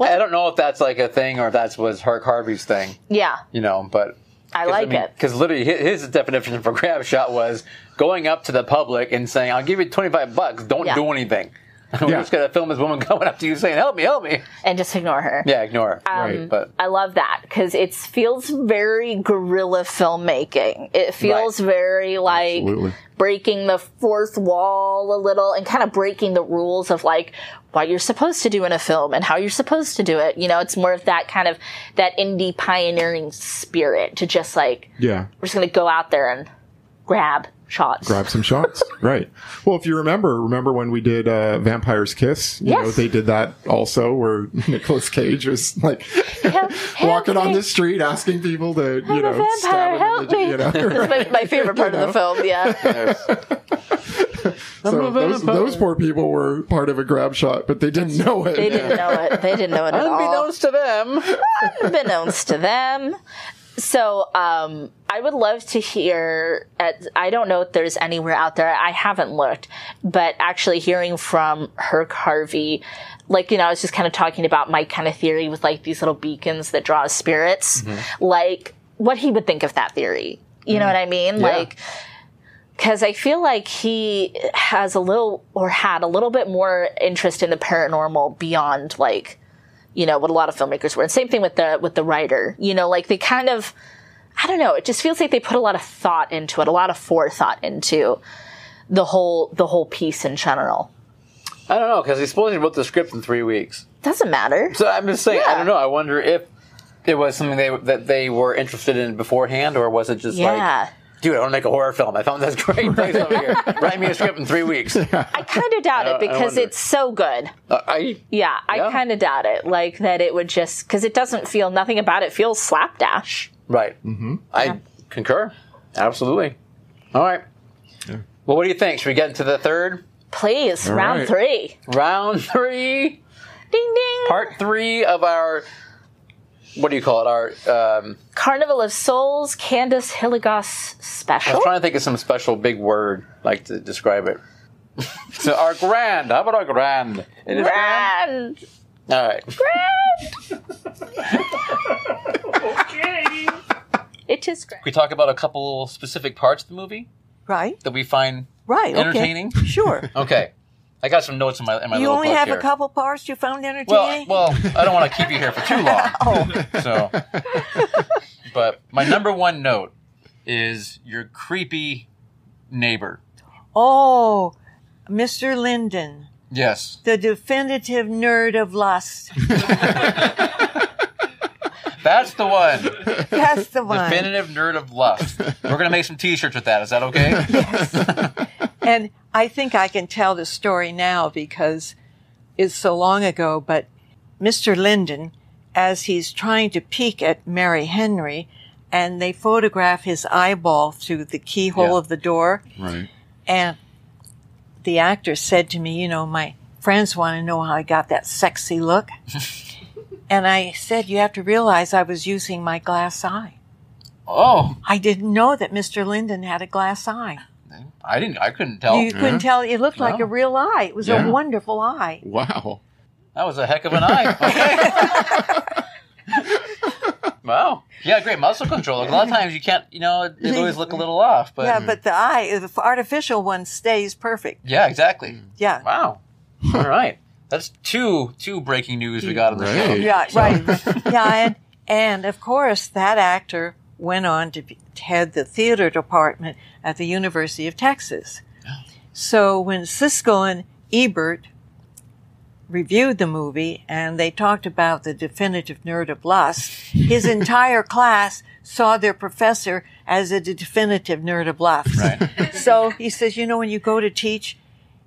[SPEAKER 2] I don't know if that's like a thing or if that was Herc Harvey's thing,
[SPEAKER 3] Yeah,
[SPEAKER 2] you know, but
[SPEAKER 3] I like it.
[SPEAKER 2] Because literally, hi- his definition for grab shot was going up to the public and saying, "I'll give you twenty five bucks. Don't
[SPEAKER 3] Yeah.
[SPEAKER 2] do anything." We're
[SPEAKER 4] Yeah.
[SPEAKER 2] just gonna film this woman coming up to you saying, "Help me, help me."
[SPEAKER 3] and just ignore her.
[SPEAKER 2] Yeah, ignore.
[SPEAKER 3] Um,
[SPEAKER 2] her.
[SPEAKER 4] Right.
[SPEAKER 2] But
[SPEAKER 3] I love that because it feels very guerrilla filmmaking. It feels very like
[SPEAKER 4] Absolutely.
[SPEAKER 3] breaking the fourth wall a little and kind of breaking the rules of like what you're supposed to do in a film and how you're supposed to do it. You know, it's more of that kind of that indie pioneering spirit to just like
[SPEAKER 4] Yeah.
[SPEAKER 3] we're just going to go out there and grab shots.
[SPEAKER 4] grab some shots. right. Well, if you remember, remember when we did uh, Vampire's Kiss? You know,
[SPEAKER 3] Yes.
[SPEAKER 4] they did that also where Nicolas Cage was like
[SPEAKER 3] Help-
[SPEAKER 4] walking
[SPEAKER 3] help
[SPEAKER 4] on
[SPEAKER 3] me.
[SPEAKER 4] the street asking people to, you
[SPEAKER 3] I'm a
[SPEAKER 4] know,
[SPEAKER 3] vampire.
[SPEAKER 4] stab him in
[SPEAKER 3] Help me!
[SPEAKER 4] the- you know,
[SPEAKER 3] That's my, my favorite part of the film. Yeah,
[SPEAKER 4] So
[SPEAKER 2] a
[SPEAKER 4] those,
[SPEAKER 2] vampire.
[SPEAKER 4] those poor people were part of a grab shot, but they didn't know it.
[SPEAKER 3] they didn't know it. They didn't know it at all.
[SPEAKER 2] unbeknownst to them,
[SPEAKER 3] unbeknownst to them. So um, I would love to hear. At, I don't know if there's anywhere out there. I haven't looked, but actually hearing from Herc Harvey, like you know, I was just kind of talking about my kind of theory with like these little beacons that draw spirits, like what he would think of that theory. You know what I mean? Like because I feel like he has a little or had a little bit more interest in the paranormal beyond like you know what a lot of filmmakers were. And same thing with the with the writer. You know, like they kind of I don't know. It just feels like they put a lot of thought into it, a lot of forethought into the whole the whole piece in general.
[SPEAKER 2] I don't know because he supposedly wrote the script in three weeks.
[SPEAKER 3] Doesn't matter.
[SPEAKER 2] So I'm just saying, I
[SPEAKER 3] Yeah.
[SPEAKER 2] don't know. I wonder if it was something they that they were interested in beforehand, or was it just
[SPEAKER 3] Yeah.
[SPEAKER 2] like, dude, I want to make a horror film. I found this great place over here. Write me a script in three weeks.
[SPEAKER 3] I kind of doubt
[SPEAKER 2] I- I
[SPEAKER 3] it because
[SPEAKER 2] wonder.
[SPEAKER 3] it's so good.
[SPEAKER 2] Uh, I
[SPEAKER 3] Yeah, I
[SPEAKER 2] Yeah.
[SPEAKER 3] kind of doubt it. Like that it would just because it doesn't feel nothing about it feels slapdash.
[SPEAKER 2] right. Mm-hmm. I concur. Absolutely. All right. Well, what do you think? Should we get into the third
[SPEAKER 3] Please,
[SPEAKER 4] All
[SPEAKER 3] round
[SPEAKER 4] right.
[SPEAKER 3] three.
[SPEAKER 2] round three,
[SPEAKER 3] Ding ding.
[SPEAKER 2] part three of our what do you call it? Our um,
[SPEAKER 3] Carnival of Souls, Candace Hilligoss
[SPEAKER 2] I
[SPEAKER 3] special.
[SPEAKER 2] was trying to think of some special big word like to describe it. so our grand. How about our grand? It is
[SPEAKER 3] Grand.
[SPEAKER 2] All right.
[SPEAKER 5] Okay.
[SPEAKER 3] It is grand.
[SPEAKER 2] We talk about a couple specific parts of the movie
[SPEAKER 6] Right?
[SPEAKER 2] that we find.
[SPEAKER 6] Right. okay.
[SPEAKER 2] Entertaining?
[SPEAKER 6] Sure.
[SPEAKER 2] Okay, I got some notes in my in my
[SPEAKER 6] you
[SPEAKER 2] little
[SPEAKER 6] only
[SPEAKER 2] book
[SPEAKER 6] have
[SPEAKER 2] here.
[SPEAKER 6] a couple parts you found
[SPEAKER 2] Well,
[SPEAKER 6] entertaining?
[SPEAKER 2] well, I don't want to keep you here for too long.
[SPEAKER 6] oh,
[SPEAKER 2] So, but my number one note is your creepy neighbor.
[SPEAKER 6] oh, Mr. Linden,
[SPEAKER 2] Yes,
[SPEAKER 6] the definitive nerd of lust.
[SPEAKER 2] that's the one.
[SPEAKER 6] That's the one.
[SPEAKER 2] Definitive nerd of lust. We're gonna make some T-shirts with that. Is that okay?
[SPEAKER 6] And I think I can tell the story now because it's so long ago, but Mr. Linden, as he's trying to peek at Mary Henry, and they photograph his eyeball through the keyhole
[SPEAKER 2] Yeah.
[SPEAKER 6] of the door,
[SPEAKER 4] Right.
[SPEAKER 6] and the actor said to me, You know, my friends want to know how I got that sexy look. and I said, You have to realize I was using my glass eye.
[SPEAKER 2] Oh,
[SPEAKER 6] I didn't know that Mr. Linden had a glass eye.
[SPEAKER 2] I didn't. I couldn't tell.
[SPEAKER 6] You couldn't tell. It looked like
[SPEAKER 2] No.
[SPEAKER 6] a real eye. It was
[SPEAKER 4] Yeah.
[SPEAKER 6] a wonderful eye.
[SPEAKER 4] Wow.
[SPEAKER 2] That was a heck of an eye. Okay. wow. Yeah, great muscle control. Like, a lot of times you can't, you know, they always look a little off, but mm.
[SPEAKER 6] Yeah,
[SPEAKER 2] yeah,
[SPEAKER 6] but the eye, the artificial one, stays perfect.
[SPEAKER 2] exactly.
[SPEAKER 6] Yeah.
[SPEAKER 2] Wow. All right. That's two two breaking news we got on the show.
[SPEAKER 4] Right.
[SPEAKER 6] Yeah, right. yeah, and, and of course, that actor went on to be, head the theater department at the University of Texas. So when Siskel and Ebert reviewed the movie and they talked about the definitive nerd of lust, his entire class saw their professor as a definitive nerd of lust.
[SPEAKER 2] Right.
[SPEAKER 6] So he says, you know, when you go to teach,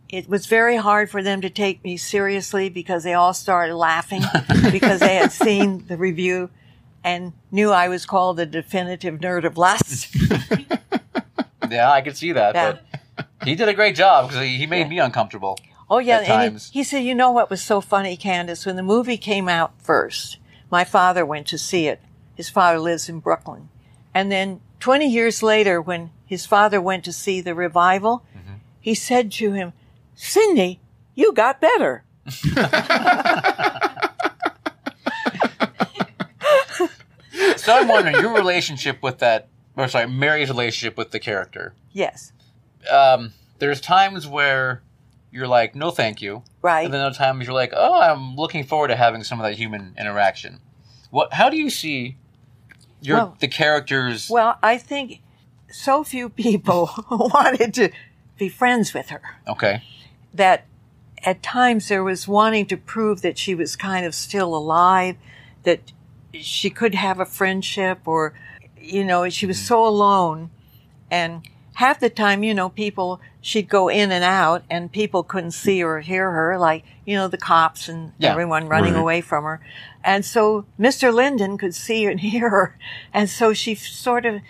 [SPEAKER 6] it was very hard for them to take me seriously because they all started laughing because they had seen the review and knew I was called the definitive nerd of lust.
[SPEAKER 2] Yeah, I could see that.
[SPEAKER 6] Yeah.
[SPEAKER 2] But he did a great job because he, he made me uncomfortable.
[SPEAKER 6] Oh yeah,
[SPEAKER 2] At
[SPEAKER 6] and
[SPEAKER 2] times.
[SPEAKER 6] He, he said, "You know what was so funny, Candace? When the movie came out first, my father went to see it. His father lives in Brooklyn, and then 20 years later, when his father went to see the revival, he said to him, "Cindy, you got better."
[SPEAKER 2] So I'm wondering your relationship with that, or sorry, Mary's relationship with the character.
[SPEAKER 6] Yes,
[SPEAKER 2] Um, there's times where you're like, no, thank you.
[SPEAKER 6] right.
[SPEAKER 2] And then other times you're like, oh, I'm looking forward to having some of that human interaction. What? How do you see your
[SPEAKER 6] Well-
[SPEAKER 2] the characters?
[SPEAKER 6] well, I think so few people wanted to be friends with her.
[SPEAKER 2] okay.
[SPEAKER 6] that at times there was wanting to prove that she was kind of still alive, that she could have a friendship or, you know, she was so alone. And half the time, you know, people, she'd go in and out and people couldn't see or hear her, like, you know, the cops and
[SPEAKER 2] Yeah.
[SPEAKER 6] everyone running
[SPEAKER 4] Right.
[SPEAKER 6] away from her. And so Mr. Linden could see and hear her. And so she sort of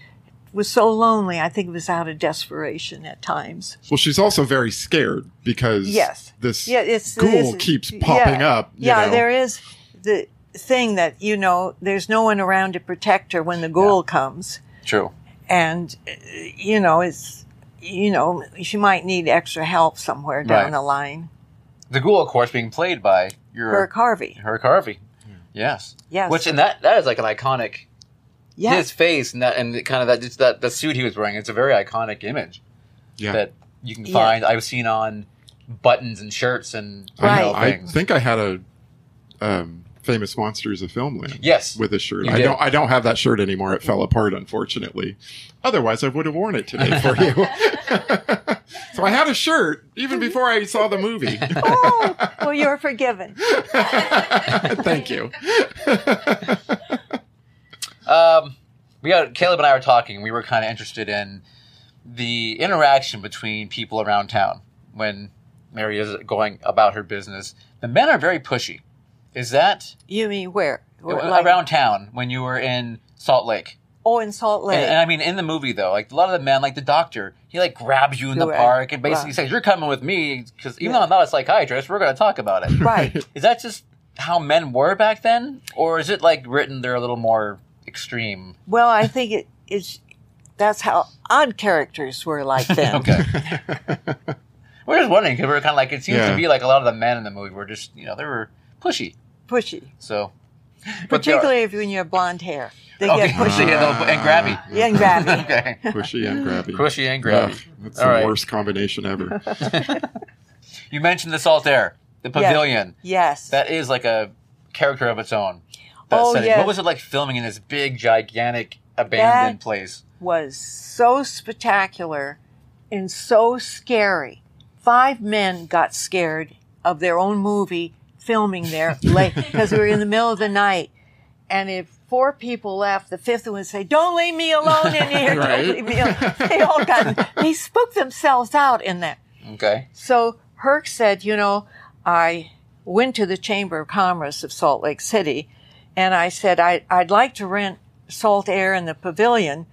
[SPEAKER 6] was so lonely. I think it was out of desperation at times.
[SPEAKER 4] Well, she's also very scared because
[SPEAKER 6] Yes.
[SPEAKER 4] this
[SPEAKER 6] yeah, it's,
[SPEAKER 4] ghoul
[SPEAKER 6] it's-
[SPEAKER 4] keeps popping
[SPEAKER 6] yeah.
[SPEAKER 4] up. you
[SPEAKER 6] yeah,
[SPEAKER 4] know.
[SPEAKER 6] there is the thing that you know there's no one around to protect her when the ghoul comes,
[SPEAKER 2] True.
[SPEAKER 6] and uh, you know it's you know she might need extra help somewhere down
[SPEAKER 2] Right.
[SPEAKER 6] the line.
[SPEAKER 2] The ghoul, of course, being played by your
[SPEAKER 6] Burke Harvey,
[SPEAKER 2] Herc Harvey. Yes.
[SPEAKER 6] Yes.
[SPEAKER 2] Which and that that is like an iconic
[SPEAKER 6] yeah,
[SPEAKER 2] his face and that and kind of that just that the suit he was wearing. It's a very iconic image
[SPEAKER 4] yeah.
[SPEAKER 2] that you can
[SPEAKER 6] Yeah.
[SPEAKER 2] find. I've seen on buttons and shirts and you
[SPEAKER 4] I,
[SPEAKER 2] know,
[SPEAKER 4] know. I
[SPEAKER 2] things.
[SPEAKER 4] think I had a um, famous monsters of filmland.
[SPEAKER 2] Yes.
[SPEAKER 4] with a shirt.
[SPEAKER 2] You
[SPEAKER 4] I
[SPEAKER 2] did.
[SPEAKER 4] don't. I don't have that shirt anymore. It fell apart, unfortunately. Otherwise, I would have worn it today for you. so I had a shirt even before I saw the movie.
[SPEAKER 6] oh, well, you're forgiven.
[SPEAKER 4] Thank you.
[SPEAKER 2] um, we got Caleb and I were talking. We were kind of interested in the interaction between people around town when Mary is going about her business. The men are very pushy. Is that
[SPEAKER 6] You mean where? Where, like-
[SPEAKER 2] around town when you were in Salt Lake?
[SPEAKER 6] Oh, in Salt Lake.
[SPEAKER 2] And, and I mean, in the movie though, like a lot of the men, like the doctor, he like grabs you in the
[SPEAKER 6] Right.
[SPEAKER 2] park and basically
[SPEAKER 6] Right.
[SPEAKER 2] says, "You're coming with me," because even though I'm not a psychiatrist, we're going to talk about it.
[SPEAKER 6] right.
[SPEAKER 2] Is that just how men were back then, or is it like written they're a little more extreme?
[SPEAKER 6] Well, I think it, it's that's how odd characters were like then.
[SPEAKER 2] Okay. we're just wondering because we're kind of like it seems
[SPEAKER 4] Yeah.
[SPEAKER 2] to be like a lot of the men in the movie were just you know they were pushy.
[SPEAKER 6] Pushy,
[SPEAKER 2] So but they are-
[SPEAKER 6] particularly if when you have blonde hair, they
[SPEAKER 2] okay,
[SPEAKER 6] get pushy.
[SPEAKER 2] pushy and, and grabby.
[SPEAKER 6] Yeah, exactly.
[SPEAKER 2] Okay,
[SPEAKER 4] Pushy and grabby.
[SPEAKER 2] pushy and grabby.
[SPEAKER 4] Ugh, that's
[SPEAKER 2] All
[SPEAKER 4] the
[SPEAKER 2] right.
[SPEAKER 4] worst combination ever.
[SPEAKER 2] You mentioned the salt air, the pavilion.
[SPEAKER 6] Yes.
[SPEAKER 2] that is like a character of its own. That
[SPEAKER 6] Oh,
[SPEAKER 2] setting.
[SPEAKER 6] yeah.
[SPEAKER 2] What was it like filming in this big, gigantic, abandoned
[SPEAKER 6] That-
[SPEAKER 2] place?
[SPEAKER 6] was so spectacular and so scary. Five men got scared of their own movie filming there late because we were in the middle of the night. And if four people left, the fifth one would say, Don't leave me alone in here.
[SPEAKER 4] Right.
[SPEAKER 6] Don't leave me alone. They all got, they spooked themselves out in that.
[SPEAKER 2] Okay.
[SPEAKER 6] So Herc said, you know, I went to the Chamber of Commerce of Salt Lake City and I said, I, I'd like to rent salt air in the pavilion.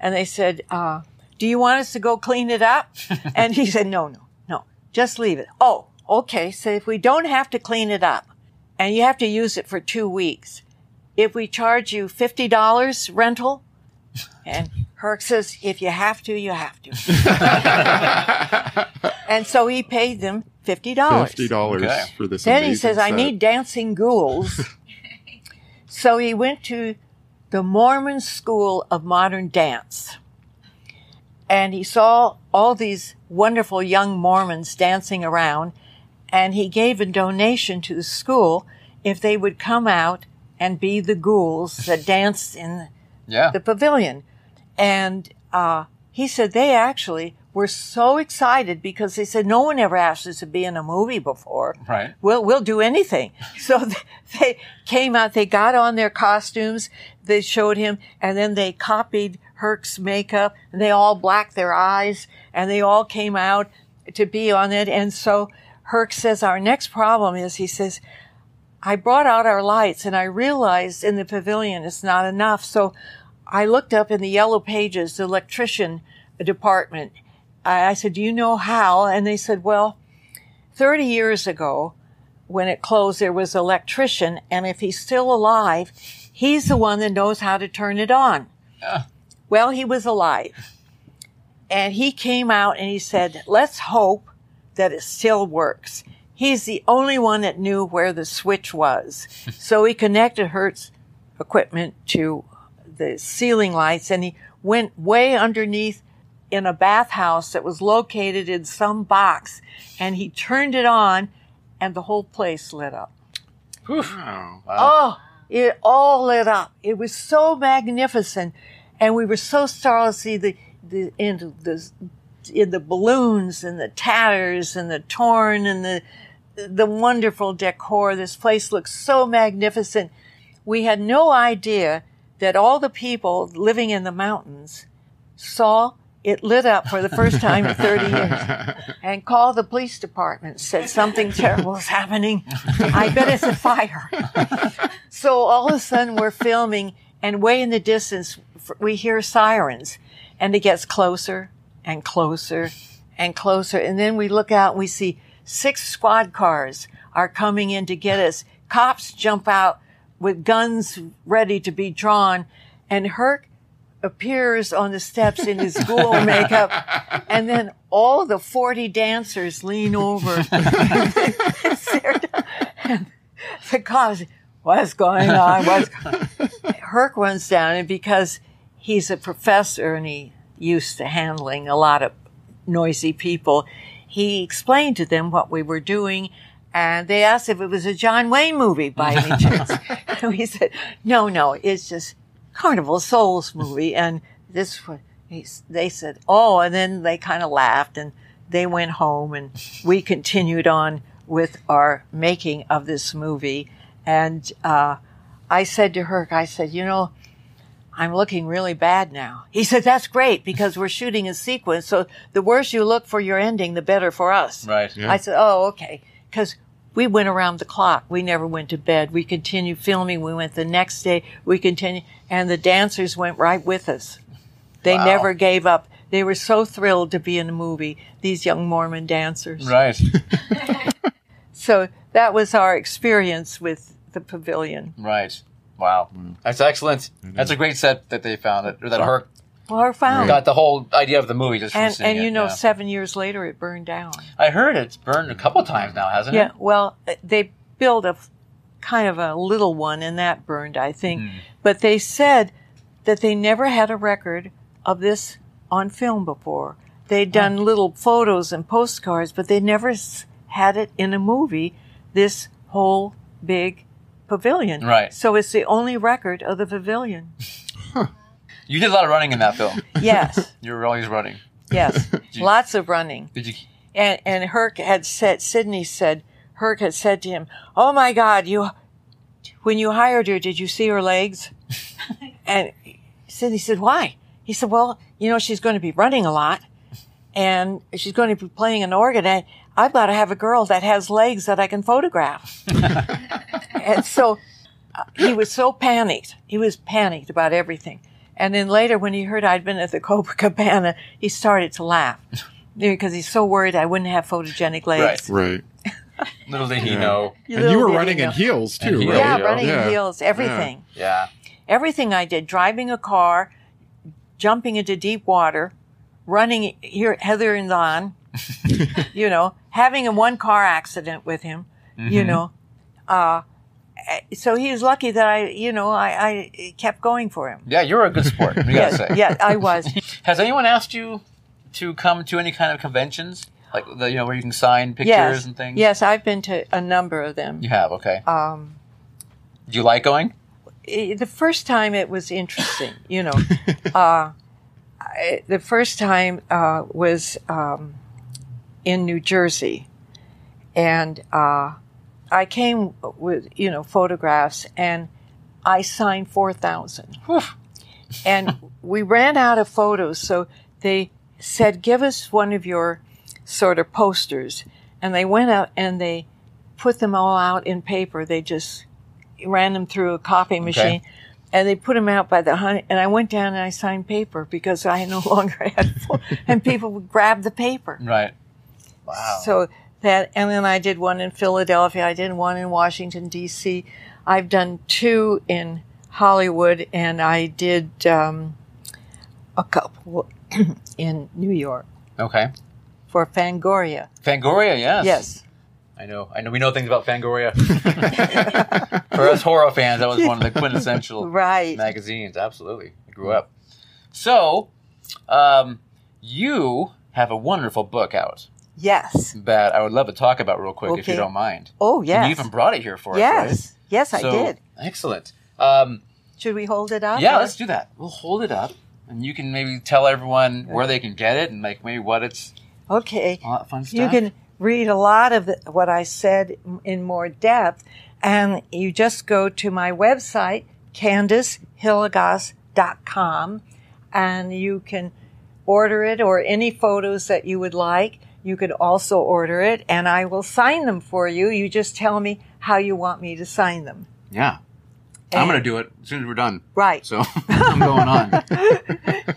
[SPEAKER 6] And they said, uh, do you want us to go clean it up? and he said, no, no, no, just leave it. Oh, okay. So if we don't have to clean it up and you have to use it for two weeks, if we charge you $50 rental, and Herc says, if you have to, you have to. And so he paid them fifty dollars.
[SPEAKER 4] Fifty dollars
[SPEAKER 2] Oh, Okay.
[SPEAKER 4] for this.
[SPEAKER 6] Then he
[SPEAKER 4] amazing
[SPEAKER 6] says, "I
[SPEAKER 4] set.
[SPEAKER 6] need dancing ghouls." so he went to the Mormon School of Modern Dance, and he saw all these wonderful young Mormons dancing around, and he gave a donation to the school if they would come out and be the ghouls that danced in
[SPEAKER 2] Yeah.
[SPEAKER 6] the pavilion. And uh, he said they actually were so excited because they said no one ever asked us to be in a movie before.
[SPEAKER 2] Right.
[SPEAKER 6] We'll we'll do anything. So th- they came out. They got on their costumes. They showed him, and then they copied Herc's makeup, and they all blacked their eyes, and they all came out. to be on it. And so Herc says, Our next problem is, he says, I brought out our lights and I realized in the pavilion it's not enough. So I looked up in the yellow pages, the electrician department. I I said, Do you know how? And they said, Well, 30 years ago, when it closed, there was an electrician, and if he's still alive, he's the one that knows how to turn it on. Well, he was alive. And he came out and he said, Let's hope that it still works. He's the only one that knew where the switch was. so he connected Hertz equipment to the ceiling lights and he went way underneath in a bathhouse that was located in some box and he turned it on and the whole place lit up. Oh, it all lit up. It was so magnificent, and we were so startled to see the the in the in the balloons and the tatters and the torn and the the wonderful decor. This place looked so magnificent. We had no idea that all the people living in the mountains saw it lit up for the first time in 30 years and called the police department said something terrible is happening i bet it's a fire so all of a sudden we're filming and way in the distance f- we hear sirens and it gets closer and closer and closer and then we look out and we see six squad cars are coming in to get us cops jump out with guns ready to be drawn and herc appears on the steps in his ghoul makeup and then all the 40 dancers lean over the cops, what's going on? What's Herc runs down, and because he's a professor and he used to handling a lot of noisy people, he explained to them what we were doing, and they asked if it was a John Wayne movie by any chance. and we said, no, no, it's just Carnival Souls movie, and this was. he's- They said, "Oh," and then they kind of laughed, and they went home and we continued on with our making of this movie. And uh, I said to Herc, I said, you know, I'm looking really bad now. He said, that's great because we're shooting a sequence. So the worse you look for your ending, the better for us.
[SPEAKER 2] Right.
[SPEAKER 6] I said, oh, okay. Because we went around the clock. We never went to bed. We continued filming. We went the next day. We continued. And the dancers went right with us. They never gave up. They were so thrilled to be in a movie, these young Mormon dancers.
[SPEAKER 2] Right.
[SPEAKER 6] So that was our experience with the pavilion.
[SPEAKER 2] Right. Wow. That's excellent. That's a great set that they found that, or that Herc
[SPEAKER 6] Well, our found.
[SPEAKER 2] got the whole idea of the movie just from
[SPEAKER 6] And,
[SPEAKER 2] seeing
[SPEAKER 6] and you
[SPEAKER 2] it,
[SPEAKER 6] know,
[SPEAKER 2] yeah.
[SPEAKER 6] seven years later, it burned down.
[SPEAKER 2] I heard it's burned a couple times now, hasn't
[SPEAKER 6] Yeah,
[SPEAKER 2] it?
[SPEAKER 6] well, uh, they built a f- kind of a little one, and that burned, I think.
[SPEAKER 2] Hmm.
[SPEAKER 6] But they said that they never had a record of this on film before. They'd done little photos and postcards, but they never s- had it in a movie. This whole big pavilion,
[SPEAKER 2] Right.
[SPEAKER 6] So it's the only record of the pavilion.
[SPEAKER 2] You did a lot of running in that film.
[SPEAKER 6] Yes,
[SPEAKER 2] You were always running.
[SPEAKER 6] yes, lots of running.
[SPEAKER 2] Did you?
[SPEAKER 6] and and Herc had said Sydney said Herc had said to him, "Oh my God, you when you hired her, did you see her legs?" and Sydney said, "Why?" He said, "Well, you know she's going to be running a lot, and she's going to be playing an organ, and I've got to have a girl that has legs that I can photograph." and so uh, he was so panicked. He was panicked about everything. And then later, when he heard I'd been at the Copacabana, he started to laugh because he's so worried I wouldn't have photogenic legs.
[SPEAKER 4] Right.
[SPEAKER 2] Little did he
[SPEAKER 4] Yeah.
[SPEAKER 2] know.
[SPEAKER 4] And you
[SPEAKER 6] little
[SPEAKER 4] were
[SPEAKER 6] did he
[SPEAKER 4] running in
[SPEAKER 6] know.
[SPEAKER 4] heels too,
[SPEAKER 2] heels.
[SPEAKER 4] right?
[SPEAKER 6] Yeah,
[SPEAKER 2] Yeah.
[SPEAKER 6] running
[SPEAKER 4] Yeah.
[SPEAKER 6] in heels, everything.
[SPEAKER 2] Yeah.
[SPEAKER 6] Everything I did, driving a car, jumping into deep water, running here, hither and on, you know, having a one car accident with him,
[SPEAKER 2] Mm-hmm.
[SPEAKER 6] you know. Uh, so he was lucky that I, you know, I, I kept going for him.
[SPEAKER 2] Yeah, you were a good sport. We gotta say.
[SPEAKER 6] yeah, I was.
[SPEAKER 2] Has anyone asked you to come to any kind of conventions, like the, you know where you can sign pictures
[SPEAKER 6] yes.
[SPEAKER 2] and things?
[SPEAKER 6] Yes, I've been to a number of them.
[SPEAKER 2] You have. Okay.
[SPEAKER 6] Um,
[SPEAKER 2] Do you like going?
[SPEAKER 6] it- Eh, the first time it was interesting, you know. uh, I, the first time uh, was um, in New Jersey, and uh, I came with you know photographs, and I signed four thousand, and we ran out of photos, so they said, "Give us one of your sort of posters. And they went out and they put them all out in paper. They just ran them through a copy machine. And they put them out by the hundred. And I went down and I signed paper because I no longer had. full- and people would grab the paper.
[SPEAKER 2] Right. Wow.
[SPEAKER 6] So that, and then I did one in Philadelphia. I did one in Washington D.C. I've done two in Hollywood, and I did um, a couple in New York
[SPEAKER 2] okay.
[SPEAKER 6] for Fangoria.
[SPEAKER 2] Fangoria, yes.
[SPEAKER 6] Yes,
[SPEAKER 2] I know. I know. We know things about Fangoria. For us horror fans, that was one of the quintessential
[SPEAKER 6] right.
[SPEAKER 2] magazines. Absolutely, I grew up. So, um, you have a wonderful book out
[SPEAKER 6] Yes.
[SPEAKER 2] that I would love to talk about real quick, if you
[SPEAKER 6] Okay.
[SPEAKER 2] don't mind.
[SPEAKER 6] Oh, yes.
[SPEAKER 2] And you even brought it here for us.
[SPEAKER 6] yes. Yes, I
[SPEAKER 2] right? So-
[SPEAKER 6] did.
[SPEAKER 2] Excellent. Um,
[SPEAKER 6] Should we hold it up?
[SPEAKER 2] yeah,
[SPEAKER 6] or-
[SPEAKER 2] let's do that. We'll hold it up, and you can maybe tell everyone where they can get it, and like maybe what it's
[SPEAKER 6] Okay.
[SPEAKER 2] all that fun stuff.
[SPEAKER 6] You can read a lot of the- what I said m- in more depth, and you just go to my website, candacehilligas.com, and you can order it or any photos that you would like. You could also order it, and I will sign them for you. You just tell me how you want me to sign them.
[SPEAKER 2] Yeah. I'm going to do it as soon as we're done.
[SPEAKER 6] Right.
[SPEAKER 2] So I'm going on.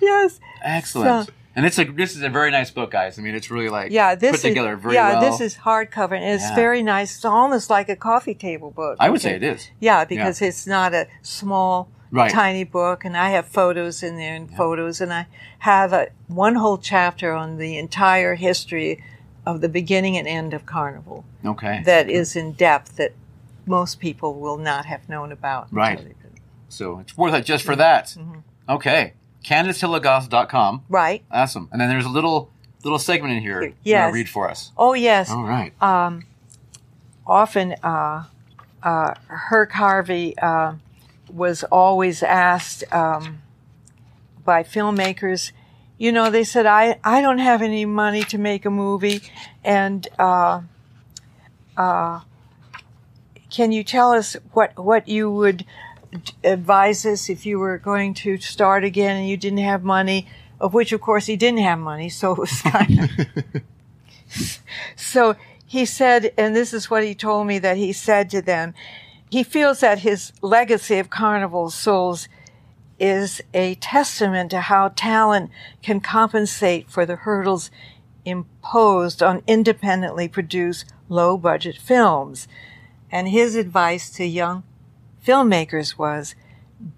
[SPEAKER 6] yes.
[SPEAKER 2] Excellent.
[SPEAKER 6] So-
[SPEAKER 2] and it's a this is a very nice book, guys. I mean, it's really like
[SPEAKER 6] Yeah. This
[SPEAKER 2] put together
[SPEAKER 6] is
[SPEAKER 2] very
[SPEAKER 6] yeah.
[SPEAKER 2] well.
[SPEAKER 6] This is hardcover, and it's
[SPEAKER 2] Yeah.
[SPEAKER 6] very nice. It's almost like a coffee table book.
[SPEAKER 2] I would
[SPEAKER 6] Okay.
[SPEAKER 2] say it is.
[SPEAKER 6] Yeah, because it's not a small,
[SPEAKER 2] Right.
[SPEAKER 6] tiny book, and I have photos in there and photos, and I have a, one whole chapter on the entire history of the beginning and end of Carnival
[SPEAKER 2] Okay.
[SPEAKER 6] that is in depth that most people will not have known about. until
[SPEAKER 2] Right.
[SPEAKER 6] they've been-
[SPEAKER 2] so it's worth it just for that.
[SPEAKER 6] Mm-hmm.
[SPEAKER 2] Okay. CandiceHilligoss.com.
[SPEAKER 6] Right.
[SPEAKER 2] Awesome. And then there's a little little segment in here. you wanna
[SPEAKER 6] Yes.
[SPEAKER 2] Read for us.
[SPEAKER 6] Oh yes.
[SPEAKER 2] All right.
[SPEAKER 6] often uh, uh, Herc Harvey uh, was always asked um, by filmmakers, you know, they said, I, I don't have any money to make a movie, and uh, uh, can you tell us what, what you would d- advise us if you were going to start again and you didn't have money? Of which, of course, he didn't have money, so it was kind of so he said, and this is what he told me that he said to them. He feels that his legacy of Carnival Souls is a testament to how talent can compensate for the hurdles imposed on independently produced low budget films. And his advice to young filmmakers was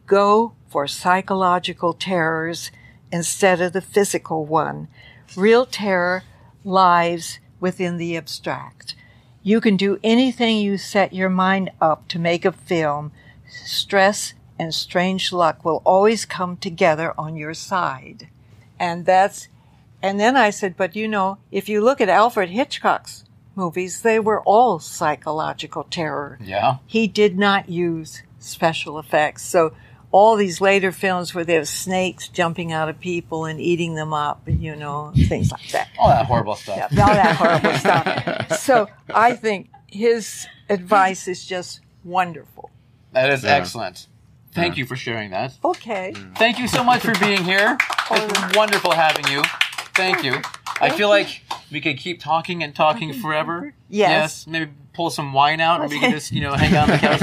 [SPEAKER 6] go for psychological terrors instead of the physical one. Real terror lies within the abstract. You can do anything you set your mind up to make a film. Stress and strange luck will always come together on your side. And that's, and then I said, but you know, if you look at Alfred Hitchcock's movies, they were all psychological terror
[SPEAKER 2] Yeah.
[SPEAKER 6] he did not use special effects. So all these later films where there's snakes jumping out of people and eating them up, you know, things like that.
[SPEAKER 2] All that horrible stuff.
[SPEAKER 6] All that horrible stuff. So I think his advice is just wonderful.
[SPEAKER 2] That is
[SPEAKER 4] Yeah.
[SPEAKER 2] excellent. Thank you for sharing that.
[SPEAKER 6] Okay.
[SPEAKER 2] Thank you so much for being here. It's wonderful having you. Thank you. I feel like we could keep talking and talking forever.
[SPEAKER 6] Yes.
[SPEAKER 2] maybe pull some wine out and we can just, you know, hang out on the couch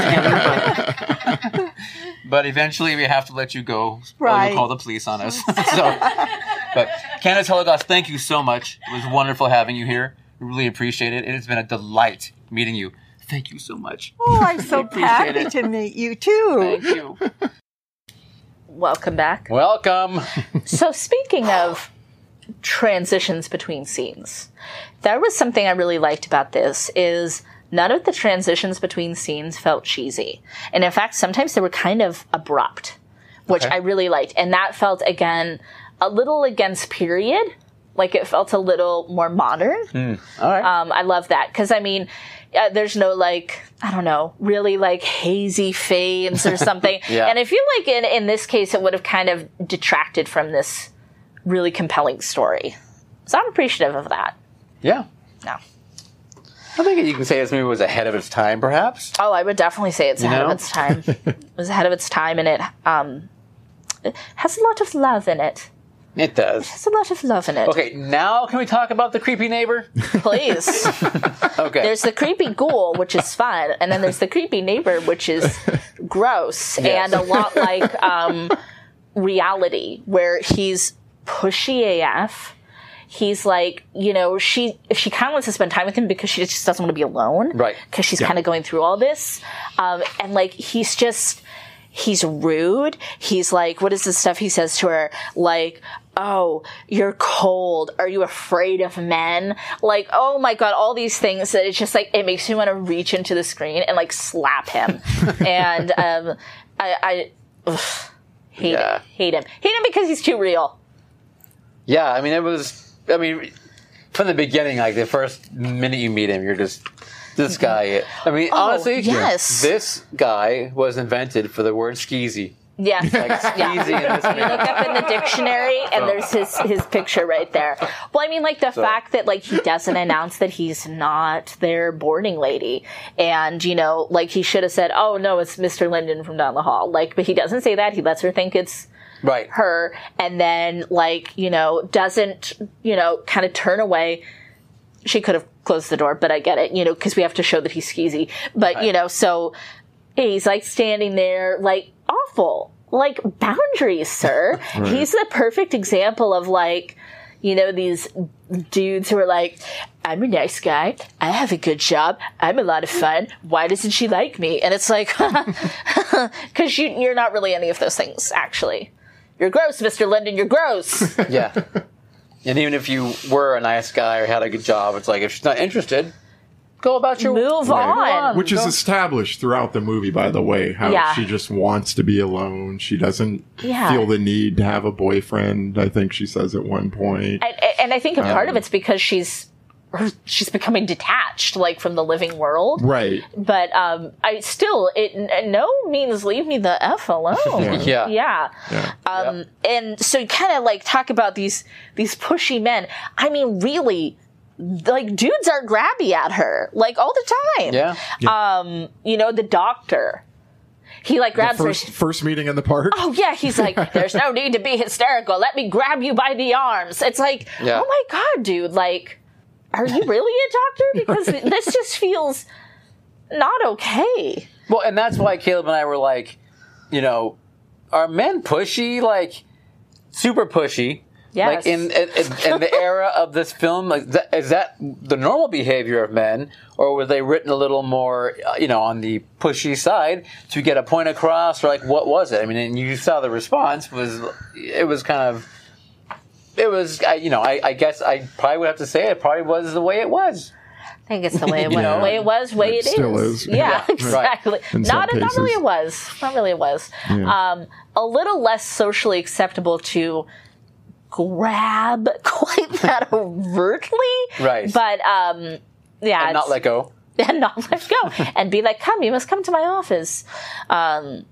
[SPEAKER 2] together. But, but eventually we have to let you go or
[SPEAKER 6] Right.
[SPEAKER 2] you'll call the police on us. so, but Candace Holocaust, thank you so much. It was wonderful having you here. We really appreciate it. It has been a delight meeting you. Thank you so much.
[SPEAKER 6] Oh, I'm so
[SPEAKER 2] Appreciate
[SPEAKER 6] happy
[SPEAKER 2] it.
[SPEAKER 6] to meet you too.
[SPEAKER 2] Thank you.
[SPEAKER 3] Welcome back.
[SPEAKER 2] Welcome.
[SPEAKER 3] So, speaking of transitions between scenes, that was something I really liked about this is none of the transitions between scenes felt cheesy. And in fact, sometimes they were kind of abrupt, which I really liked. And that felt again a little against period. Like it felt a little more modern.
[SPEAKER 2] Hmm. All right.
[SPEAKER 3] Um, I love that because I mean, uh, there's no like I don't know, really like hazy fades or something.
[SPEAKER 2] Yeah.
[SPEAKER 3] And I feel like in in this case, it would have kind of detracted from this really compelling story. So I'm appreciative of that.
[SPEAKER 2] yeah.
[SPEAKER 3] No.
[SPEAKER 2] I think you can say this movie was ahead of its time, perhaps.
[SPEAKER 3] Oh, I would definitely say it's ahead
[SPEAKER 2] know?
[SPEAKER 3] of its time. it was ahead of its time, and it um, it has a lot of love in it.
[SPEAKER 2] It does.
[SPEAKER 3] There's a lot of love in it.
[SPEAKER 2] Okay, now can we talk about the creepy neighbor?
[SPEAKER 3] Please.
[SPEAKER 2] Okay.
[SPEAKER 3] There's the creepy ghoul, which is fun, and then there's the creepy neighbor, which is gross
[SPEAKER 2] Yes.
[SPEAKER 3] and a lot like um, reality, where he's pushy AF. He's like, you know, she if she kind of wants to spend time with him because she just doesn't want to be alone,
[SPEAKER 2] Right.
[SPEAKER 3] Because she's kind of going through all this, um, and like he's just he's rude. He's like, what is the stuff he says to her? Like, oh, you're cold. Are you afraid of men? Like, oh my God, all these things that it's just like, it makes me want to reach into the screen and like slap him. and um, I, I ugh, hate,
[SPEAKER 2] Yeah.
[SPEAKER 3] him. hate him. Hate him because he's too real.
[SPEAKER 2] Yeah, I mean, it was. I mean, from the beginning, like the first minute you meet him, you're just this guy. I mean,
[SPEAKER 3] Oh,
[SPEAKER 2] honestly,
[SPEAKER 3] yes.
[SPEAKER 2] this guy was invented for the word skeezy.
[SPEAKER 3] Yeah. yeah.
[SPEAKER 2] Skeezy in this movie.
[SPEAKER 3] look up in the dictionary and there's his his picture right there. Well, I mean, like the fact that like he doesn't announce that he's not their boarding lady, and you know, like he should have said, "Oh no, it's Mr. Linden from down the hall." Like, but he doesn't say that. He lets her think it's
[SPEAKER 2] Right.
[SPEAKER 3] her, and then like you know, doesn't you know, kind of turn away. She could have closed the door, but I get it, you know, because we have to show that he's skeezy. But you know, so he's like standing there like awful like boundaries sir he's the perfect example of like you know these dudes who are like i'm a nice guy i have a good job i'm a lot of fun why doesn't she like me and it's like because you, you're not really any of those things actually you're gross mr linden you're gross
[SPEAKER 2] Yeah. and even if you were a nice guy or had a good job, it's like if she's not interested, go about your
[SPEAKER 3] move on
[SPEAKER 4] Which is established throughout the movie, by the way, how
[SPEAKER 3] Yeah.
[SPEAKER 4] she just wants to be alone. She doesn't
[SPEAKER 3] Yeah.
[SPEAKER 4] feel the need to have a boyfriend. I think she says at one point.
[SPEAKER 3] and, and i think a part of it's because she's she's becoming detached like from the living world
[SPEAKER 4] right.
[SPEAKER 3] but um, I still it n- no means leave me the f alone.
[SPEAKER 2] Yeah.
[SPEAKER 3] yeah.
[SPEAKER 4] Yeah.
[SPEAKER 3] Um, And so you kind of like talk about these these pushy men. I mean, really, like dudes are grabby at her like all the time. Um,
[SPEAKER 2] Yeah.
[SPEAKER 3] You know the doctor. He like grabs
[SPEAKER 4] first
[SPEAKER 3] her.
[SPEAKER 4] first meeting in the park.
[SPEAKER 3] Oh yeah, he's like, there's no need to be hysterical. Let me grab you by the arms. It's like,
[SPEAKER 2] Yeah.
[SPEAKER 3] oh my god, dude, like, are you really a doctor? Because this just feels not okay.
[SPEAKER 2] Well, and that's why Caleb and I were like, you know, are men pushy? Like, super pushy. Like
[SPEAKER 3] Yes.
[SPEAKER 2] in, in in the era of this film, like that, is that the normal behavior of men, or were they written a little more, uh, you know, on the pushy side to get a point across, or like what was it? I mean, and you saw the response was, it was kind of, it was, I, you know, I, I guess I probably would have to say it probably was the way it was.
[SPEAKER 3] I think it's the way it,
[SPEAKER 2] You
[SPEAKER 3] went,
[SPEAKER 2] know?
[SPEAKER 3] way it was, way it
[SPEAKER 4] It
[SPEAKER 3] is.
[SPEAKER 4] still is.
[SPEAKER 3] Yeah,
[SPEAKER 4] Yeah.
[SPEAKER 3] exactly.
[SPEAKER 4] In some
[SPEAKER 3] Not, not really
[SPEAKER 4] cases.
[SPEAKER 3] it was. Not really it was.
[SPEAKER 4] Yeah.
[SPEAKER 3] Um, a little less socially acceptable to grab quite that overtly.
[SPEAKER 2] Right.
[SPEAKER 3] But um, yeah.
[SPEAKER 2] And
[SPEAKER 3] it's-
[SPEAKER 2] not let go.
[SPEAKER 3] and not let go and be like, come, you must come to my office. Um,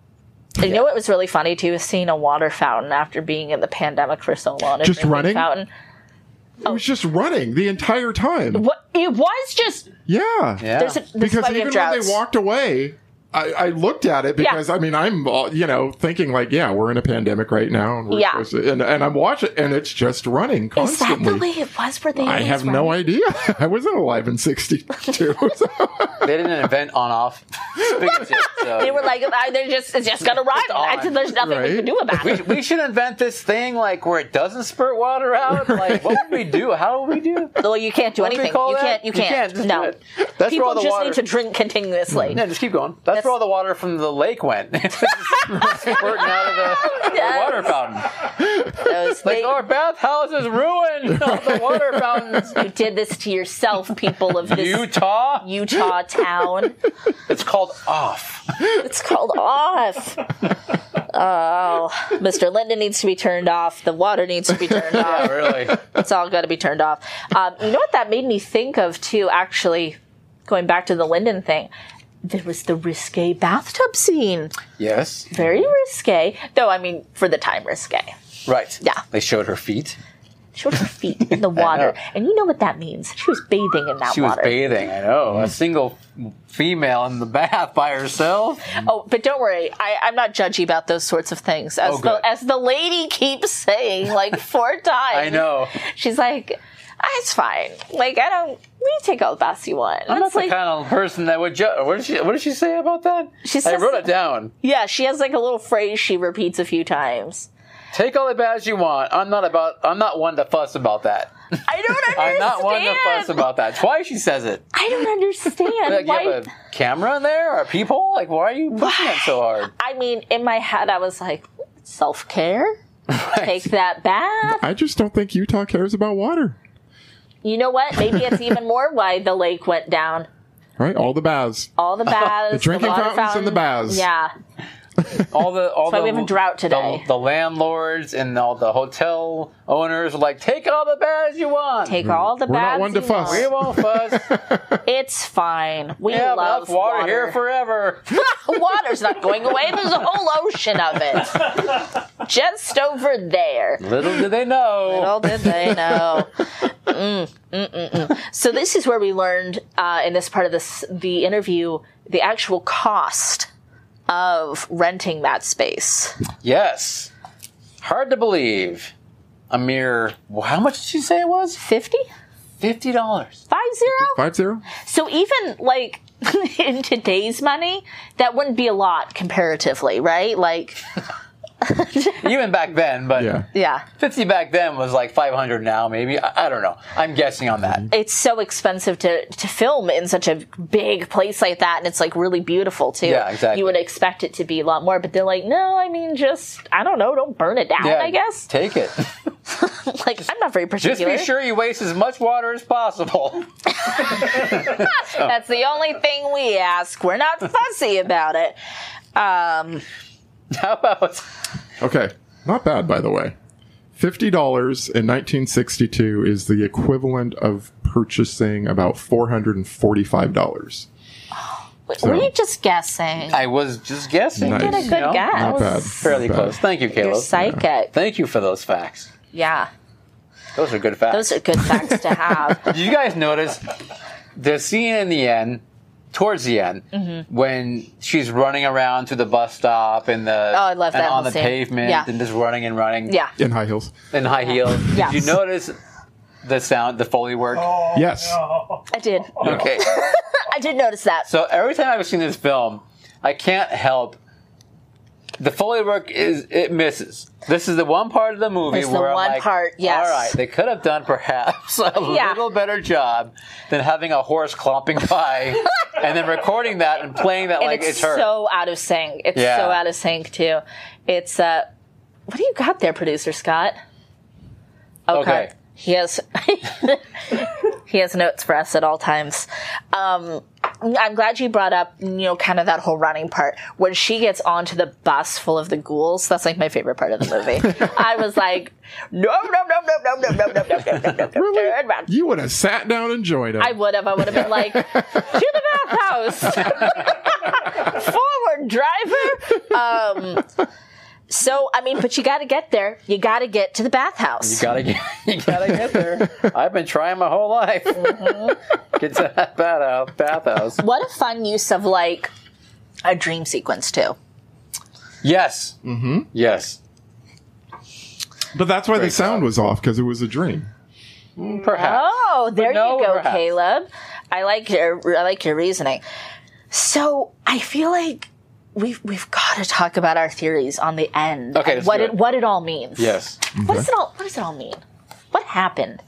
[SPEAKER 3] and You know what was really funny too is seeing a water fountain after being in the pandemic for so long. A
[SPEAKER 4] Just
[SPEAKER 3] drinking
[SPEAKER 4] running?
[SPEAKER 3] fountain.
[SPEAKER 4] It was just running the entire time.
[SPEAKER 3] What it was just
[SPEAKER 4] Yeah.
[SPEAKER 2] Yeah.
[SPEAKER 3] there's a there's
[SPEAKER 4] Because
[SPEAKER 3] plenty
[SPEAKER 4] even
[SPEAKER 3] of
[SPEAKER 4] when
[SPEAKER 3] droughts.
[SPEAKER 4] they walked away, I, I looked at it because I mean I'm uh, you know thinking like yeah we're in a pandemic right now and we're
[SPEAKER 3] Yeah.
[SPEAKER 4] supposed to, and, and I'm watching and it's just running
[SPEAKER 3] Is that
[SPEAKER 4] constantly.
[SPEAKER 3] the way it was? Were they?
[SPEAKER 4] I
[SPEAKER 3] always
[SPEAKER 4] have no
[SPEAKER 3] running?
[SPEAKER 4] idea. I wasn't alive in '62.
[SPEAKER 2] They didn't invent on off.
[SPEAKER 3] They were like, "Ah, they're just it's just gonna run. I
[SPEAKER 2] on,
[SPEAKER 3] there's nothing we
[SPEAKER 4] right?
[SPEAKER 3] can do about it.
[SPEAKER 2] we should invent this thing like where it doesn't spurt water out. Like, what would we do? How would we do?
[SPEAKER 3] Well, you can't do
[SPEAKER 2] What do we
[SPEAKER 3] anything.
[SPEAKER 2] call
[SPEAKER 3] You
[SPEAKER 2] that?
[SPEAKER 3] can't. You
[SPEAKER 2] You
[SPEAKER 3] can't.
[SPEAKER 2] can't, just do
[SPEAKER 3] no.
[SPEAKER 2] it. That's where
[SPEAKER 3] People
[SPEAKER 2] all the
[SPEAKER 3] just
[SPEAKER 2] water-
[SPEAKER 3] need to drink continuously.
[SPEAKER 2] No, just keep going. That's, where all the water from the lake went. It's just Squirting out of the, the
[SPEAKER 3] Yes.
[SPEAKER 2] water fountain.
[SPEAKER 3] Those-
[SPEAKER 2] Like
[SPEAKER 3] they-
[SPEAKER 2] our bathhouse is ruined. All the water fountains.
[SPEAKER 3] you did this to yourself, people of this
[SPEAKER 2] Utah.
[SPEAKER 3] Utah town.
[SPEAKER 2] It's called off.
[SPEAKER 3] It's called off. Oh, Mr. Linden needs to be turned off. The water needs to be turned off.
[SPEAKER 2] Yeah, really.
[SPEAKER 3] it's all got to be turned off. Um, you know what that made me think of too? Actually, going back to the Linden thing, there was the risque bathtub scene.
[SPEAKER 2] Yes.
[SPEAKER 3] Very risque, though. I mean, for the time, risque.
[SPEAKER 2] Right.
[SPEAKER 3] Yeah.
[SPEAKER 2] They showed her feet.
[SPEAKER 7] She was her feet in the water.
[SPEAKER 2] know.
[SPEAKER 7] and you know what that means. She was bathing in that
[SPEAKER 2] She was
[SPEAKER 7] water.
[SPEAKER 2] bathing, I know. A single female in the bath by herself.
[SPEAKER 3] Oh, but don't worry, I, I'm not judgy about those sorts of things. As
[SPEAKER 2] Oh, good.
[SPEAKER 3] the as the lady keeps saying like four times,
[SPEAKER 2] I know.
[SPEAKER 3] She's like, "Ah, it's fine. Like I don't. You take all the baths you want.
[SPEAKER 2] I'm not
[SPEAKER 3] It's
[SPEAKER 2] the
[SPEAKER 3] like,
[SPEAKER 2] kind of person that would. Ju- what did she? What did she say about that?
[SPEAKER 3] She
[SPEAKER 2] I
[SPEAKER 3] says-
[SPEAKER 2] wrote it down.
[SPEAKER 3] yeah, she has like a little phrase she repeats a few times.
[SPEAKER 2] Take all the baths you want. I'm not about. I'm not one to fuss about that.
[SPEAKER 3] I don't understand.
[SPEAKER 2] I'm not one to fuss about that. Twice she says it.
[SPEAKER 3] I don't understand
[SPEAKER 2] Like, you
[SPEAKER 3] why.
[SPEAKER 2] have a camera in there or a peephole? Like, why are you pushing it so hard?
[SPEAKER 3] I mean, in my head, I was like, self care. Take that bath.
[SPEAKER 4] I just don't think Utah cares about water.
[SPEAKER 3] You know what? Maybe it's even more why the lake went down.
[SPEAKER 4] Right? All the baths.
[SPEAKER 3] All the baths,
[SPEAKER 4] The drinking
[SPEAKER 3] water
[SPEAKER 4] fountains and the
[SPEAKER 3] fountain.
[SPEAKER 4] baths.
[SPEAKER 3] Yeah,
[SPEAKER 2] All the all
[SPEAKER 3] why
[SPEAKER 2] the
[SPEAKER 3] we have a drought today.
[SPEAKER 2] The, the landlords and all the hotel owners are like, take all the baths you want.
[SPEAKER 3] take all the
[SPEAKER 4] We're not
[SPEAKER 3] baths.
[SPEAKER 4] one to
[SPEAKER 3] you
[SPEAKER 4] fuss.
[SPEAKER 2] we
[SPEAKER 3] want.
[SPEAKER 2] won't fuss.
[SPEAKER 3] It's fine.
[SPEAKER 2] We
[SPEAKER 3] We
[SPEAKER 2] have enough
[SPEAKER 3] love
[SPEAKER 2] water, here forever.
[SPEAKER 3] Water's not going away. There's a whole ocean of it, just over there.
[SPEAKER 2] Little do they know.
[SPEAKER 3] Little did they know. Mm, mm, mm, mm. So this is where we learned uh, in this part of this the interview the actual cost of renting that space.
[SPEAKER 2] Yes. Hard to believe. A mere how much did she say it was?
[SPEAKER 3] Fifty
[SPEAKER 2] Fifty dollars.
[SPEAKER 3] five zero.
[SPEAKER 4] Five zero?
[SPEAKER 3] So even like in today's money, that wouldn't be a lot comparatively, right? Like,
[SPEAKER 2] Even back then, but
[SPEAKER 4] Yeah.
[SPEAKER 3] yeah,
[SPEAKER 2] fifty back then was like five hundred now, maybe. I, I don't know. I'm guessing on that.
[SPEAKER 3] it's so expensive to to film in such a big place like that, and it's like really beautiful too.
[SPEAKER 2] Yeah, exactly.
[SPEAKER 3] You would expect it to be a lot more, but they're like, no, I mean, just I don't know, don't burn it down. I guess.
[SPEAKER 2] Take it.
[SPEAKER 3] like I'm not very
[SPEAKER 2] Just
[SPEAKER 3] particular.
[SPEAKER 2] be sure you waste as much water as possible. Oh.
[SPEAKER 3] That's the only thing we ask. We're not fussy about it. Um,
[SPEAKER 2] How about
[SPEAKER 4] Okay. Not bad, by the way. $50 in 1962 is the equivalent of purchasing about $445.
[SPEAKER 3] were you just guessing?
[SPEAKER 2] Hmm. I was just guessing.
[SPEAKER 4] Nice. You did a
[SPEAKER 3] good
[SPEAKER 2] You know,
[SPEAKER 3] guess.
[SPEAKER 2] that
[SPEAKER 4] Not
[SPEAKER 2] was
[SPEAKER 4] bad.
[SPEAKER 2] Fairly
[SPEAKER 4] Not bad.
[SPEAKER 2] close. Thank you,
[SPEAKER 3] You're
[SPEAKER 2] Caleb.
[SPEAKER 3] psychic.
[SPEAKER 2] Thank you for those facts.
[SPEAKER 3] Yeah,
[SPEAKER 2] Those are good facts.
[SPEAKER 3] those are good facts to have.
[SPEAKER 2] Did you guys notice the scene in the end, towards the end,
[SPEAKER 3] Mm-hmm.
[SPEAKER 2] when she's running around to the bus stop and the
[SPEAKER 3] Oh, I love
[SPEAKER 2] and
[SPEAKER 3] that
[SPEAKER 2] on
[SPEAKER 3] whole
[SPEAKER 2] the
[SPEAKER 3] scene.
[SPEAKER 2] pavement
[SPEAKER 3] Yeah.
[SPEAKER 2] and just running and running
[SPEAKER 3] Yeah,
[SPEAKER 4] In high heels.
[SPEAKER 2] in high heels.
[SPEAKER 3] Yes.
[SPEAKER 2] Did you notice the sound, the foley work?
[SPEAKER 4] yes.
[SPEAKER 3] I did.
[SPEAKER 2] Okay.
[SPEAKER 3] I did notice that.
[SPEAKER 2] so every time I've seen this film, I can't help. The foley work is it misses. This is the one part of the movie
[SPEAKER 3] It's the
[SPEAKER 2] where I'm
[SPEAKER 3] one
[SPEAKER 2] like,
[SPEAKER 3] part, yes.
[SPEAKER 2] all right, they could have done perhaps a
[SPEAKER 3] Yeah.
[SPEAKER 2] little better job than having a horse clomping by and then recording that and playing that
[SPEAKER 3] And
[SPEAKER 2] like
[SPEAKER 3] it's,
[SPEAKER 2] it's, her.
[SPEAKER 3] so out of sync. It's
[SPEAKER 2] Yeah.
[SPEAKER 3] so out of sync too. It's uh, what do you got there, producer Scott? Okay.
[SPEAKER 2] Okay.
[SPEAKER 3] He has he has notes for us at all times. Um, I'm glad you brought up you know kind of that whole running part when she gets onto the bus full of the ghouls. That's like my favorite part of the movie. I was like, no, no, no, no, no, no, no, no, no, no, no, no, no, turn around.
[SPEAKER 4] You would have sat down and joined us.
[SPEAKER 3] I would have. I would have been like, to the bathhouse. Forward, driver. Um, so, I mean, but you got to get there. You got to get to the bathhouse.
[SPEAKER 2] gotta get, you gotta get there. I've been trying my whole life.
[SPEAKER 3] Mm-hmm.
[SPEAKER 2] Get to that bathhouse. bathhouse.
[SPEAKER 3] what a fun use of like a dream sequence, too.
[SPEAKER 2] Yes. Mm-hmm. Yes.
[SPEAKER 4] but that's why the sound was off because it was a dream.
[SPEAKER 2] Perhaps.
[SPEAKER 3] Oh, there
[SPEAKER 2] no,
[SPEAKER 3] you go,
[SPEAKER 2] perhaps.
[SPEAKER 3] Caleb. I like your I like your reasoning. So I feel like we've we've got to talk about our theories on the end.
[SPEAKER 2] Okay,
[SPEAKER 3] and
[SPEAKER 2] let's
[SPEAKER 3] what
[SPEAKER 2] do
[SPEAKER 3] it
[SPEAKER 2] it.
[SPEAKER 3] what it all means.
[SPEAKER 2] Yes. Mm-hmm.
[SPEAKER 3] What does it all What does it all mean? What happened?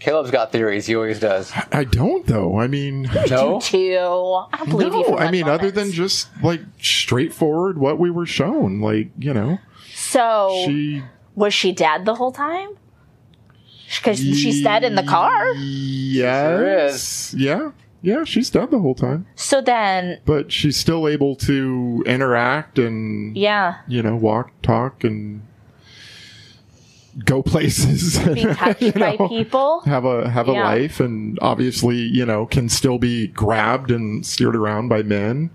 [SPEAKER 2] Caleb's got theories. He always does.
[SPEAKER 4] I don't, though. I mean,
[SPEAKER 2] No.
[SPEAKER 3] Two. I don't believe you.
[SPEAKER 4] Oh? no.
[SPEAKER 3] For
[SPEAKER 4] I
[SPEAKER 3] one
[SPEAKER 4] mean, other
[SPEAKER 3] moment.
[SPEAKER 4] than just like straightforward what we were shown, like, you know,
[SPEAKER 3] so,
[SPEAKER 4] she.
[SPEAKER 3] was she dead the whole time? Because she's dead in the car.
[SPEAKER 4] Yes. Yeah. Yeah, she's dead the whole time.
[SPEAKER 3] So then,
[SPEAKER 4] But she's still able to interact and
[SPEAKER 3] yeah,
[SPEAKER 4] you know, walk, talk, and go places.
[SPEAKER 3] be touched
[SPEAKER 4] you
[SPEAKER 3] by
[SPEAKER 4] know,
[SPEAKER 3] people.
[SPEAKER 4] Have a have a
[SPEAKER 3] Yeah.
[SPEAKER 4] life, and obviously, you know, can still be grabbed and steered around by men.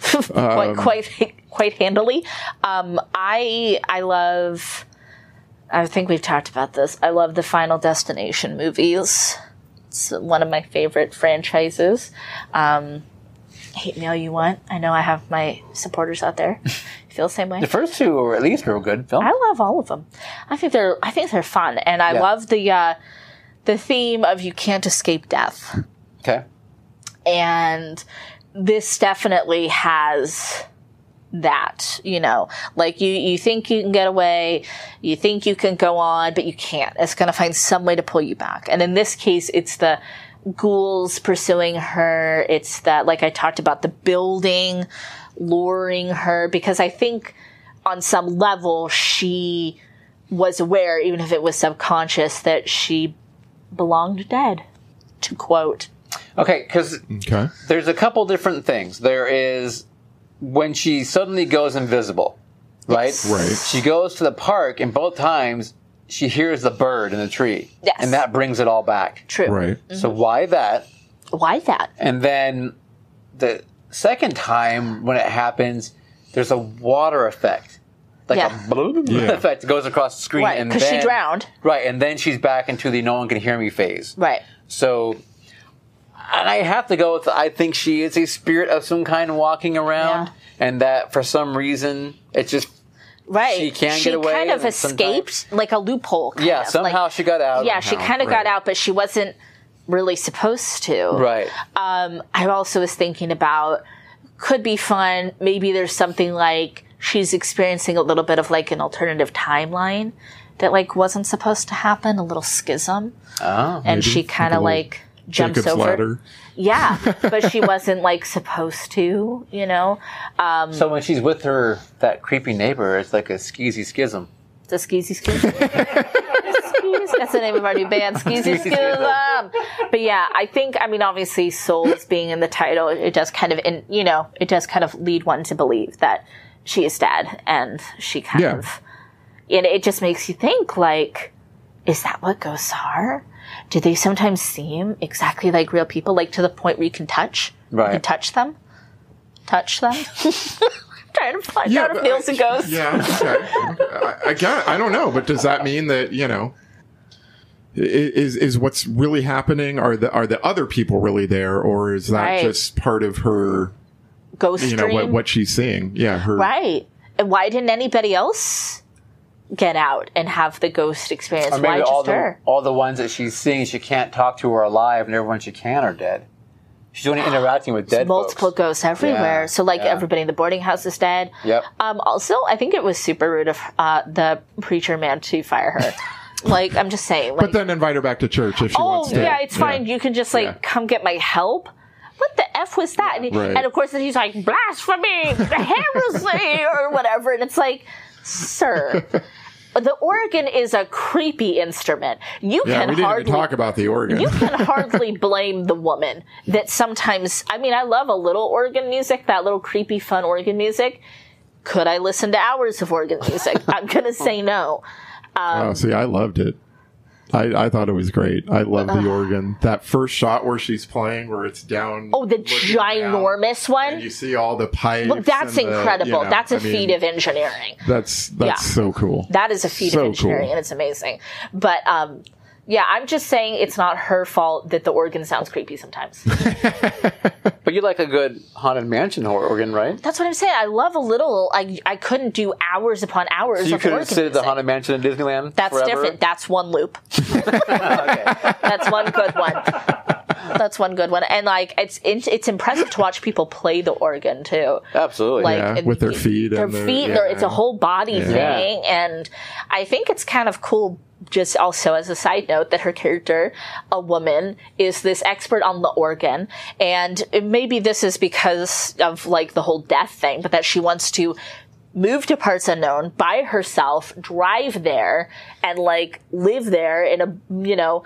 [SPEAKER 3] quite quite quite handily. Um, I I Um, love I think we've talked about this. I love the Final Destination movies. It's one of my favorite franchises. Um, hate me all you want. I know I have my supporters out there. You feel the same way?
[SPEAKER 2] The first two, or at least, were good films.
[SPEAKER 3] I love all of them. I think they're I think they're fun, and I
[SPEAKER 2] Yeah.
[SPEAKER 3] love the uh, the theme of you can't escape death.
[SPEAKER 2] Okay.
[SPEAKER 3] and this definitely has that you know like you you think you can get away you think you can go on but you can't it's going to find some way to pull you back and in this case it's the ghouls pursuing her it's that like i talked about the building luring her because i think on some level she was aware even if it was subconscious that she belonged dead to quote
[SPEAKER 2] Okay, because
[SPEAKER 4] Okay.
[SPEAKER 2] there's a couple different things. There is when she suddenly goes invisible, right?
[SPEAKER 4] Right.
[SPEAKER 2] She goes to the park, and both times she hears the bird in the tree.
[SPEAKER 3] Yes. Mm-hmm.
[SPEAKER 2] And that brings it all back.
[SPEAKER 3] true
[SPEAKER 4] Right.
[SPEAKER 2] So why that?
[SPEAKER 3] why that
[SPEAKER 2] And then the second time when it happens, there's a water effect. Like
[SPEAKER 3] Yeah.
[SPEAKER 2] a bloom
[SPEAKER 4] Yeah.
[SPEAKER 2] effect goes across the screen.
[SPEAKER 3] Right,
[SPEAKER 2] and
[SPEAKER 3] 'cause she
[SPEAKER 2] then-
[SPEAKER 3] drowned.
[SPEAKER 2] Right, and then she's back into the no one can hear me phase.
[SPEAKER 3] Right.
[SPEAKER 2] So, and I have to go with I think she is a spirit of some kind walking around,
[SPEAKER 3] Yeah.
[SPEAKER 2] and that for some reason it's just
[SPEAKER 3] Right.
[SPEAKER 2] She can
[SPEAKER 3] she
[SPEAKER 2] get away
[SPEAKER 3] kind of
[SPEAKER 2] and sometimes-
[SPEAKER 3] escaped, like a loophole. Kind
[SPEAKER 2] yeah
[SPEAKER 3] of.
[SPEAKER 2] somehow
[SPEAKER 3] like,
[SPEAKER 2] she got out.
[SPEAKER 3] Yeah, she
[SPEAKER 4] somehow,
[SPEAKER 3] kind of
[SPEAKER 4] right.
[SPEAKER 3] got out, but she wasn't really supposed to.
[SPEAKER 2] right.
[SPEAKER 3] Um, I also was thinking about could be fun. Maybe there's something like she's experiencing a little bit of like an alternative timeline that like wasn't supposed to happen, a little schism,
[SPEAKER 2] Oh,
[SPEAKER 3] and
[SPEAKER 4] Maybe.
[SPEAKER 3] she kind
[SPEAKER 4] Like a
[SPEAKER 3] of
[SPEAKER 4] little
[SPEAKER 3] like jumps
[SPEAKER 4] Jacob's
[SPEAKER 3] over.
[SPEAKER 4] ladder.
[SPEAKER 3] Yeah, but she wasn't like supposed to, you know.
[SPEAKER 2] so when she's with her that creepy neighbor, it's like a skeezy schism.
[SPEAKER 3] The Skeezy Schism. Skeezy- That's the name of our new band, Skeezy
[SPEAKER 2] Skeezy Schism.
[SPEAKER 3] Schism. Um, But yeah, I think, I mean, obviously, souls being in the title, it does kind of, in, you know, it does kind of lead one to believe that she is dead and she kind
[SPEAKER 4] Yeah.
[SPEAKER 3] of, and it just makes you think, like, is that what ghosts are? Do they sometimes seem exactly like real people, like to the point where you can touch? You can
[SPEAKER 2] Right.
[SPEAKER 3] touch them? Touch them? I'm trying to find
[SPEAKER 4] Yeah,
[SPEAKER 3] out if
[SPEAKER 4] but
[SPEAKER 3] Neil's
[SPEAKER 4] I-
[SPEAKER 3] a ghost.
[SPEAKER 4] Yeah, okay. I, I got. I don't know, but does that mean that you know? i- Is is what's really happening? Are the are the other people really there, or is that
[SPEAKER 3] Right.
[SPEAKER 4] just part of her?
[SPEAKER 3] Ghost
[SPEAKER 4] You know what
[SPEAKER 3] dream?
[SPEAKER 4] what she's seeing? Yeah, her.
[SPEAKER 3] Right. And why didn't anybody else get out and have the ghost experience?
[SPEAKER 2] Or maybe
[SPEAKER 3] Why
[SPEAKER 2] all
[SPEAKER 3] just
[SPEAKER 2] the
[SPEAKER 3] her?
[SPEAKER 2] all the ones that she's seeing she can't talk to are alive, and everyone she can are dead. She's only interacting with dead
[SPEAKER 3] Multiple
[SPEAKER 2] folks.
[SPEAKER 3] ghosts everywhere.
[SPEAKER 2] Yeah,
[SPEAKER 3] so, like,
[SPEAKER 2] yeah.
[SPEAKER 3] everybody in the boarding house is dead.
[SPEAKER 2] Yep.
[SPEAKER 3] Um, also, I think it was super rude of uh, the preacher man to fire her. like, I'm just saying. Like,
[SPEAKER 4] But then invite her back to church if she
[SPEAKER 3] oh,
[SPEAKER 4] wants to.
[SPEAKER 3] yeah, it's fine. You can just, like,
[SPEAKER 4] Yeah.
[SPEAKER 3] come get my help. What the F was that? and, he-
[SPEAKER 4] Right.
[SPEAKER 3] and of course, then he's like, blasphemy, heresy, or whatever. And it's like, sir. The organ is a creepy instrument. You
[SPEAKER 4] yeah,
[SPEAKER 3] can
[SPEAKER 4] we didn't
[SPEAKER 3] hardly
[SPEAKER 4] even talk about the organ.
[SPEAKER 3] you can hardly blame the woman that sometimes i mean i love a little organ music that little creepy fun organ music could i listen to hours of organ music i'm gonna say no
[SPEAKER 4] oh, see, I loved it. I, I thought it was great. I love the organ. That first shot where she's playing, where it's down.
[SPEAKER 3] oh the
[SPEAKER 4] looking down,
[SPEAKER 3] ginormous
[SPEAKER 4] and you
[SPEAKER 3] one
[SPEAKER 4] see all the pipes.
[SPEAKER 3] Look, that's
[SPEAKER 4] and the,
[SPEAKER 3] incredible
[SPEAKER 4] you know,
[SPEAKER 3] that's a
[SPEAKER 4] I mean,
[SPEAKER 3] feat of engineering
[SPEAKER 4] That's that's
[SPEAKER 3] Yeah.
[SPEAKER 4] so cool.
[SPEAKER 3] that is a feat
[SPEAKER 4] So
[SPEAKER 3] of engineering
[SPEAKER 4] cool.
[SPEAKER 3] and it's amazing but um yeah, I'm just saying it's not her fault that the organ sounds creepy sometimes.
[SPEAKER 2] But you like a good haunted mansion horror organ, right?
[SPEAKER 3] That's what I'm saying. I love a little. I I couldn't do hours upon hours.
[SPEAKER 2] you
[SPEAKER 3] of
[SPEAKER 2] could
[SPEAKER 3] organ
[SPEAKER 2] sit at the
[SPEAKER 3] music.
[SPEAKER 2] haunted mansion in Disneyland.
[SPEAKER 3] That's
[SPEAKER 2] forever?
[SPEAKER 3] different. That's one loop. That's one good one. That's one good one. And like it's it's it's impressive to watch people play the organ too.
[SPEAKER 2] Absolutely.
[SPEAKER 3] Like
[SPEAKER 4] Yeah, with their feet
[SPEAKER 3] Their
[SPEAKER 4] and their-
[SPEAKER 3] feet, their- it's
[SPEAKER 4] yeah.
[SPEAKER 3] a whole body
[SPEAKER 2] Yeah.
[SPEAKER 3] thing and I think it's kind of cool just also as a side note that her character, a woman, is this expert on the organ and maybe this is because of like the whole death thing, but that she wants to move to parts unknown by herself, drive there, and like live there in a you know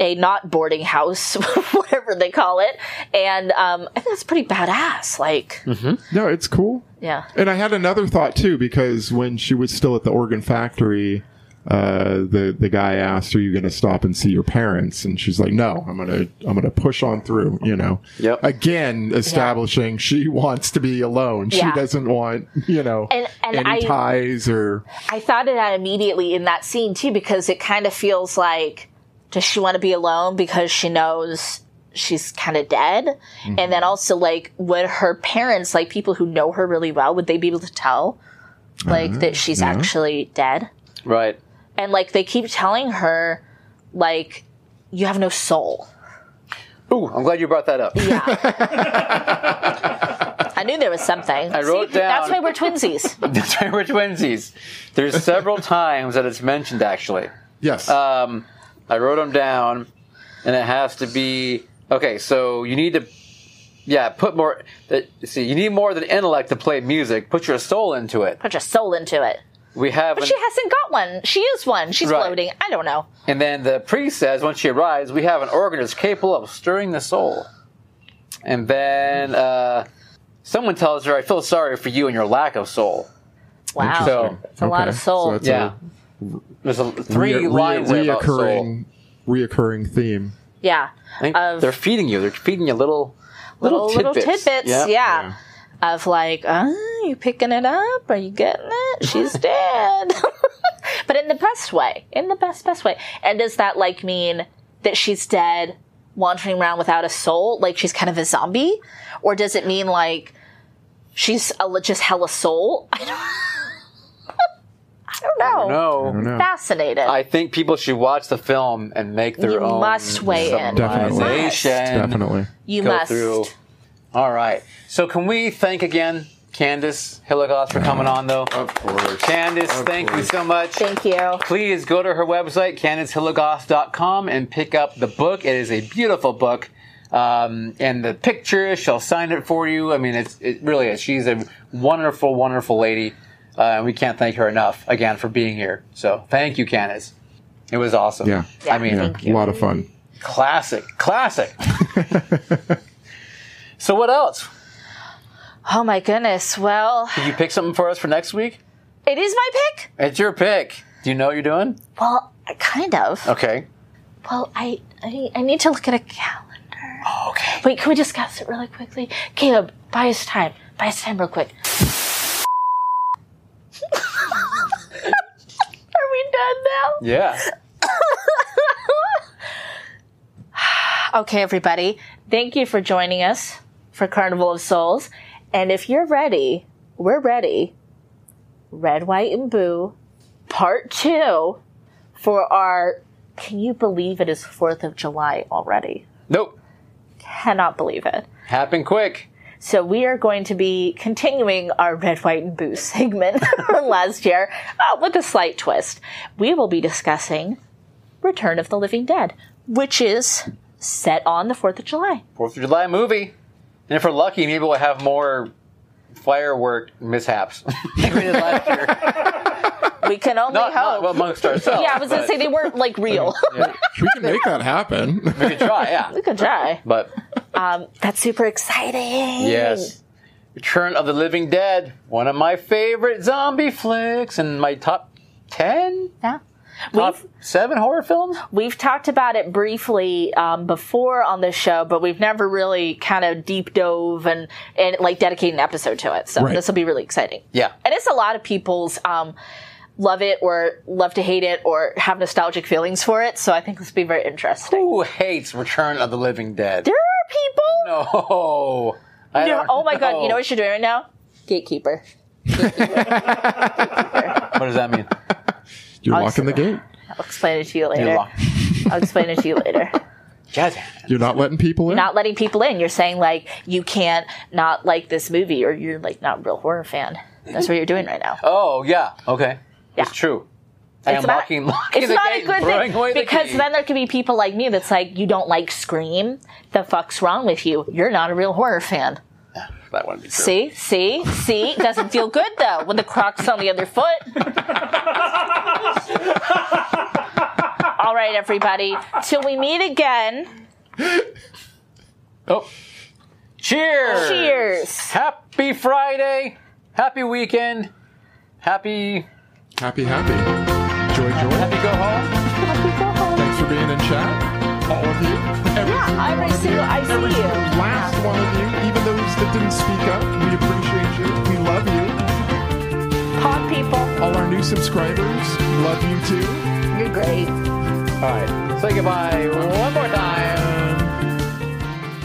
[SPEAKER 3] a not boarding house, whatever they call it. And um, I think that's pretty badass. Like,
[SPEAKER 4] No, it's cool.
[SPEAKER 3] yeah,
[SPEAKER 4] And I had another thought too because when she was still at the organ factory, uh, the the guy asked, "Are you going to stop and see your parents?" And she's like, "No, I'm gonna I'm gonna push on through." You know,
[SPEAKER 2] Yep.
[SPEAKER 4] again establishing she wants to be alone. She
[SPEAKER 3] Yeah.
[SPEAKER 4] doesn't want you know
[SPEAKER 3] And- and
[SPEAKER 4] any
[SPEAKER 3] I-
[SPEAKER 4] ties or
[SPEAKER 3] I thought of that immediately in that scene too, because it kind of feels like does she want to be alone because she knows she's kind of dead, and then also like would her parents, like people who know her really well, would they be able to tell like that she's
[SPEAKER 4] yeah.
[SPEAKER 3] actually dead?
[SPEAKER 2] Right.
[SPEAKER 3] And like they keep telling her, like you have no soul.
[SPEAKER 2] Ooh, I'm glad you brought that up.
[SPEAKER 3] I knew there was something.
[SPEAKER 2] I wrote down.
[SPEAKER 3] That's why we're twinsies.
[SPEAKER 2] That's why we're twinsies. There's several times that it's mentioned actually.
[SPEAKER 4] yes,
[SPEAKER 2] Um, I wrote them down, and it has to be okay. So you need to, yeah, put more. That, see, you need more than intellect to play music. Put your soul into it.
[SPEAKER 3] Put your soul into it.
[SPEAKER 2] We have, an,
[SPEAKER 3] She hasn't got one. She is one. She's
[SPEAKER 2] Right.
[SPEAKER 3] floating. I don't know.
[SPEAKER 2] and then the priest says, once she arrives, we have an organist capable of stirring the soul. And then uh, someone tells her, "I feel sorry for you and your lack of soul."
[SPEAKER 3] Wow.
[SPEAKER 2] So
[SPEAKER 3] It's a lot of soul.
[SPEAKER 4] that's
[SPEAKER 2] yeah,
[SPEAKER 4] a
[SPEAKER 2] there's a, three
[SPEAKER 4] rea- rea-
[SPEAKER 2] lines there about soul.
[SPEAKER 4] reoccurring reoccurring theme.
[SPEAKER 3] yeah.
[SPEAKER 2] I think
[SPEAKER 3] of-
[SPEAKER 2] they're feeding you. They're feeding you little little,
[SPEAKER 3] little little
[SPEAKER 2] tidbits.
[SPEAKER 3] tidbits,
[SPEAKER 2] Yep.
[SPEAKER 3] yeah, of like, oh, you picking it up? Are you getting it? She's dead, but in the best way, in the best best way. And does that like mean that she's dead, wandering around without a soul, like she's kind of a zombie, or does it mean like she's a, just hella soul? I don't, I don't know.
[SPEAKER 2] No.
[SPEAKER 4] I don't know.
[SPEAKER 3] Fascinated.
[SPEAKER 2] I think people should watch the film and make their
[SPEAKER 3] You
[SPEAKER 2] own
[SPEAKER 3] must weigh in.
[SPEAKER 4] Definitely.
[SPEAKER 2] summarization,
[SPEAKER 4] Definitely.
[SPEAKER 3] you
[SPEAKER 2] Go
[SPEAKER 3] must.
[SPEAKER 2] through. All right. So can we thank again Candace Hilligoss for coming on though?
[SPEAKER 4] Of course.
[SPEAKER 2] Candace,
[SPEAKER 4] Of
[SPEAKER 2] thank you
[SPEAKER 4] course.
[SPEAKER 2] so much.
[SPEAKER 3] Thank you.
[SPEAKER 2] Please go to her website, CandiceHilligoss.com, and pick up the book. It is a beautiful book. Um, and the picture, she'll sign it for you. I mean, it's, it really is. She's a wonderful, wonderful lady. Uh, and we can't thank her enough, again, for being here. So thank you, Candace. It was awesome.
[SPEAKER 4] Yeah.
[SPEAKER 2] I mean,
[SPEAKER 4] Yeah, a lot of fun.
[SPEAKER 2] classic. Classic. so what else?
[SPEAKER 3] Oh my goodness. Well,
[SPEAKER 2] Did you pick something for us for next week?
[SPEAKER 3] it is my pick.
[SPEAKER 2] It's your pick. Do you know what you're doing?
[SPEAKER 3] Well, kind of.
[SPEAKER 2] Okay.
[SPEAKER 3] Well, I, I I need to look at a calendar.
[SPEAKER 2] Okay.
[SPEAKER 3] Wait, can we discuss it really quickly? Caleb, buy us time. Buy us time real quick. Are we done
[SPEAKER 2] Yeah.
[SPEAKER 3] now? Okay, everybody. Thank you for joining us for Carnival of Souls. And if you're ready, we're ready. Red, White, and Boo, part two for our. Can you believe it is 4th of July already?
[SPEAKER 2] Nope.
[SPEAKER 3] Cannot believe it.
[SPEAKER 2] Happen quick.
[SPEAKER 3] So we are going to be continuing our red, white, and boo segment from last year uh, with a slight twist. We will be discussing Return of the Living Dead, which is set on the 4th of July.
[SPEAKER 2] Fourth of July movie. And if we're lucky, maybe we'll have more firework mishaps. Like we did last year.
[SPEAKER 3] We can only
[SPEAKER 2] Not,
[SPEAKER 3] hope.
[SPEAKER 2] not amongst ourselves.
[SPEAKER 3] yeah, I was going
[SPEAKER 2] but
[SPEAKER 3] to say they weren't like real.
[SPEAKER 4] We can make that happen.
[SPEAKER 2] we could try. Yeah,
[SPEAKER 3] we could try.
[SPEAKER 2] but
[SPEAKER 3] That's super exciting.
[SPEAKER 2] yes, Return of the Living Dead, one of my favorite zombie flicks, and my top ten,
[SPEAKER 3] Yeah.
[SPEAKER 2] top
[SPEAKER 3] We've-
[SPEAKER 2] seven horror films.
[SPEAKER 3] We've talked about it briefly um, before on this show, but we've never really kind of deep dove and, and like dedicate an episode to it. So
[SPEAKER 4] Right.
[SPEAKER 3] this will be really exciting.
[SPEAKER 2] Yeah,
[SPEAKER 3] And it's a lot of people's um, love it or love to hate it or have nostalgic feelings for it. So I think this will be very interesting.
[SPEAKER 2] who hates Return of the Living Dead?
[SPEAKER 3] There are people.
[SPEAKER 2] No, I
[SPEAKER 3] No,
[SPEAKER 2] don't
[SPEAKER 3] oh my god! You know
[SPEAKER 2] know.
[SPEAKER 3] what you're doing right now? Gatekeeper.
[SPEAKER 2] what does that mean?
[SPEAKER 4] You're locking the gate.
[SPEAKER 3] I'll explain it to you
[SPEAKER 2] You're
[SPEAKER 3] later.
[SPEAKER 2] locked.
[SPEAKER 3] I'll explain it to you later.
[SPEAKER 2] Jazz
[SPEAKER 4] You're not letting people in.
[SPEAKER 3] Not letting people in. You're saying like you can't not like this movie or you're like not a real horror fan. That's what you're doing right now.
[SPEAKER 2] Oh yeah, okay.
[SPEAKER 3] Yeah.
[SPEAKER 2] It's true. I am
[SPEAKER 3] It's not-
[SPEAKER 2] locking, locking
[SPEAKER 3] It's
[SPEAKER 2] the
[SPEAKER 3] not
[SPEAKER 2] gate
[SPEAKER 3] a
[SPEAKER 2] and
[SPEAKER 3] good
[SPEAKER 2] throwing away
[SPEAKER 3] thing
[SPEAKER 2] the
[SPEAKER 3] because
[SPEAKER 2] key.
[SPEAKER 3] then there could be people like me that's like, you don't like Scream. The fuck's wrong with you? You're not a real horror fan.
[SPEAKER 2] that wouldn't be true.
[SPEAKER 3] See, see, see. Doesn't feel good though when the croc's on the other foot. All right, everybody. Till we meet again.
[SPEAKER 2] Oh. Cheers!
[SPEAKER 3] Cheers.
[SPEAKER 2] Happy Friday. Happy weekend. Happy
[SPEAKER 4] Happy, happy. Joy, Joy.
[SPEAKER 2] Happy go home.
[SPEAKER 3] Happy go home.
[SPEAKER 4] Thanks for being in chat, all of you. Every
[SPEAKER 3] Yeah,
[SPEAKER 4] single
[SPEAKER 3] every
[SPEAKER 4] one of
[SPEAKER 3] single-
[SPEAKER 4] you.
[SPEAKER 3] I see
[SPEAKER 4] every
[SPEAKER 3] you.
[SPEAKER 4] single last one of you, even those that didn't speak up. We appreciate you. We love you.
[SPEAKER 3] Pod people.
[SPEAKER 4] All our new subscribers, love you too.
[SPEAKER 3] You're great.
[SPEAKER 2] All right. Say goodbye one more time.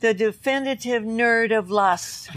[SPEAKER 6] The definitive nerd of lust.